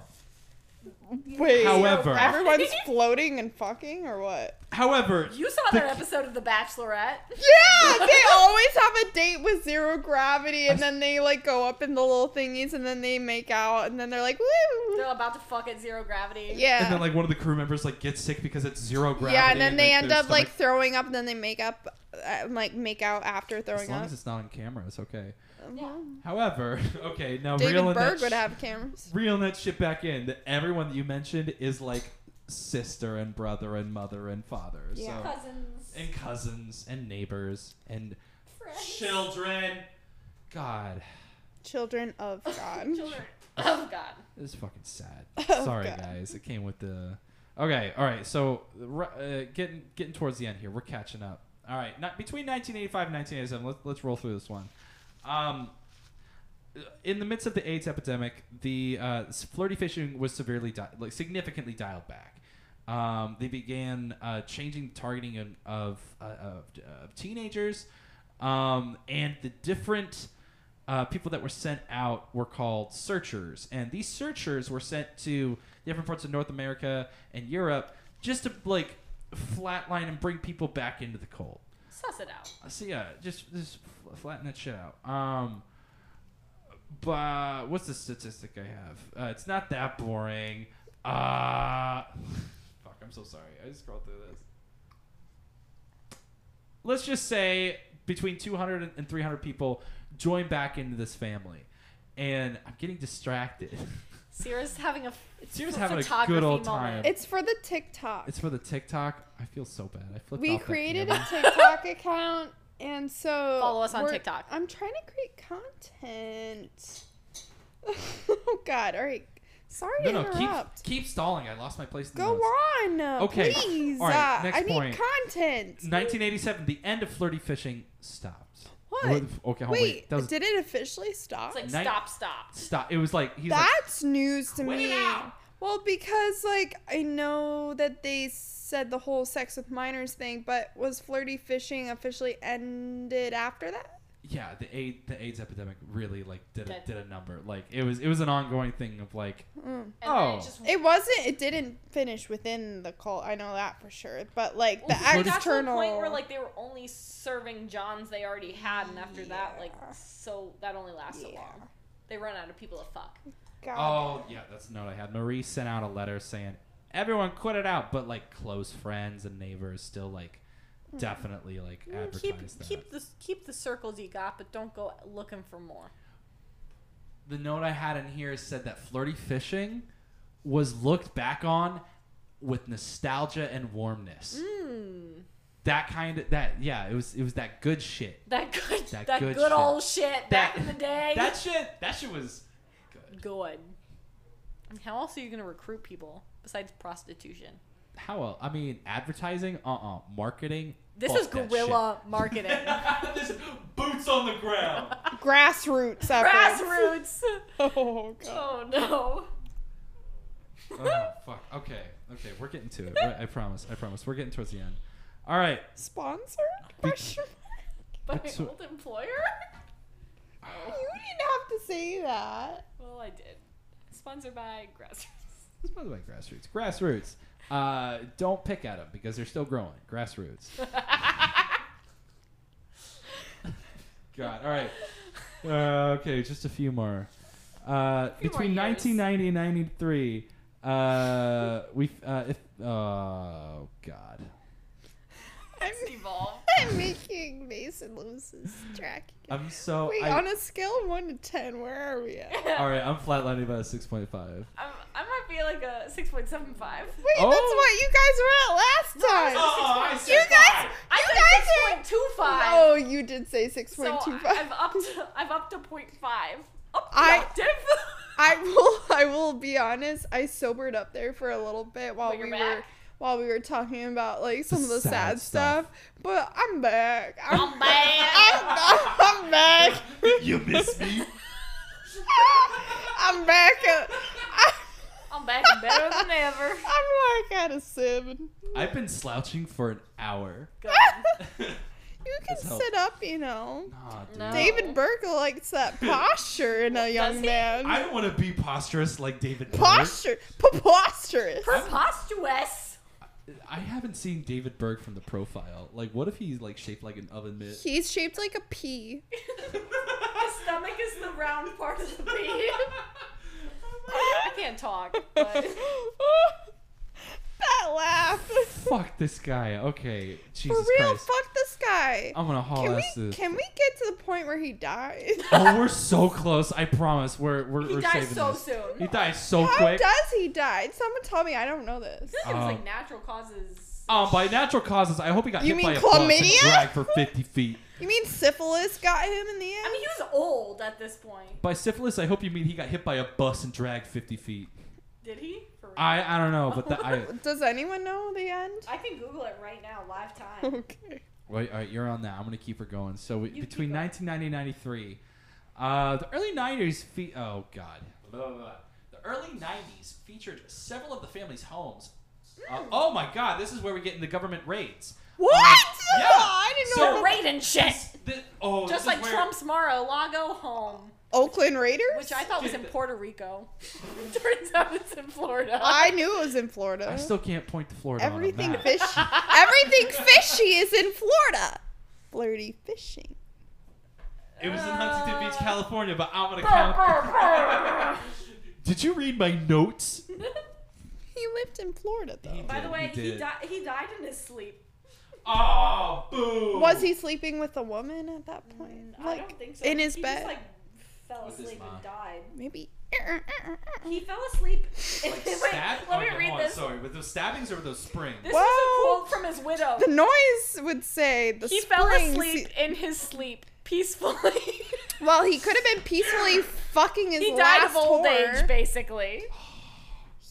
Speaker 3: Wait.
Speaker 1: However-
Speaker 3: everyone's floating and fucking, or what?
Speaker 1: However,
Speaker 4: you saw
Speaker 1: the
Speaker 4: that
Speaker 1: ki-
Speaker 4: episode of The Bachelorette.
Speaker 3: Yeah, they always have a date with zero gravity, and
Speaker 1: I s-
Speaker 3: then they like go up in the little thingies, and then they make out, and then they're like, woo.
Speaker 4: They're about to fuck at zero gravity.
Speaker 3: Yeah.
Speaker 1: and then like one of the crew members like gets sick because it's zero gravity.
Speaker 3: yeah, and then they
Speaker 1: like,
Speaker 3: end
Speaker 1: their
Speaker 3: up like
Speaker 1: stomach-
Speaker 3: throwing up, and then they make up, uh, like make out after
Speaker 1: As
Speaker 3: throwing
Speaker 1: long
Speaker 3: up.
Speaker 1: as it's not on camera, it's okay.
Speaker 4: Yeah.
Speaker 1: However, okay, now
Speaker 3: David
Speaker 1: reeling
Speaker 3: Berg
Speaker 1: that
Speaker 3: would
Speaker 1: sh-
Speaker 3: have cameras.
Speaker 1: reeling that shit back in. That everyone that you mentioned is like sister and brother and mother and father,
Speaker 3: Yeah.
Speaker 1: so
Speaker 4: Cousins.
Speaker 1: and cousins and neighbors and
Speaker 4: friends.
Speaker 1: children. God,
Speaker 3: Children of God.
Speaker 4: Children. Oh God.
Speaker 1: this is fucking sad.
Speaker 3: Oh,
Speaker 1: Sorry,
Speaker 3: God.
Speaker 1: guys, it came with the. Okay, all right. So r- uh, getting getting towards the end here, we're catching up. All right, not, between 1985 and 1987, let's let's roll through this one. Um, in the midst of the AIDS epidemic, the uh, s- flirty fishing was severely, di- like significantly dialed back. Um, they began uh, changing the targeting of of, uh, of, of teenagers, um, and the different uh, people that were sent out were called searchers, and these searchers were sent to different parts of North America and Europe just to like flatline and bring people back into the cult.
Speaker 4: Suss it out.
Speaker 1: So yeah, just just fl- flatten that shit out. Um, but what's the statistic I have? Uh, it's not that boring. Uh, fuck, I'm so sorry. I just scrolled through this. Let's just say between 200 and 300 people join back into this family, and I'm getting distracted.
Speaker 4: Sierra's having a.
Speaker 1: Sierra's
Speaker 4: ph-
Speaker 1: having a
Speaker 4: photography
Speaker 1: good old
Speaker 4: moment.
Speaker 1: time.
Speaker 3: It's for the TikTok.
Speaker 1: it's for the TikTok. I feel so bad. I flipped.
Speaker 3: we
Speaker 1: off that
Speaker 3: created
Speaker 1: camera.
Speaker 3: a TikTok account, and so
Speaker 4: Follow us on
Speaker 3: we're-
Speaker 4: TikTok.
Speaker 3: I'm trying to create content. oh God! All right, sorry
Speaker 1: No,
Speaker 3: to
Speaker 1: no, keep
Speaker 3: interrupt.
Speaker 1: keep stalling. I lost my place. In the
Speaker 3: Go
Speaker 1: notes.
Speaker 3: on. uh,
Speaker 1: Okay,
Speaker 3: Please.
Speaker 1: all right,
Speaker 3: uh,
Speaker 1: next
Speaker 3: I need
Speaker 1: point.
Speaker 3: content.
Speaker 1: 1987, the end of flirty fishing stopped.
Speaker 3: What?
Speaker 1: Or the- Okay, hold on,
Speaker 3: Wait,
Speaker 1: oh, wait. That was-
Speaker 3: did it officially stop?
Speaker 4: It's like
Speaker 1: Night-
Speaker 4: stop, stop.
Speaker 1: stop. It was like he's like,
Speaker 3: That's news to
Speaker 1: "Quit it
Speaker 3: me.
Speaker 1: out."
Speaker 3: Well, because like I know that they said the whole sex with minors thing, but was flirty fishing officially ended after that?
Speaker 1: yeah, the AIDS, the AIDS epidemic really like did a,
Speaker 4: Dead.
Speaker 1: did a number. Like it was it was an ongoing thing of like
Speaker 3: Mm.
Speaker 4: And then
Speaker 1: Oh.
Speaker 4: it just
Speaker 3: It wasn't. It didn't finish within the cult. I know that for sure. But like the
Speaker 4: Well, it got to a
Speaker 3: external.
Speaker 4: point where like they were only serving Johns they already had, and after that, like
Speaker 3: Yeah.
Speaker 4: so that only lasts so
Speaker 3: Yeah.
Speaker 4: long. They run out of people to fuck.
Speaker 3: God.
Speaker 1: oh yeah, that's the note I had. Marie sent out a letter saying everyone quit it out, but like close friends and neighbors still like
Speaker 3: Hmm.
Speaker 1: definitely like
Speaker 4: Mm,
Speaker 1: advertise
Speaker 4: Keep
Speaker 1: that.
Speaker 4: keep the keep the circles you got, but don't go looking for more.
Speaker 1: the note I had in here said that flirty fishing was looked back on with nostalgia and warmness.
Speaker 3: Hmm.
Speaker 4: Mm,
Speaker 1: That kind of that yeah, it was it was that good shit.
Speaker 4: that good
Speaker 1: That
Speaker 4: that,
Speaker 1: good
Speaker 4: good,
Speaker 1: shit.
Speaker 4: old shit back
Speaker 1: That-
Speaker 4: in the day.
Speaker 1: That shit that shit was good.
Speaker 4: good. And how else are you gonna recruit people besides prostitution?
Speaker 1: How else? I mean, advertising, uh, uh marketing.
Speaker 4: This
Speaker 1: fuck
Speaker 4: is
Speaker 1: that
Speaker 4: guerrilla marketing.
Speaker 1: shit. this is boots on the ground.
Speaker 3: Grassroots efforts.
Speaker 4: Grassroots.
Speaker 3: Oh god.
Speaker 4: Oh no.
Speaker 1: oh fuck. Okay. Okay. We're getting to it. We're- I promise. I promise. We're getting towards the end. All right.
Speaker 3: Sponsored? Question mark.
Speaker 2: By
Speaker 1: That's
Speaker 2: my
Speaker 1: what-
Speaker 2: old employer?
Speaker 3: You didn't have to say that.
Speaker 2: Well, I did. Sponsored by Grassroots.
Speaker 1: It's by the way grassroots. Grassroots. Uh, don't pick at them because they're still growing. Grassroots. God. All right. Uh, okay. Just a few more. Uh,
Speaker 2: few more
Speaker 1: between
Speaker 2: years.
Speaker 1: 1990 and 93, uh, we uh, if oh god.
Speaker 3: I'm,
Speaker 2: Evolve.
Speaker 3: I'm making Mason lose his track.
Speaker 1: I'm so.
Speaker 3: Wait,
Speaker 1: I-
Speaker 3: on a scale of 1 to 10, where are we at? Wait,
Speaker 1: all right. I'm flatlining about a 6.5.
Speaker 2: I'm, I might be like a 6.75.
Speaker 1: Oh.
Speaker 3: that's what you guys were at last time.
Speaker 1: Oh, I said
Speaker 3: you guys,
Speaker 1: five.
Speaker 2: I
Speaker 3: you guys are
Speaker 2: said 6.25.
Speaker 3: Oh, you did say
Speaker 2: so
Speaker 3: 6.25.
Speaker 2: I, I've upped I've upped to 0.5. Up the
Speaker 3: I-
Speaker 2: octave.
Speaker 3: I will I will be honest, I sobered up there for a little bit while
Speaker 2: But you're
Speaker 3: we were
Speaker 2: back?
Speaker 3: while we were talking about like some of the
Speaker 1: sad
Speaker 3: sad,
Speaker 1: stuff.
Speaker 3: stuff. but I'm back. I'm,
Speaker 2: I'm back.
Speaker 3: I'm, I'm back.
Speaker 1: you miss me.
Speaker 3: I'm back. At,
Speaker 2: I'm back and better than ever.
Speaker 3: I'm like at a seven.
Speaker 1: I've been slouching for an hour.
Speaker 2: Good.
Speaker 3: You can
Speaker 1: Let's help.
Speaker 3: sit up, you know.
Speaker 1: Nah, dude.
Speaker 2: No.
Speaker 3: David Burke likes that posture in a young
Speaker 2: Does he?
Speaker 3: man.
Speaker 1: I don't want to be posturous like David Burke.
Speaker 3: posture, preposterous.
Speaker 2: Preposterous.
Speaker 1: I haven't seen David Berg from the profile. Like, what if he's like shaped like an oven mitt?
Speaker 3: He's shaped like a pea.
Speaker 2: The stomach is the round part of the bee. I can't talk, but
Speaker 3: that laugh.
Speaker 1: Fuck this guy. Okay,
Speaker 3: For
Speaker 1: Jesus
Speaker 3: real,
Speaker 1: Christ.
Speaker 3: fuck this guy.
Speaker 1: I'm gonna haul
Speaker 3: Can
Speaker 1: ass
Speaker 3: we
Speaker 1: this.
Speaker 3: can we get to the point where he dies?
Speaker 1: oh, we're so close. I promise. We're we're,
Speaker 2: he
Speaker 1: we're
Speaker 2: dies
Speaker 1: saving
Speaker 2: so
Speaker 1: this.
Speaker 2: soon.
Speaker 1: He dies so
Speaker 3: How
Speaker 1: quick.
Speaker 3: does he die? Someone tell me. I don't know this.
Speaker 2: I feel like it was
Speaker 1: Um,
Speaker 2: like natural causes.
Speaker 1: um, by natural causes, I hope he got
Speaker 3: You
Speaker 1: hit
Speaker 3: mean
Speaker 1: by a bus and
Speaker 3: chlamydia?
Speaker 1: dragged for 50 feet.
Speaker 3: You mean syphilis got him in the end?
Speaker 2: I mean, he was old at this point.
Speaker 1: By syphilis, I hope you mean he got hit by a bus and dragged 50 feet.
Speaker 2: Did he? For real?
Speaker 1: I I don't know, but the, I
Speaker 3: does anyone know the end?
Speaker 2: I can Google it right now, live time.
Speaker 3: Okay.
Speaker 1: Wait, all right, you're on that. I'm gonna keep her going. So we,
Speaker 2: You
Speaker 1: between
Speaker 2: keep her.
Speaker 1: 1990 and 93, uh, the early 90s. Fe- oh God. Blah, blah, blah. The early 90s featured several of the family's homes. Uh,
Speaker 3: Mm.
Speaker 1: oh my God! This is where we get into government raids.
Speaker 3: What?
Speaker 1: Um, yeah.
Speaker 3: I didn't know.
Speaker 1: So-
Speaker 3: about-
Speaker 2: Raiden shit.
Speaker 1: This, oh, this
Speaker 2: Just
Speaker 1: is
Speaker 2: like
Speaker 1: where-
Speaker 2: Trump's Mar-a-Lago home,
Speaker 3: Oakland Raiders.
Speaker 2: which I thought was in Puerto Rico. Turns out it's in Florida.
Speaker 3: I knew it was in Florida.
Speaker 1: I still can't point to Florida. on
Speaker 3: everything
Speaker 1: a map.
Speaker 3: fish. everything fishy is in Florida. Flirty fishing.
Speaker 1: It was in Huntington
Speaker 2: Ah.
Speaker 1: Beach, California, but I'm gonna
Speaker 2: Brr,
Speaker 1: count. Did you read my notes?
Speaker 3: He lived in Florida though.
Speaker 2: By the
Speaker 1: did,
Speaker 2: way,
Speaker 1: he
Speaker 2: he,
Speaker 1: did.
Speaker 2: di- he died in his sleep.
Speaker 1: Oh, boo!
Speaker 3: Was he sleeping with a woman at that point?
Speaker 2: Mm, I
Speaker 3: like
Speaker 2: don't think so.
Speaker 3: in his
Speaker 2: he
Speaker 3: bed,
Speaker 2: just like fell
Speaker 1: With his
Speaker 2: asleep
Speaker 1: mom.
Speaker 2: and died.
Speaker 3: maybe.
Speaker 2: He fell asleep.
Speaker 1: Like
Speaker 2: Wait,
Speaker 1: stab- oh,
Speaker 2: let me
Speaker 1: okay,
Speaker 2: read
Speaker 1: hold on,
Speaker 2: this.
Speaker 1: Sorry, with those stabbings or with those springs?
Speaker 2: This
Speaker 3: Whoa.
Speaker 2: is a quote from his widow.
Speaker 3: The noise would say the
Speaker 2: He fell
Speaker 3: spring
Speaker 2: asleep
Speaker 3: se-
Speaker 2: in his sleep peacefully.
Speaker 3: well, he could have been peacefully fucking his
Speaker 2: he died
Speaker 3: last
Speaker 2: of old
Speaker 3: whore.
Speaker 2: age, basically.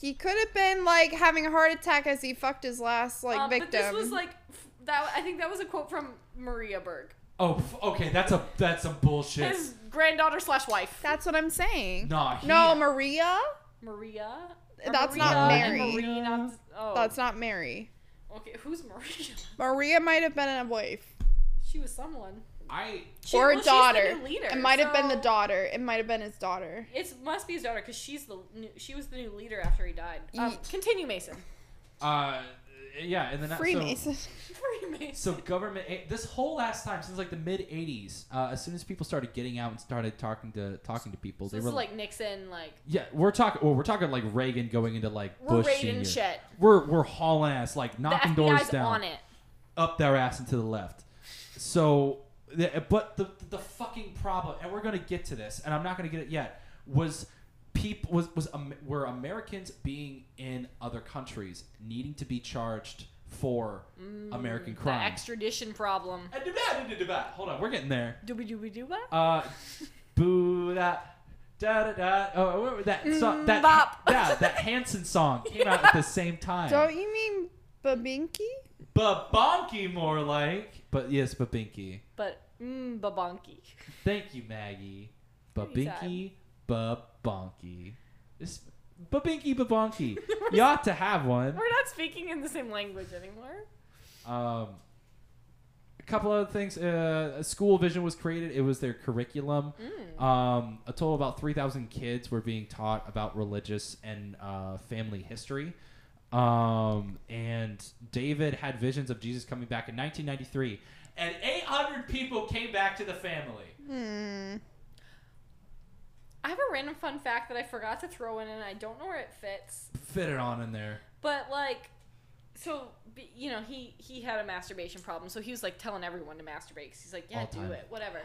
Speaker 3: He could have been like having a heart attack as he fucked his last like
Speaker 2: Um,
Speaker 3: victim.
Speaker 2: But this was like f- that. I think that was a quote from Maria Berg,
Speaker 1: Oh, f- okay. That's a that's some bullshit.
Speaker 2: his granddaughter slash wife.
Speaker 3: That's what I'm saying.
Speaker 1: nah, he,
Speaker 3: No, Maria.
Speaker 2: Maria.
Speaker 3: That's
Speaker 2: Maria
Speaker 3: not
Speaker 2: and
Speaker 3: Mary.
Speaker 2: Marie, not, oh,
Speaker 3: That's not Mary.
Speaker 2: okay. Who's Maria?
Speaker 3: Maria might have been a wife
Speaker 2: She was someone.
Speaker 1: I
Speaker 2: She,
Speaker 3: or
Speaker 2: well,
Speaker 3: a
Speaker 2: she's the
Speaker 3: daughter.
Speaker 2: new leader,
Speaker 3: it might have been the
Speaker 2: so-
Speaker 3: daughter. It might have been his daughter.
Speaker 2: It must be his daughter because she's the new, she was the new leader after he died. Um,
Speaker 3: Ye-
Speaker 2: continue, Mason.
Speaker 1: uh yeah, and then that- so-
Speaker 3: Freemason.
Speaker 2: Freemason.
Speaker 1: So, government a- this whole last time since like the mid '80s, uh, as soon as people started getting out and started talking to talking to people, they
Speaker 2: So this
Speaker 1: were
Speaker 2: is like Nixon, like
Speaker 1: yeah, we're talking. Well, we're talking like Reagan going into like
Speaker 2: we're
Speaker 1: Bush Senior.
Speaker 2: raiding shit.
Speaker 1: We're we're hauling ass, like
Speaker 2: The
Speaker 1: knocking doors
Speaker 2: FBI's
Speaker 1: down,
Speaker 2: on it.
Speaker 1: up their ass and to the left. So, the- but the the fucking problem, and we're gonna get to this, and I'm not gonna get it yet. Was people was was um, were Americans being in other countries needing to be charged for American
Speaker 2: Mm, The
Speaker 1: crime?
Speaker 2: extradition problem.
Speaker 1: And do that, do do that. Hold on, we're getting there.
Speaker 2: Dooby dooby dooba.
Speaker 1: Uh, boo that. Da da da. Oh, what was that song, that
Speaker 2: bop.
Speaker 1: yeah, that Hanson song came out at the same time.
Speaker 3: Don't you mean Babinky?
Speaker 1: Babonky more like. But yes, Babinky.
Speaker 2: But mm, babonky.
Speaker 1: Thank you, Maggie.
Speaker 2: Anytime.
Speaker 1: Babinky, Babonky. This babinky babonky. you ought to have one.
Speaker 2: We're not speaking in the same language anymore.
Speaker 1: Um, a couple other things. Uh, School Vision was created. It was their curriculum.
Speaker 2: Mm.
Speaker 1: Um, a total of about 3,000 kids were being taught about religious and uh, family history. Um, and David had visions of Jesus coming back in 1993. And 800 people came back to the family.
Speaker 3: Hmm.
Speaker 2: I have a random fun fact that I forgot to throw in, and I don't know where it fits.
Speaker 1: Fit it on in there.
Speaker 2: But like, so b- you know, he he had a masturbation problem, so he was like telling everyone to masturbate. 'cause he's like, yeah,
Speaker 1: All
Speaker 2: do
Speaker 1: time.
Speaker 2: it, whatever.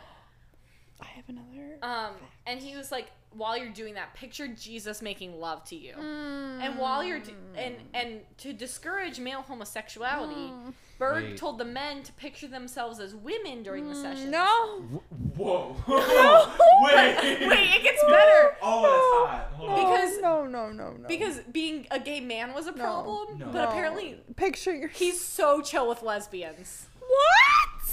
Speaker 3: I have another.
Speaker 2: Um, and he was like, while you're doing that, picture Jesus making love to you. Um, And while you're d- and and to discourage male homosexuality,
Speaker 3: Hmm.
Speaker 2: Berg
Speaker 1: Wait.
Speaker 2: told the men to picture themselves as women during the session.
Speaker 3: No.
Speaker 1: Whoa.
Speaker 2: Wait, it gets better
Speaker 1: Oh, that's hot. Hold
Speaker 2: on. Because-
Speaker 3: no, no, no, no.
Speaker 2: because being a gay man was a problem,
Speaker 1: No.
Speaker 2: but
Speaker 3: No.
Speaker 2: apparently
Speaker 3: picture your
Speaker 2: he's so chill with lesbians.
Speaker 3: what?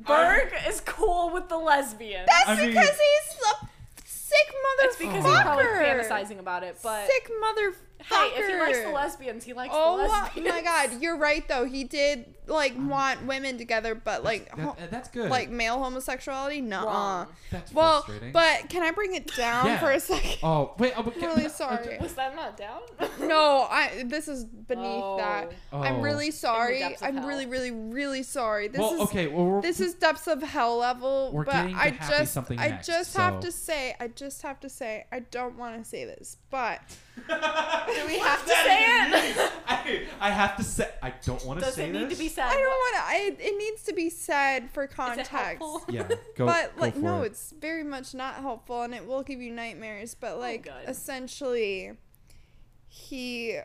Speaker 2: Berg is cool with the lesbians.
Speaker 3: That's
Speaker 1: I mean-
Speaker 3: because he's a sick motherfucker.
Speaker 2: It's because he's probably fantasizing about it, but
Speaker 3: sick motherfucker.
Speaker 2: hey, if he likes the lesbians, he likes
Speaker 3: Oh
Speaker 2: the lesbians.
Speaker 3: my god, you're right though. He did like want women together, but like ho-
Speaker 1: That- that's good.
Speaker 3: like male homosexuality, no.
Speaker 2: Wrong.
Speaker 1: that's
Speaker 3: Well,
Speaker 1: frustrating.
Speaker 3: but can I bring it down
Speaker 1: Yeah.
Speaker 3: for a second?
Speaker 1: oh wait, oh, but
Speaker 3: I'm really sorry.
Speaker 2: Was that not down?
Speaker 3: No, I this is beneath that. I'm
Speaker 1: Oh.
Speaker 3: really sorry.
Speaker 2: depths of
Speaker 3: I'm
Speaker 2: hell.
Speaker 3: really, really, really sorry. This
Speaker 1: well,
Speaker 3: is
Speaker 1: okay. Well, we're,
Speaker 3: this is depths of hell level
Speaker 1: We're
Speaker 3: but
Speaker 1: getting to
Speaker 3: i
Speaker 1: happy
Speaker 3: just
Speaker 1: something
Speaker 3: i
Speaker 1: next,
Speaker 3: just have
Speaker 1: so-
Speaker 3: to say i just have to say i don't want to say this but
Speaker 1: Do
Speaker 2: we have to say it?
Speaker 1: I, I have to say. I don't want to
Speaker 2: Does
Speaker 1: say
Speaker 2: it need
Speaker 1: this.
Speaker 2: to be said?
Speaker 3: i don't want to i it needs to be said for
Speaker 2: Is it
Speaker 3: context
Speaker 2: helpful?
Speaker 1: Yeah. Go.
Speaker 3: but
Speaker 1: go
Speaker 3: like
Speaker 1: for
Speaker 3: no
Speaker 1: it.
Speaker 3: it's very much not helpful and it will give you nightmares but like
Speaker 2: Oh, God.
Speaker 3: essentially he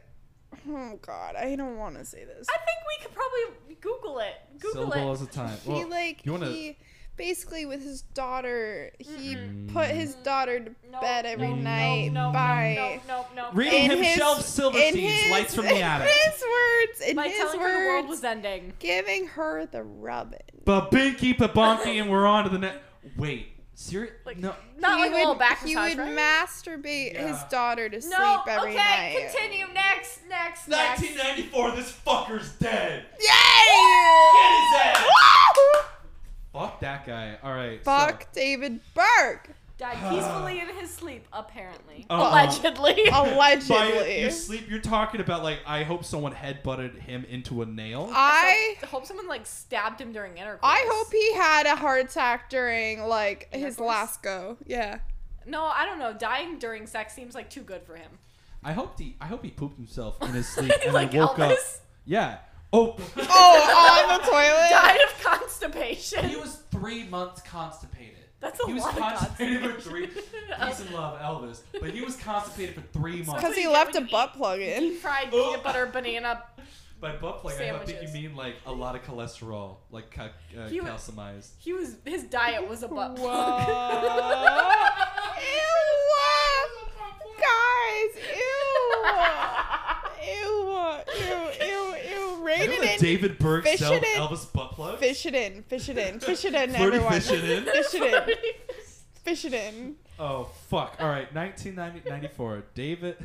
Speaker 3: oh god i don't want to say this
Speaker 2: I think we could probably Google it. Google
Speaker 1: syllables
Speaker 2: it.
Speaker 1: at a time.
Speaker 3: he
Speaker 1: Well,
Speaker 3: like
Speaker 1: you wanna-
Speaker 3: he basically with his daughter he
Speaker 1: Mm-mm.
Speaker 2: Mm.
Speaker 3: put his daughter to
Speaker 2: No,
Speaker 3: bed every
Speaker 1: no,
Speaker 3: night
Speaker 2: No,
Speaker 3: by
Speaker 2: no, no, no, no.
Speaker 1: Reading him shelf Silverstein's Lights from the
Speaker 3: in
Speaker 1: Attic.
Speaker 3: his words, in
Speaker 2: By
Speaker 3: his
Speaker 2: telling her the world
Speaker 3: words,
Speaker 2: was ending.
Speaker 3: giving her the rubbin.
Speaker 1: but big keep a bonky, and we're on to the next. Wait. Serious?
Speaker 2: Like,
Speaker 1: no.
Speaker 2: Not
Speaker 3: he
Speaker 2: like
Speaker 3: would,
Speaker 2: a little back
Speaker 3: He
Speaker 2: massage,
Speaker 3: would
Speaker 2: right?
Speaker 3: masturbate
Speaker 1: Yeah.
Speaker 3: his daughter to sleep
Speaker 2: no,
Speaker 3: every
Speaker 2: okay,
Speaker 3: night.
Speaker 2: continue. Next, next, next.
Speaker 1: 1994. This fucker's dead.
Speaker 3: Yay!
Speaker 1: Get his ass.
Speaker 3: Woo!
Speaker 1: Fuck that guy. All right. so-
Speaker 3: Fuck David Burke,
Speaker 2: Died peacefully in his sleep, apparently.
Speaker 1: Uh-uh.
Speaker 2: Allegedly.
Speaker 1: By
Speaker 3: allegedly.
Speaker 1: you sleep, you're talking about like I hope someone headbutted him into a nail.
Speaker 3: I
Speaker 2: I hope someone like stabbed him during intercourse.
Speaker 3: I hope he had a heart attack during like his
Speaker 2: Intercourse?
Speaker 3: last go. Yeah.
Speaker 2: No, I don't know. Dying during sex seems like too good for him.
Speaker 1: I hope he I hope he pooped himself in his sleep and
Speaker 2: Like
Speaker 1: then woke up.
Speaker 2: Elvis?
Speaker 1: Yeah. Oh.
Speaker 3: Oh, on the toilet.
Speaker 2: Died of constipation.
Speaker 1: He was three months constipated.
Speaker 2: That's a
Speaker 1: he was
Speaker 2: lot of
Speaker 1: constipated for three.
Speaker 2: constipation.
Speaker 1: Peace and love, Elvis. But he was constipated for three
Speaker 3: Because
Speaker 1: months.
Speaker 2: That's what
Speaker 3: he
Speaker 2: you
Speaker 3: left
Speaker 2: get
Speaker 3: a
Speaker 2: when you
Speaker 3: butt plug in.
Speaker 2: Deep fried
Speaker 1: Oh.
Speaker 2: peanut butter banana.
Speaker 1: By butt plug, I think
Speaker 2: Sandwiches.
Speaker 1: you mean like a lot of cholesterol, like ca- uh,
Speaker 2: He wa-
Speaker 1: calcimized.
Speaker 2: He was his diet was a butt
Speaker 3: Whoa. Ew! Guys, ew! Ew! Ew! Ew! Ew! Rein
Speaker 1: You know that
Speaker 3: it in.
Speaker 1: David Burke
Speaker 3: Fish
Speaker 1: sells
Speaker 3: it in.
Speaker 1: Elvis butt plugs.
Speaker 3: Fish it in. Fish it in. Fish it in,
Speaker 1: Flirty
Speaker 3: everyone.
Speaker 1: fish it in.
Speaker 3: Fish it in. Fish it in.
Speaker 1: Oh fuck! All right, 1994. David.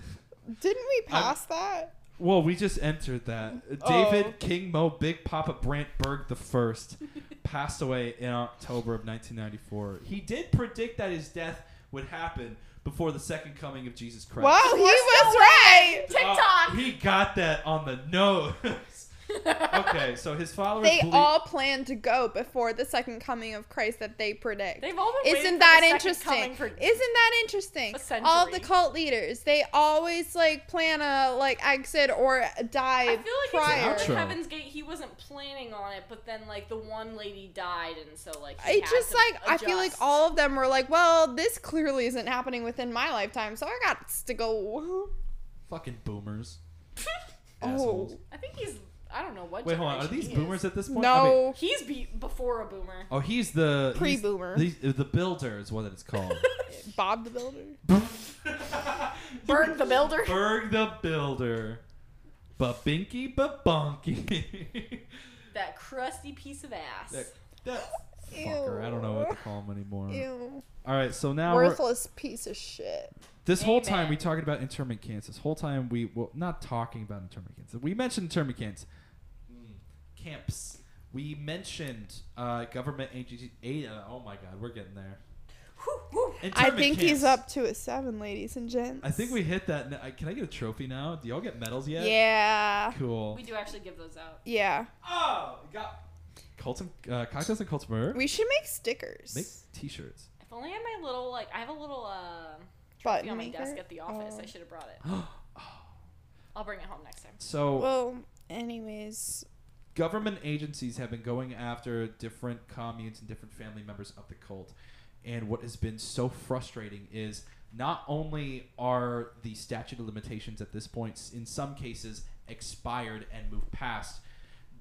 Speaker 3: Didn't we pass that?
Speaker 1: Well, we just entered that. David
Speaker 3: Oh.
Speaker 1: King Mo Big Papa Brant Berg the first passed away in October of 1994. He did predict that his death would happen before the second coming of Jesus Christ.
Speaker 3: Wow, he
Speaker 2: We're
Speaker 3: was
Speaker 2: still
Speaker 3: right.
Speaker 1: Uh,
Speaker 2: TikTok.
Speaker 1: he got that on the nose. okay, so his followers.
Speaker 3: They
Speaker 1: believe-
Speaker 3: all planned to go before the second coming of Christ that they predict.
Speaker 2: They've all been. waiting for
Speaker 3: Isn't
Speaker 2: the
Speaker 3: that
Speaker 2: second
Speaker 3: interesting?
Speaker 2: coming For,
Speaker 3: Isn't that interesting?
Speaker 2: a
Speaker 3: All of the
Speaker 2: century.
Speaker 3: cult leaders, they always like plan a like exit or die
Speaker 2: I feel like
Speaker 3: prior.
Speaker 2: it's
Speaker 1: Outro.
Speaker 2: like Heaven's Gate. He wasn't planning on it, but then like the one lady died, and so like. he
Speaker 3: It
Speaker 2: had
Speaker 3: just
Speaker 2: to
Speaker 3: like I feel like
Speaker 2: adjust.
Speaker 3: all of them were like, well, this clearly isn't happening within my lifetime, so I got to go.
Speaker 1: fucking boomers. Assholes.
Speaker 3: Oh
Speaker 2: I think he's. I don't know what.
Speaker 1: Wait, hold on. Are
Speaker 2: generation
Speaker 1: these
Speaker 2: he
Speaker 1: boomers
Speaker 2: Is.
Speaker 1: at this point? I mean-
Speaker 3: no,
Speaker 2: He's be- before a boomer.
Speaker 1: oh, he's the he's-
Speaker 3: Pre-boomer.
Speaker 1: he's- uh, the builder is what it's called.
Speaker 3: Bob the Builder.
Speaker 2: Burn the builder.
Speaker 1: Berg the Builder. Babinky Babonky.
Speaker 2: That crusty piece of ass.
Speaker 1: that, that fucker. I don't know what to call him anymore.
Speaker 3: Ew.
Speaker 1: All right, so now we're,
Speaker 3: Worthless piece of shit.
Speaker 1: this whole time
Speaker 2: Amen.
Speaker 1: we talking about intermittent cancer. This whole time we well not talking about intermittent cancer. We mentioned intermittent cancer. camps. We mentioned uh, government agency. Ada. Oh my God, we're getting there.
Speaker 3: I
Speaker 1: Internment
Speaker 3: think he's
Speaker 1: camps.
Speaker 3: up to a seven, ladies and gents.
Speaker 1: I think we hit that. n- I- Can I get a trophy now? Do y'all get medals yet?
Speaker 3: Yeah.
Speaker 1: Cool.
Speaker 2: We do actually give those out.
Speaker 3: Yeah.
Speaker 1: Oh, we got Colts and uh, cocktails and Colts murder.
Speaker 3: We should make stickers.
Speaker 1: Make t-shirts.
Speaker 2: If only I had my little like I have a little uh
Speaker 3: Button
Speaker 2: thing on my
Speaker 3: maker.
Speaker 2: desk at the office.
Speaker 3: Oh.
Speaker 2: I should have brought it. I'll bring it home next time.
Speaker 1: so
Speaker 3: Well, anyways,
Speaker 1: government agencies have been going after different communes and different family members of the cult. And what has been so frustrating is not only are the statute of limitations at this point, s- in some cases, expired and moved past,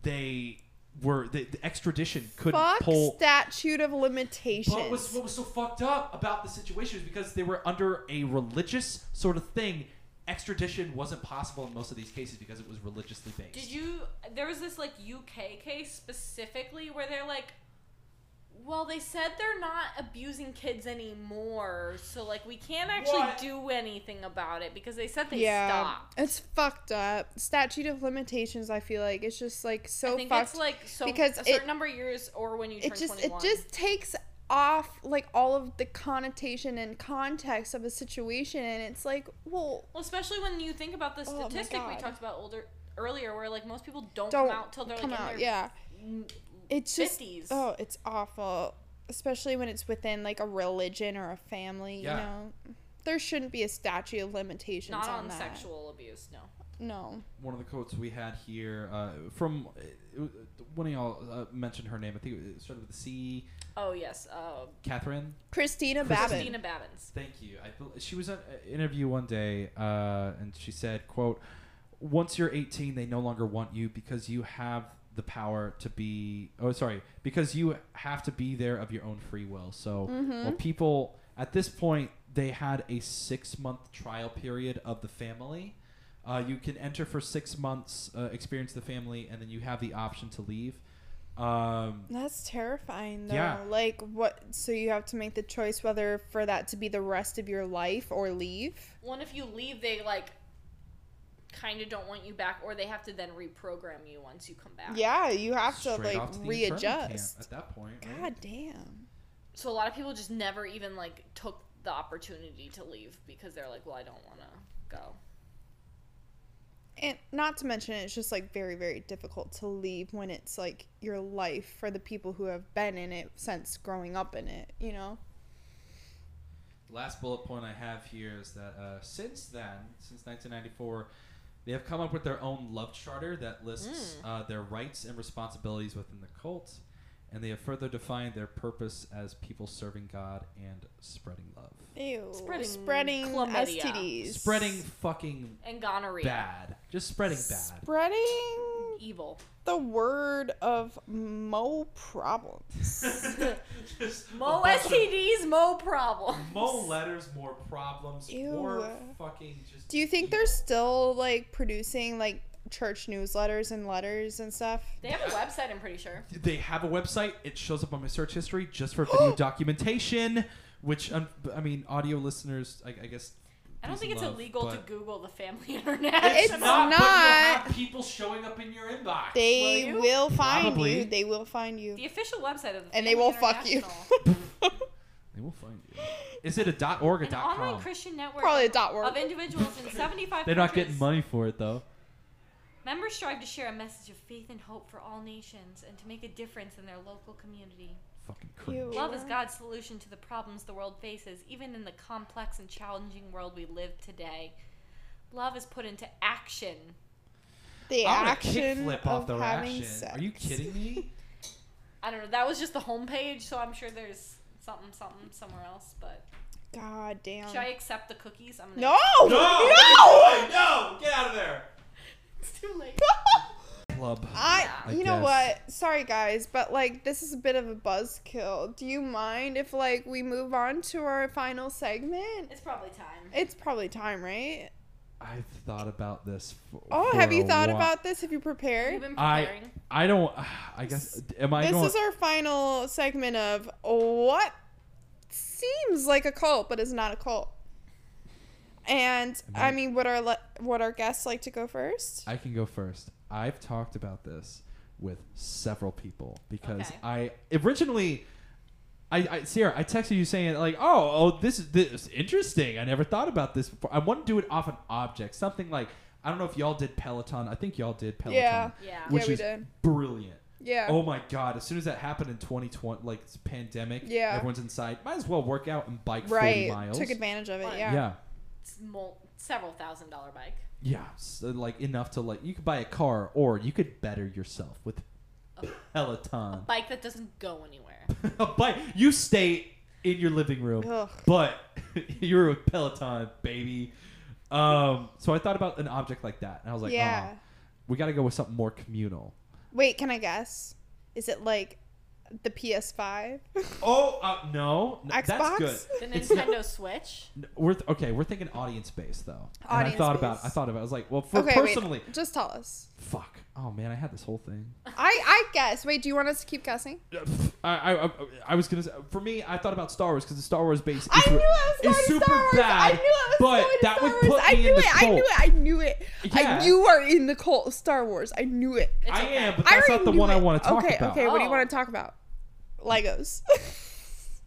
Speaker 1: they were the, the extradition couldn't
Speaker 3: fuck
Speaker 1: pull.
Speaker 3: statute of
Speaker 1: But what's,
Speaker 3: limitations.
Speaker 1: what was so fucked up about the situation is because they were under a religious sort of thing. Extradition wasn't possible in most of these cases because it was religiously based.
Speaker 2: Did you? There was this like UK case specifically where they're like, well, they said they're not abusing kids anymore, so like we can't actually
Speaker 1: What?
Speaker 2: do anything about it because they said they
Speaker 3: yeah,
Speaker 2: stopped.
Speaker 3: it's fucked up. Statute of limitations. I feel like it's just like so
Speaker 2: I think
Speaker 3: fucked.
Speaker 2: it's like so
Speaker 3: because
Speaker 2: a certain
Speaker 3: it-
Speaker 2: number of years or when you turn
Speaker 3: it just it
Speaker 2: 21.
Speaker 3: just takes off like all of the connotation and context of a situation, and it's like, well,
Speaker 2: well, especially when you think about the
Speaker 3: Oh my
Speaker 2: statistic we
Speaker 3: God.
Speaker 2: talked about older earlier, where like most people don't,
Speaker 3: don't
Speaker 2: come out till they're
Speaker 3: come
Speaker 2: like
Speaker 3: out.
Speaker 2: in their
Speaker 3: yeah, it's just
Speaker 2: 50s.
Speaker 3: oh, it's awful, especially when it's within like a religion or a family.
Speaker 1: Yeah.
Speaker 3: You know, there shouldn't be a statute of limitations
Speaker 2: not on,
Speaker 3: that.
Speaker 2: sexual abuse. No,
Speaker 3: No.
Speaker 1: one of the quotes we had here uh, from uh, one of y'all uh, mentioned her name. I think it started with a C.
Speaker 2: oh yes, uh,
Speaker 1: Catherine.
Speaker 3: Christina Babbitt.
Speaker 2: Christina Babbins.
Speaker 1: Thank you. I, bel- she was on an interview one day, uh, and she said, "quote Once you're 18, they no longer want you because you have the power to be. Oh, sorry, because you have to be there of your own free will. So,
Speaker 3: Mm-hmm.
Speaker 1: well, people at this point they had a six month trial period of the family. Uh, you can enter for six months, uh, experience the family, and then you have the option to leave. Um,
Speaker 3: That's terrifying though.
Speaker 1: Yeah.
Speaker 3: Like what so you have to make the choice whether for that to be the rest of your life or leave.
Speaker 2: One, if you leave, they like kind of don't want you back, or they have to then reprogram you once you come back.
Speaker 3: Yeah, you have to
Speaker 1: straight
Speaker 3: like
Speaker 1: off to the internment camp
Speaker 3: readjust.
Speaker 1: at that point. right?
Speaker 3: God damn.
Speaker 2: So a lot of people just never even like took the opportunity to leave because they're like, well, I don't want to go.
Speaker 3: And not to mention it's just like very very difficult to leave when it's like your life for the people who have been in it since growing up in it, you know.
Speaker 1: Last bullet point I have here is that uh, since then, since 1994, they have come up with their own love charter that lists
Speaker 3: Hmm.
Speaker 1: uh, their rights and responsibilities within the cult, and they have further defined their purpose as people serving God and spreading love.
Speaker 3: Ew.
Speaker 2: Spreading
Speaker 3: spreading
Speaker 2: chlamydia.
Speaker 3: STDs.
Speaker 1: Spreading fucking
Speaker 2: And gonorrhea,
Speaker 1: bad. Just spreading bad.
Speaker 3: spreading
Speaker 2: evil,
Speaker 3: the word of mo problems.
Speaker 1: Just a
Speaker 2: mo
Speaker 1: bunch of
Speaker 2: STDs, mo problem.
Speaker 1: Mo letters, more problems,
Speaker 3: Ew.
Speaker 1: more fucking just.
Speaker 3: Do you think they're still like producing like church newsletters and letters and stuff?
Speaker 2: They have a website, I'm pretty sure.
Speaker 1: they have a website. It shows up on my search history just for video documentation, which um, I mean, audio listeners, I, I guess.
Speaker 2: I don't
Speaker 1: peace
Speaker 2: think
Speaker 1: and
Speaker 2: it's
Speaker 1: love,
Speaker 2: illegal to
Speaker 1: but-
Speaker 2: Google the Family Internet.
Speaker 3: It's not-
Speaker 1: but you'll have people showing up in your inbox.
Speaker 3: They
Speaker 2: Will
Speaker 3: will,
Speaker 2: you?
Speaker 3: find
Speaker 1: Probably.
Speaker 3: you. They will find you.
Speaker 2: the official website of the
Speaker 3: And they
Speaker 2: Family
Speaker 3: will fuck you.
Speaker 2: International.
Speaker 1: They will find you. Is it a dot org or
Speaker 2: An
Speaker 1: dot
Speaker 2: online
Speaker 1: com?
Speaker 2: Christian network
Speaker 3: Probably a dot
Speaker 2: of
Speaker 3: org.
Speaker 2: individuals in 75
Speaker 1: They're not getting
Speaker 2: countries.
Speaker 1: money for it though.
Speaker 2: Members strive to share a message of faith and hope for all nations and to make a difference in their local community.
Speaker 1: Fucking cringe.
Speaker 3: Ew.
Speaker 2: Love is God's solution to the problems the world faces, even in the complex and challenging world we live today. Love is put into action.
Speaker 3: The
Speaker 1: I'm gonna
Speaker 3: action
Speaker 1: kickflip
Speaker 3: of
Speaker 1: off their
Speaker 3: having
Speaker 1: action.
Speaker 3: sex.
Speaker 1: Are you kidding me?
Speaker 2: I don't know, that was just the homepage, so I'm sure there's something, something somewhere else, but.
Speaker 3: God damn.
Speaker 4: Um.
Speaker 2: Should I accept the cookies? I'm gonna
Speaker 3: No! No!
Speaker 1: no! Get out of there.
Speaker 2: It's too late.
Speaker 1: Club.
Speaker 3: I,
Speaker 1: I
Speaker 3: you know
Speaker 1: guess.
Speaker 3: what? Sorry guys, but like this is a bit of a buzzkill. Do you mind if like we move on to our final segment?
Speaker 2: It's probably time.
Speaker 3: It's probably time, right?
Speaker 1: I've thought about this. For,
Speaker 3: Oh,
Speaker 1: for
Speaker 3: have you
Speaker 1: a
Speaker 3: thought
Speaker 1: while.
Speaker 3: about this? Have you
Speaker 4: You've
Speaker 3: prepared?
Speaker 4: been
Speaker 1: I-
Speaker 4: preparing.
Speaker 1: I don't. I guess. Am I
Speaker 3: this
Speaker 1: going?
Speaker 3: is our final segment of what seems like a cult but is not a cult and i
Speaker 1: Right.
Speaker 3: mean would our le- would our guests like to go first
Speaker 1: I can go first. I've talked about this with several people because
Speaker 4: Okay.
Speaker 1: I originally, I, I Sierra, I texted you saying like, oh, oh, this is this is interesting. I never thought about this before. I want to do it off an object, something like I don't know if y'all did Peloton. I think y'all did Peloton,
Speaker 3: Yeah.
Speaker 4: Yeah.
Speaker 1: which
Speaker 3: Yeah, we
Speaker 1: is
Speaker 3: did.
Speaker 1: brilliant.
Speaker 3: yeah
Speaker 1: Oh my god! As soon as that happened in 2020, like it's pandemic,
Speaker 3: Yeah.
Speaker 1: everyone's inside. Might as well work out and bike 40
Speaker 3: right
Speaker 1: miles.
Speaker 3: took advantage of it
Speaker 4: Fine.
Speaker 3: yeah
Speaker 1: yeah.
Speaker 4: It's mul- several thousand dollar bike.
Speaker 1: Yeah, so uh, like enough to like you could buy a car or you could better yourself with
Speaker 4: A
Speaker 1: Peloton.
Speaker 4: bike that doesn't go anywhere.
Speaker 1: a bike. You stay in your living room,
Speaker 3: Ugh.
Speaker 1: but you're with Peloton, baby. Um, so I thought about an object like that, and I was like, ah.
Speaker 3: yeah
Speaker 1: yeah. we got to go with something more communal.
Speaker 3: wait can i guess is it like the ps5
Speaker 1: Oh uh, no, no,
Speaker 3: Xbox?
Speaker 1: that's good.
Speaker 4: The
Speaker 1: It's not-
Speaker 4: Nintendo Switch.
Speaker 1: N- We're th- okay. We're thinking audience based though. and I
Speaker 3: Audience
Speaker 1: thought about.
Speaker 3: based.
Speaker 1: I thought about. I was like, well, for
Speaker 3: okay
Speaker 1: personally,
Speaker 3: wait just tell us
Speaker 1: fuck. Oh man, I had this whole thing.
Speaker 3: i i guess wait do you want us to keep guessing
Speaker 1: I, I, I- I was gonna say, for me, I thought about Star Wars because the Star Wars base is,
Speaker 3: I knew I was going
Speaker 1: is
Speaker 3: to
Speaker 1: super
Speaker 3: Star Wars.
Speaker 1: bad.
Speaker 3: I knew I was
Speaker 1: but
Speaker 3: going to
Speaker 1: that
Speaker 3: Star
Speaker 1: would
Speaker 3: Wars.
Speaker 1: put
Speaker 3: I
Speaker 1: me
Speaker 3: knew
Speaker 1: in the
Speaker 3: it. I knew
Speaker 1: cult.
Speaker 3: it. I knew it.
Speaker 1: Yeah.
Speaker 3: I knew are in the cult of Star Wars. I knew it.
Speaker 4: It's
Speaker 1: I
Speaker 4: okay.
Speaker 1: am, but
Speaker 3: I
Speaker 1: that's not
Speaker 3: already
Speaker 1: the
Speaker 3: knew
Speaker 1: one I
Speaker 3: it.
Speaker 1: want to talk
Speaker 3: okay,
Speaker 1: about.
Speaker 3: Okay, what do you
Speaker 4: Oh.
Speaker 3: want to talk about? Legos.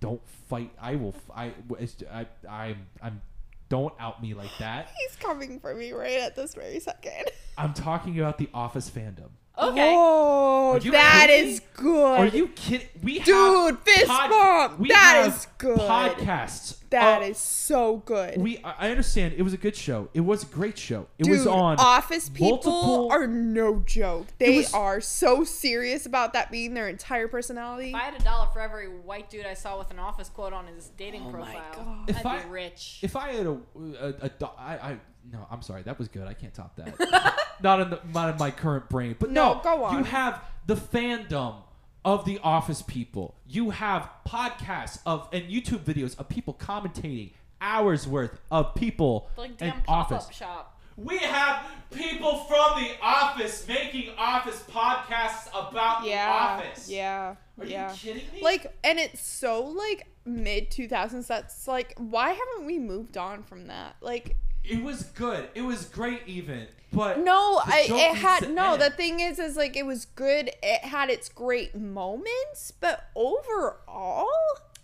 Speaker 1: Don't fight. I will. f- I. it's- I. I'm. I'm. Don't out me like that.
Speaker 3: He's coming for me right at this very second.
Speaker 1: I'm talking about the Office fandom.
Speaker 4: Okay.
Speaker 3: Oh,
Speaker 1: Are you
Speaker 3: that
Speaker 1: kidding
Speaker 3: is
Speaker 1: me?
Speaker 3: good.
Speaker 1: Are you kidding? We have
Speaker 3: Dude, fist bump.
Speaker 1: We
Speaker 3: That
Speaker 1: have
Speaker 3: is good.
Speaker 1: Podcasts.
Speaker 3: That
Speaker 1: Uh,
Speaker 3: is so good.
Speaker 1: We. I I understand. It was a good show. It was a great show. It
Speaker 3: Dude,
Speaker 1: was on
Speaker 3: Office people
Speaker 1: multiple-
Speaker 3: are no joke. They
Speaker 1: was-
Speaker 3: are so serious about that being their entire personality.
Speaker 4: If I had a dollar for every white dude I saw with an office quote on his dating
Speaker 3: Oh my
Speaker 4: profile,
Speaker 3: God.
Speaker 1: If
Speaker 4: I'd
Speaker 1: I-
Speaker 4: be rich.
Speaker 1: If I had a, a, a do- I, I no, I'm sorry, that was good. I can't top that. not in the, not in my current brain, but no,
Speaker 3: No, go on.
Speaker 1: You have the fandom of the Office people. You have podcasts of and YouTube videos of people commentating hours worth of people
Speaker 4: like
Speaker 1: and
Speaker 4: damn pop
Speaker 1: Office.
Speaker 4: up shop.
Speaker 1: We have people from the Office making Office podcasts about
Speaker 3: yeah.
Speaker 1: the Office.
Speaker 3: Yeah.
Speaker 1: Are
Speaker 3: yeah.
Speaker 1: you kidding me?
Speaker 3: Like, and it's so like mid 2000s. That's like, why haven't we moved on from that? Like,
Speaker 1: it was good. It was great, even. But
Speaker 3: no,
Speaker 1: The
Speaker 3: I,
Speaker 1: joke
Speaker 3: it
Speaker 1: needs to
Speaker 3: had no.
Speaker 1: end.
Speaker 3: The thing is, is like it was good. It had its great moments, but overall,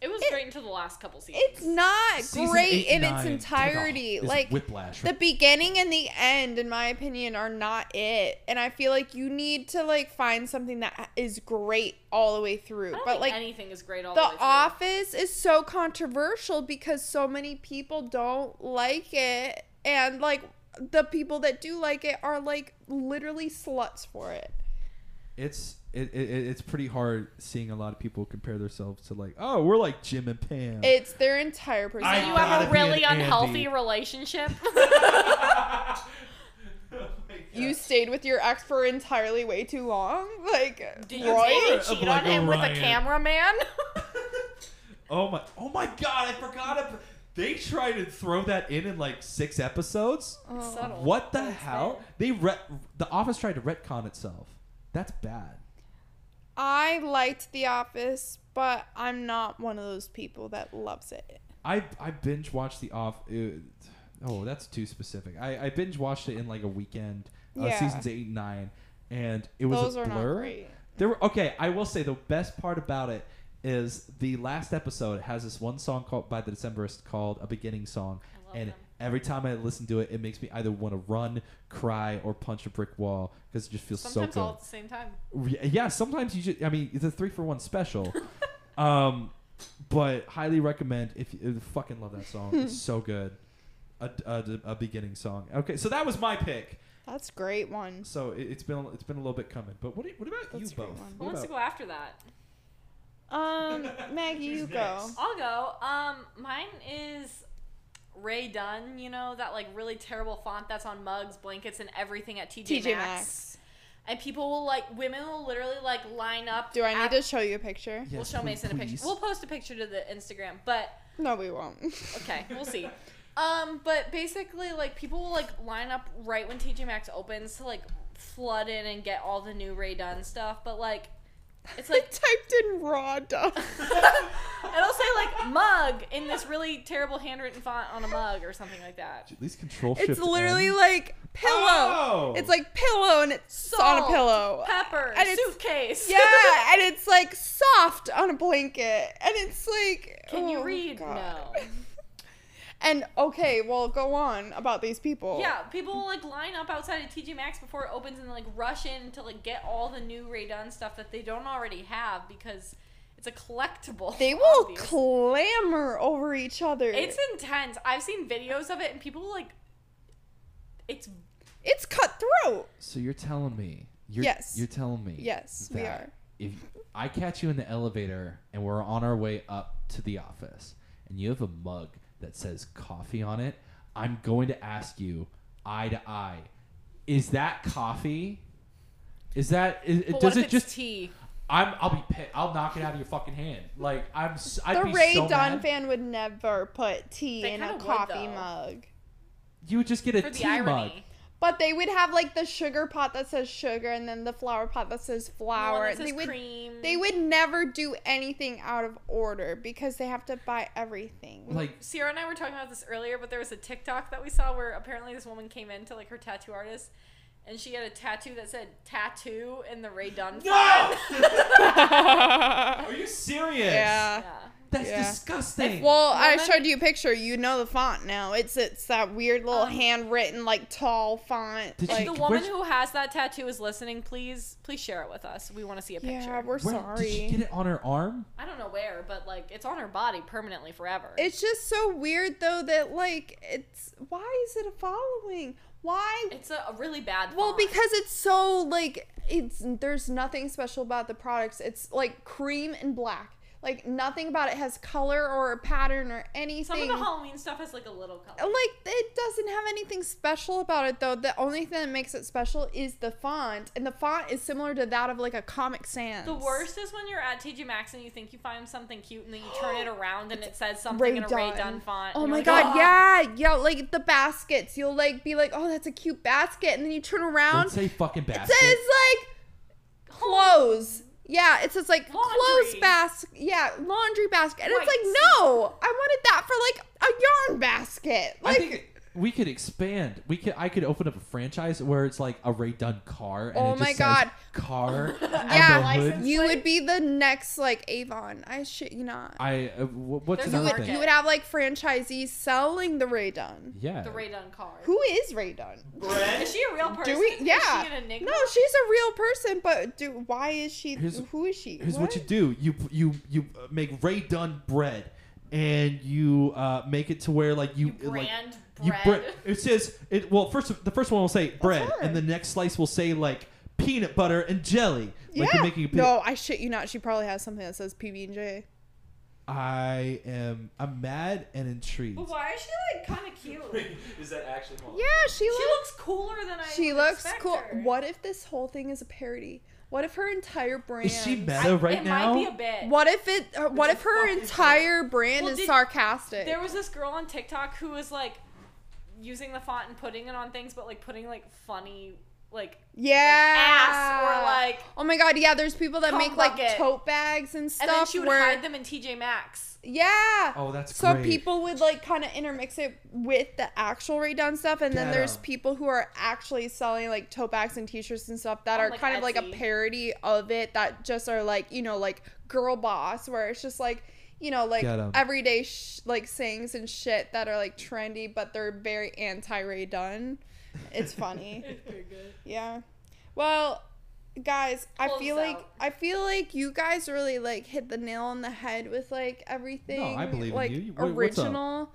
Speaker 4: It was
Speaker 3: It-
Speaker 4: great until the last couple seasons.
Speaker 3: it's not
Speaker 1: Season
Speaker 3: great
Speaker 1: eight,
Speaker 3: in its
Speaker 1: nine,
Speaker 3: entirety.
Speaker 1: takeoff is
Speaker 3: Like,
Speaker 1: whiplash.
Speaker 3: the beginning and the end in my opinion are not it and i feel like you need to like find something that is great all the way through
Speaker 4: I don't
Speaker 3: but
Speaker 4: think
Speaker 3: like
Speaker 4: anything is great all the,
Speaker 3: the
Speaker 4: way through.
Speaker 3: office is so controversial because so many people don't like it and like the people that do like it are like literally sluts for it
Speaker 1: it's it, it, it- it's pretty hard seeing a lot of people compare themselves to like, oh, we're like Jim and Pam.
Speaker 3: it's their entire personality
Speaker 4: you
Speaker 1: gotta
Speaker 4: have a
Speaker 1: be an
Speaker 4: really unhealthy
Speaker 1: Andy.
Speaker 4: relationship.
Speaker 1: Oh my God.
Speaker 3: you stayed with your ex for entirely way too long like
Speaker 4: Did you
Speaker 3: Roy?
Speaker 4: maybe
Speaker 1: Of
Speaker 4: cheat
Speaker 1: like
Speaker 4: on him with a
Speaker 1: Orion.
Speaker 4: cameraman?
Speaker 1: oh my oh my god! I forgot. If, they tried to throw that in in like six episodes.
Speaker 3: Oh.
Speaker 4: Subtle,
Speaker 1: what the
Speaker 4: but it's
Speaker 1: hell?
Speaker 4: there.
Speaker 1: They re- the Office tried to retcon itself. That's bad.
Speaker 3: I liked The Office, but I'm not one of those people that loves it.
Speaker 1: I I binge watched the off. ew, oh, that's too specific. I, I binge watched it in like a weekend. Uh,
Speaker 3: Yeah.
Speaker 1: Seasons eight and nine, and it was
Speaker 3: Those
Speaker 1: a
Speaker 3: are not
Speaker 1: blur.
Speaker 3: great.
Speaker 1: There were okay. I will say the best part about it is the last episode has this one song called by the Decemberists called a beginning song,
Speaker 4: I love
Speaker 1: and
Speaker 4: them.
Speaker 1: every time I listen to it, it makes me either want to run, cry, or punch a brick wall because it just feels
Speaker 4: Sometimes
Speaker 1: so
Speaker 4: all
Speaker 1: good.
Speaker 4: at the same time.
Speaker 1: Re- Yeah, sometimes you just. I mean, it's a three for one special. um, but highly recommend if you uh, fucking love that song. it's so good. A, a, a beginning song. Okay, so that was my pick.
Speaker 3: That's a great one.
Speaker 1: So it, it's been it's been a little bit coming. But what, what about
Speaker 3: That's a
Speaker 1: you
Speaker 3: great
Speaker 1: both?
Speaker 3: one.
Speaker 4: Who
Speaker 1: What
Speaker 4: wants to
Speaker 1: about-
Speaker 4: go after that?
Speaker 3: Um, Maggie,
Speaker 1: Who's
Speaker 3: you go.
Speaker 1: next?
Speaker 4: I'll go. Um, mine is Ray Dunn. You know that like really terrible font that's on mugs, blankets, and everything at TJ,
Speaker 3: TJ
Speaker 4: Maxx.
Speaker 3: Maxx.
Speaker 4: And people will like women will literally like line up.
Speaker 3: Do I need
Speaker 4: at-
Speaker 3: to show you a picture?
Speaker 4: We'll
Speaker 1: Yes,
Speaker 4: show
Speaker 1: please,
Speaker 4: Mason a picture.
Speaker 1: please.
Speaker 4: We'll post a picture to the Instagram, but
Speaker 3: No, we won't.
Speaker 4: okay, we'll see.
Speaker 2: Um, but basically, like people will like line up right when TJ Maxx opens to like flood in and get all the new Ray Dunn stuff. But like, it's
Speaker 3: I
Speaker 2: like
Speaker 3: typed in raw duck.
Speaker 2: it'll say like mug in this really terrible handwritten font on a mug or something like that.
Speaker 1: At least control shift.
Speaker 3: It's literally
Speaker 1: N.
Speaker 3: like pillow.
Speaker 1: Oh.
Speaker 3: It's like pillow and it's on a
Speaker 2: Salt,
Speaker 3: pillow.
Speaker 2: Pepper
Speaker 3: And it's-
Speaker 2: suitcase.
Speaker 3: yeah, and it's like soft on a blanket. And it's like
Speaker 2: Can you
Speaker 3: oh,
Speaker 2: read?
Speaker 3: God.
Speaker 2: No.
Speaker 3: And okay, well go on about these
Speaker 1: Oh.
Speaker 3: people.
Speaker 2: Yeah, people will like line up outside of TJ Maxx before it opens and like rush in to like get all the new Ray Dunn stuff that they don't already have because it's a collectible.
Speaker 3: They will
Speaker 2: obviously.
Speaker 3: clamor over each other.
Speaker 2: It's intense. I've seen videos of it and people like it's
Speaker 3: it's cutthroat.
Speaker 1: So you're telling me. You're,
Speaker 3: Yes.
Speaker 1: You're telling me.
Speaker 3: Yes, we
Speaker 1: that
Speaker 3: are.
Speaker 1: If I catch you in the elevator and we're on our way up to the office, and you have a mug that says coffee on it, I'm going to ask you eye to eye, is that coffee? Is that is,
Speaker 2: but
Speaker 1: does
Speaker 2: what
Speaker 1: it
Speaker 2: if it's
Speaker 1: just?
Speaker 2: tea?
Speaker 1: I'm I'll be pit. I'll knock it out of your fucking hand. Like I'm. s- I'd
Speaker 3: The
Speaker 1: be
Speaker 3: Ray
Speaker 1: so
Speaker 3: Don
Speaker 1: mad.
Speaker 3: fan would never put tea
Speaker 2: They
Speaker 3: in a
Speaker 2: kinda would,
Speaker 3: coffee
Speaker 2: though.
Speaker 3: mug.
Speaker 1: You would just get a
Speaker 2: For the
Speaker 1: tea
Speaker 2: irony.
Speaker 1: mug.
Speaker 3: But they would have like the sugar pot that says sugar and then the flower pot that says flower.
Speaker 2: Well, it says
Speaker 3: they would
Speaker 2: cream.
Speaker 3: they would never do anything out of order because they have to buy everything.
Speaker 1: Like
Speaker 2: Sierra and I were talking about this earlier, but there was a TikTok that we saw where apparently this woman came into like her tattoo artist and she had a tattoo that said tattoo in the Ray Dunn font.
Speaker 1: Are you serious?
Speaker 3: yeah.
Speaker 2: yeah.
Speaker 1: That's
Speaker 3: Yeah.
Speaker 1: disgusting.
Speaker 3: Well, I
Speaker 2: Woman-
Speaker 3: showed you a picture. You know the font now. It's it's that weird little
Speaker 2: Um,
Speaker 3: handwritten like tall font.
Speaker 1: Did
Speaker 3: like,
Speaker 2: If the
Speaker 1: Like,
Speaker 2: woman
Speaker 1: where's-
Speaker 2: who has that tattoo is listening, please please share it with us. We want to see a picture.
Speaker 3: yeah,
Speaker 1: Where-
Speaker 3: we're sorry.
Speaker 1: Did she get it on her arm?
Speaker 2: I don't know where, but like it's on her body permanently forever.
Speaker 3: It's just so weird though that like it's why is it a following? Why
Speaker 2: it's a, a really bad.
Speaker 3: Well,
Speaker 2: font.
Speaker 3: because it's so like it's there's nothing special about the products. It's like cream and black. Like nothing about it has color or a pattern or anything.
Speaker 2: some of the Halloween stuff has like a little color.
Speaker 3: like it doesn't have anything special about it though. The only thing that makes it special is the font, and the font is similar to that of like a Comic Sans.
Speaker 2: The worst is when you're at TJ Maxx and you think you find something cute and then you turn it around and it says something in a Ray
Speaker 3: Ray
Speaker 2: Dunn
Speaker 3: Dunn.
Speaker 2: font.
Speaker 3: Oh
Speaker 2: and
Speaker 3: my
Speaker 2: you're like,
Speaker 3: god,
Speaker 2: "Ah."
Speaker 3: yeah, yeah. Like the baskets, you'll like be like, oh, that's a cute basket, and then you turn around,
Speaker 1: Don't say fucking
Speaker 3: Um, It
Speaker 1: basket.
Speaker 3: says like clothes. Yeah, it says like
Speaker 2: Laundry.
Speaker 3: clothes basket. Yeah, laundry basket. And
Speaker 2: Right.
Speaker 3: it's like, no, I wanted that for like a yarn basket.
Speaker 1: I
Speaker 3: Like,
Speaker 1: think we could expand. We could. I could open up a franchise where it's like a Ray Dunn car. And
Speaker 3: Oh
Speaker 1: it
Speaker 3: my
Speaker 1: just
Speaker 3: God.
Speaker 1: Says car.
Speaker 3: Yeah,
Speaker 1: yeah. The hood.
Speaker 3: you would be the next like Avon. I shit you not.
Speaker 1: I. Uh, wh- what's
Speaker 2: There's
Speaker 3: You
Speaker 1: another
Speaker 3: would,
Speaker 1: thing?
Speaker 3: you would have like franchisees selling the Ray Dunn.
Speaker 1: yeah.
Speaker 2: The Ray Dunn card.
Speaker 3: Who is Ray Dunn?
Speaker 2: Is she a real person?
Speaker 3: Do we? Yeah.
Speaker 2: Is she an enigma?
Speaker 3: no, she's a real person, but do why is she?
Speaker 1: Here's-
Speaker 3: who is she?
Speaker 1: Here's what? you do. You you you uh, make Ray Dunn bread, and you uh, make it to where like you,
Speaker 2: You
Speaker 1: like
Speaker 2: brand
Speaker 1: you
Speaker 2: bread.
Speaker 1: bread. It says it. Well, first the first one will say bread,
Speaker 3: her.
Speaker 1: and the next slice will say like peanut butter and jelly. Like
Speaker 3: yeah.
Speaker 1: you're making a peanut
Speaker 3: no, I shit you not. She probably has something that says PB and J.
Speaker 1: I am. I'm mad and intrigued.
Speaker 2: But why is she like kind of cute?
Speaker 1: Is that actually?
Speaker 3: Yeah, she
Speaker 2: She
Speaker 3: looks.
Speaker 2: looks cooler than I.
Speaker 3: She
Speaker 2: would
Speaker 3: looks
Speaker 2: expect
Speaker 3: cool.
Speaker 2: her.
Speaker 3: What if this whole thing is a parody? What if her entire brand?
Speaker 1: Is she meta right
Speaker 2: it
Speaker 1: now?
Speaker 2: might be a bit.
Speaker 3: What if it? uh, What
Speaker 1: It's
Speaker 3: if
Speaker 1: a
Speaker 3: her
Speaker 1: fucking-
Speaker 3: entire brand
Speaker 2: Well,
Speaker 3: is
Speaker 2: did-
Speaker 3: sarcastic?
Speaker 2: There was this girl on TikTok who was like using the font and putting it on things, but like putting like funny like
Speaker 3: yeah.
Speaker 2: ass or like.
Speaker 3: Oh my god. Yeah. There's people that
Speaker 2: cum
Speaker 3: make like
Speaker 2: bucket.
Speaker 3: tote bags and stuff.
Speaker 2: And then she would
Speaker 3: where,
Speaker 2: hide them in TJ Maxx.
Speaker 3: Yeah.
Speaker 1: Oh, that's
Speaker 3: so
Speaker 1: great.
Speaker 3: people would like kind of intermix it with the actual Ray Dunn stuff, and then
Speaker 1: Get
Speaker 3: there's
Speaker 1: 'em.
Speaker 3: people who are actually selling like tote bags and T-shirts and stuff that
Speaker 2: On,
Speaker 3: are
Speaker 2: like,
Speaker 3: kind of like a
Speaker 2: Etsy.
Speaker 3: parody of it that just are like you know like girl boss, where it's just like you know like
Speaker 1: Get 'em.
Speaker 3: everyday sh- like sayings and shit that are like trendy, but they're very anti Ray Dunn. It's funny. Yeah. Well, guys, I
Speaker 2: Close
Speaker 3: feel like
Speaker 2: out.
Speaker 3: I feel like you guys really like hit the nail on the head with like everything.
Speaker 1: No, I believe in
Speaker 3: like,
Speaker 1: you. You- what- what's up?
Speaker 3: original.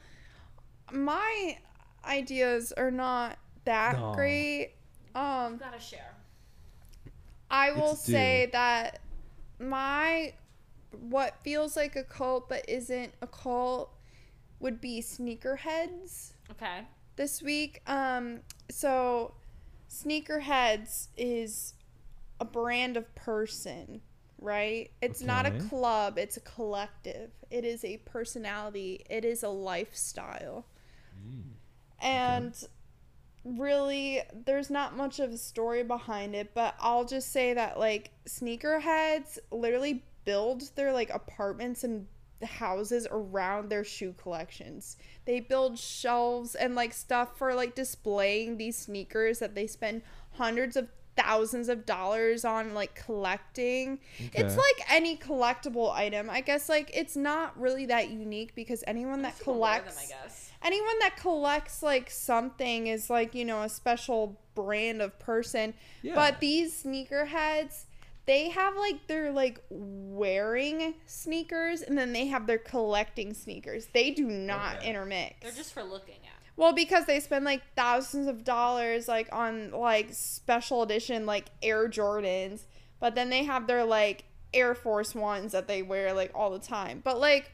Speaker 3: My ideas are not that
Speaker 1: No.
Speaker 3: great.
Speaker 2: You
Speaker 3: Um,
Speaker 2: gotta share.
Speaker 3: I will
Speaker 1: It's due.
Speaker 3: say that my what feels like a cult but isn't a cult would be sneakerheads
Speaker 2: Okay.
Speaker 3: this week. Um, so Sneakerheads is a brand of person, right? It's not a
Speaker 1: Okay.
Speaker 3: club, it's a collective. It is a personality, it is a lifestyle. and really there's not much of a story behind it but i'll just say that like sneakerheads literally build their like apartments and houses around their shoe collections they build shelves and like stuff for like displaying these sneakers that they spend hundreds of thousands of dollars on like collecting
Speaker 1: Okay.
Speaker 3: it's like any collectible item i guess like it's not really that unique because anyone that
Speaker 4: People wear them,
Speaker 3: collects
Speaker 4: I guess.
Speaker 3: anyone that collects like something is like you know a special brand of person
Speaker 1: Yeah.
Speaker 3: but these sneakerheads they have like their like wearing sneakers and then they have their collecting sneakers they do not
Speaker 1: Okay.
Speaker 3: intermix
Speaker 4: They're just for looking at.
Speaker 3: well because they spend like thousands of dollars like on like special edition like air jordans but then they have their like air force ones that they wear like all the time but like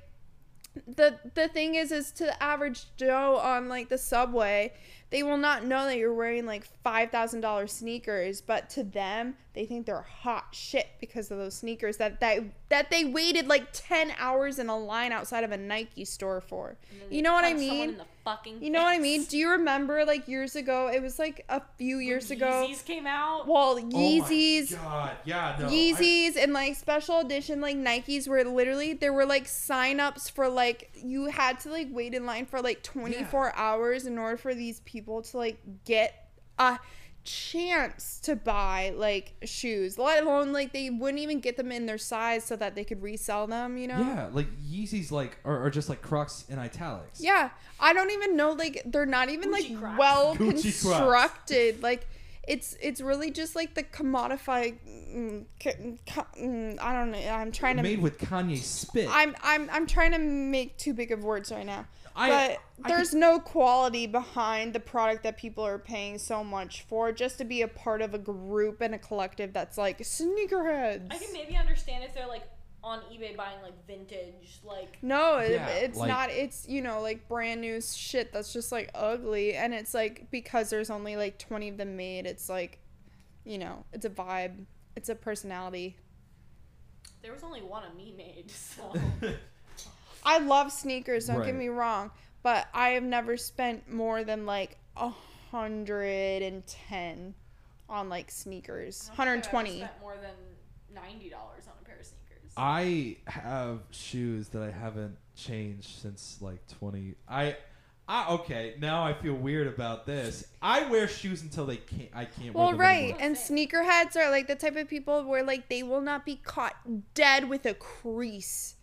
Speaker 3: the the thing is is to the average joe on like the subway they will not know that you're wearing like $5000 sneakers but to them they think they're hot shit because of those sneakers that that, that they waited like 10 hours in a line outside of a nike store for
Speaker 4: and then
Speaker 3: you
Speaker 4: they
Speaker 3: know what i
Speaker 4: punch someone
Speaker 3: mean
Speaker 4: In the fucking
Speaker 3: you know what I
Speaker 4: face.
Speaker 3: mean? Do you remember like years ago? It was like a few years
Speaker 4: When
Speaker 3: ago.
Speaker 4: Yeezys came out.
Speaker 3: Well,
Speaker 1: Oh my
Speaker 3: Yeezys,
Speaker 1: God. Yeah. No. I-
Speaker 3: Yeezys, and like special edition like Nikes were literally there were like sign-ups for like you had to like wait in line for like 24 hours in order for these people to like get a chance to buy like shoes. Let alone like they wouldn't even get them in their size so that they could resell them. You know?
Speaker 1: Yeah, like Yeezys, like are, are just like Crocs in italics.
Speaker 3: Yeah, I don't even know. Like they're not even
Speaker 4: Gucci
Speaker 3: like
Speaker 4: Crocs.
Speaker 3: well
Speaker 1: Gucci Crocs.
Speaker 3: constructed. Like it's it's really just like the commodified. mm, c- co- mm, I don't know. I'm trying to.
Speaker 1: made with Kanye spit.
Speaker 3: I'm I'm I'm trying to make too big of words right now.
Speaker 1: I-
Speaker 3: but
Speaker 1: I
Speaker 3: there's no quality behind the product that people are paying so much for just to be a part of a group and a collective that's like sneakerheads.
Speaker 4: I can maybe understand if they're like on eBay buying like vintage, like
Speaker 3: No, it,
Speaker 1: Yeah,
Speaker 3: it's
Speaker 1: like-
Speaker 3: not. It's you know like brand new shit that's just like ugly, and it's like because there's only like twenty of them made. It's like, you know, it's a vibe. It's a personality.
Speaker 4: there was only one of me made. So
Speaker 3: I love sneakers. Don't
Speaker 1: Right.
Speaker 3: get me wrong, but I have never spent more than like a hundred and ten on like sneakers. Hundred and
Speaker 4: I
Speaker 3: twenty. Uh,
Speaker 4: spent more than ninety dollars on a pair of sneakers.
Speaker 1: I have shoes that I haven't changed since like 20. I, I okay. Now I feel weird about this. I wear shoes until they can't. I can't.
Speaker 3: Well,
Speaker 1: wear them
Speaker 3: right,
Speaker 1: anymore.
Speaker 3: and sneakerheads are like the type of people where like they will not be caught dead with a crease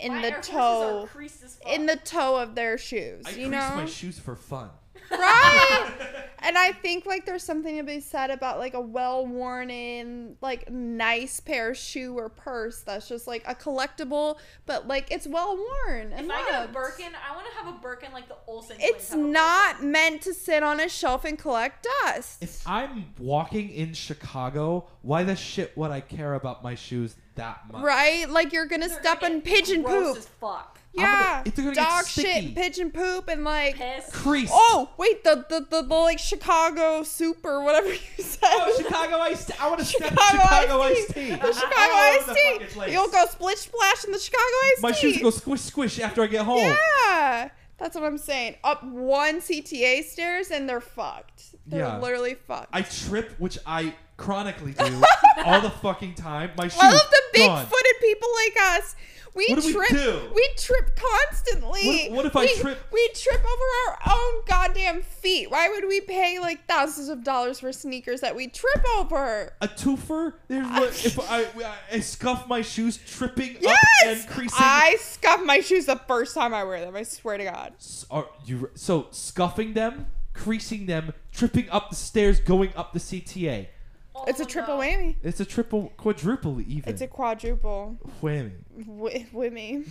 Speaker 3: in
Speaker 4: My
Speaker 3: the
Speaker 4: Air Forces
Speaker 3: toe.
Speaker 4: are creased as fuck.
Speaker 3: in the toe of their shoes,
Speaker 1: I
Speaker 3: you
Speaker 1: crease my
Speaker 3: know?
Speaker 1: shoes for fun.
Speaker 3: right? And I think like there's something to be said about like a well-worn in like nice pair of shoe or purse that's just like a collectible, but like it's well-worn
Speaker 4: If
Speaker 3: and
Speaker 4: I get a
Speaker 3: loved.
Speaker 4: Birkin, I want to have a Birkin like the Olsen. twins
Speaker 3: It's
Speaker 4: have a Birkin.
Speaker 3: not meant to sit on a shelf and collect dust.
Speaker 1: If I'm walking in Chicago, why the shit would I care about my shoes that much?
Speaker 3: Right? Like you're gonna
Speaker 4: They're
Speaker 3: step
Speaker 4: gonna
Speaker 3: in
Speaker 4: get
Speaker 3: pigeon
Speaker 4: gross
Speaker 3: poop.
Speaker 4: as fuck.
Speaker 1: I'm gonna-
Speaker 3: Yeah.
Speaker 1: it's gonna get
Speaker 3: dog
Speaker 1: sticky.
Speaker 3: shit, pigeon poop, and like
Speaker 4: Piss.
Speaker 1: Crease.
Speaker 3: Oh, wait, the the, the, the like Chicago soup or whatever you said.
Speaker 1: Oh, Chicago iced. I want to step in
Speaker 3: Chicago
Speaker 1: Chicago
Speaker 3: iced
Speaker 1: iced tea.
Speaker 3: The Chicago
Speaker 1: All over the fucking
Speaker 3: iced tea.
Speaker 1: place.
Speaker 3: You'll go split splash in the Chicago iced
Speaker 1: My
Speaker 3: tea.
Speaker 1: shoes go squish squish after I get home.
Speaker 3: Yeah, that's what I'm saying. Up one CTA stairs and they're fucked. They're
Speaker 1: Yeah.
Speaker 3: literally fucked.
Speaker 1: I trip, which I chronically do all the fucking time. My shoes.
Speaker 3: All of the
Speaker 1: gone.
Speaker 3: big-footed people like us, we
Speaker 1: What do we
Speaker 3: trip.
Speaker 1: do?
Speaker 3: we trip constantly.
Speaker 1: What- what if I
Speaker 3: We-
Speaker 1: trip-
Speaker 3: We trip over our own goddamn feet. Why would we pay like thousands of dollars for sneakers that we trip over?
Speaker 1: A twofer? There's what, if I, I I scuff my shoes, tripping up
Speaker 3: Yes,
Speaker 1: and creasing.
Speaker 3: I scuff my shoes the first time I wear them. I swear to God.
Speaker 1: S- Are you so scuffing them, creasing them, tripping up the stairs, going up the CTA?
Speaker 4: Oh,
Speaker 3: It's a
Speaker 4: no.
Speaker 3: triple whammy.
Speaker 1: It's a triple, quadruple even.
Speaker 3: It's a quadruple
Speaker 1: whammy.
Speaker 3: wi- whammy.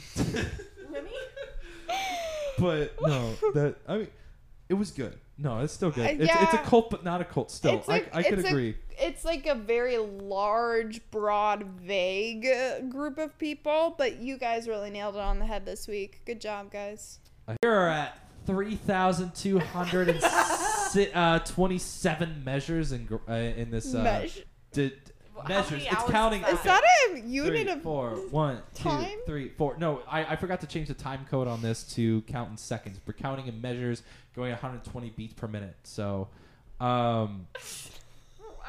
Speaker 4: Remy?
Speaker 1: but no, that I mean, it was good. No, it's still good.
Speaker 3: Uh,
Speaker 1: It's, it's a
Speaker 3: yeah.
Speaker 1: cult, but not a cult. Still,
Speaker 3: It's like-
Speaker 1: I, I could
Speaker 3: it's a-
Speaker 1: agree.
Speaker 3: It's like a very large, broad, vague uh, group of people, but you guys really nailed it on the head this week. Good job, guys.
Speaker 1: Uh, Here are at 3,227 measures in, gr- uh, in this uh,
Speaker 3: Mesh-
Speaker 1: d-
Speaker 4: Well, how
Speaker 1: measures.
Speaker 4: many
Speaker 1: It's
Speaker 4: hours is
Speaker 1: counting.
Speaker 4: that?
Speaker 3: Is
Speaker 1: okay.
Speaker 3: that a unit
Speaker 1: Three,
Speaker 3: of
Speaker 1: four, one, two,
Speaker 3: time?
Speaker 1: three, four. No, I, I forgot to change the time code on this to count in seconds. We're counting in measures, going 120 beats per minute. So, um,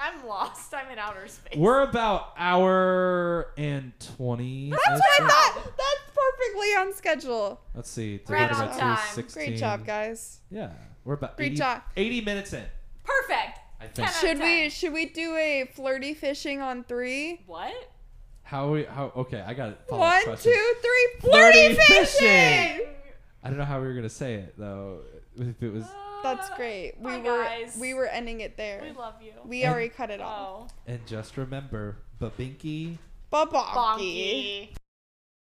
Speaker 4: I'm lost. I'm in outer space.
Speaker 1: we're about hour and 20.
Speaker 3: That's what I thought. That's perfectly on schedule.
Speaker 1: Let's see.
Speaker 4: Right
Speaker 1: divided
Speaker 4: on
Speaker 1: by two,
Speaker 4: time.
Speaker 3: Great
Speaker 1: 16.
Speaker 3: job, guys.
Speaker 1: Yeah, we're about
Speaker 3: Great
Speaker 1: 80,
Speaker 3: job.
Speaker 1: 80 minutes in.
Speaker 4: Perfect.
Speaker 1: I think.
Speaker 4: Ten out of
Speaker 3: Should we should we do a flirty fishing on three?
Speaker 4: What?
Speaker 1: How we? How? Okay, I got it.
Speaker 3: One, two, three.
Speaker 1: Flirty
Speaker 3: Flirty,
Speaker 1: fishing!
Speaker 3: fishing.
Speaker 1: I don't know how we were gonna say it though. If it was,
Speaker 3: That's
Speaker 4: Uh,
Speaker 3: great. We
Speaker 4: Bye,
Speaker 3: were
Speaker 4: guys.
Speaker 3: we were ending it
Speaker 4: We
Speaker 3: there.
Speaker 4: love you.
Speaker 3: We already cut it
Speaker 4: oh.
Speaker 3: off.
Speaker 1: and just remember, Babinky
Speaker 3: Bye,
Speaker 4: Bonky.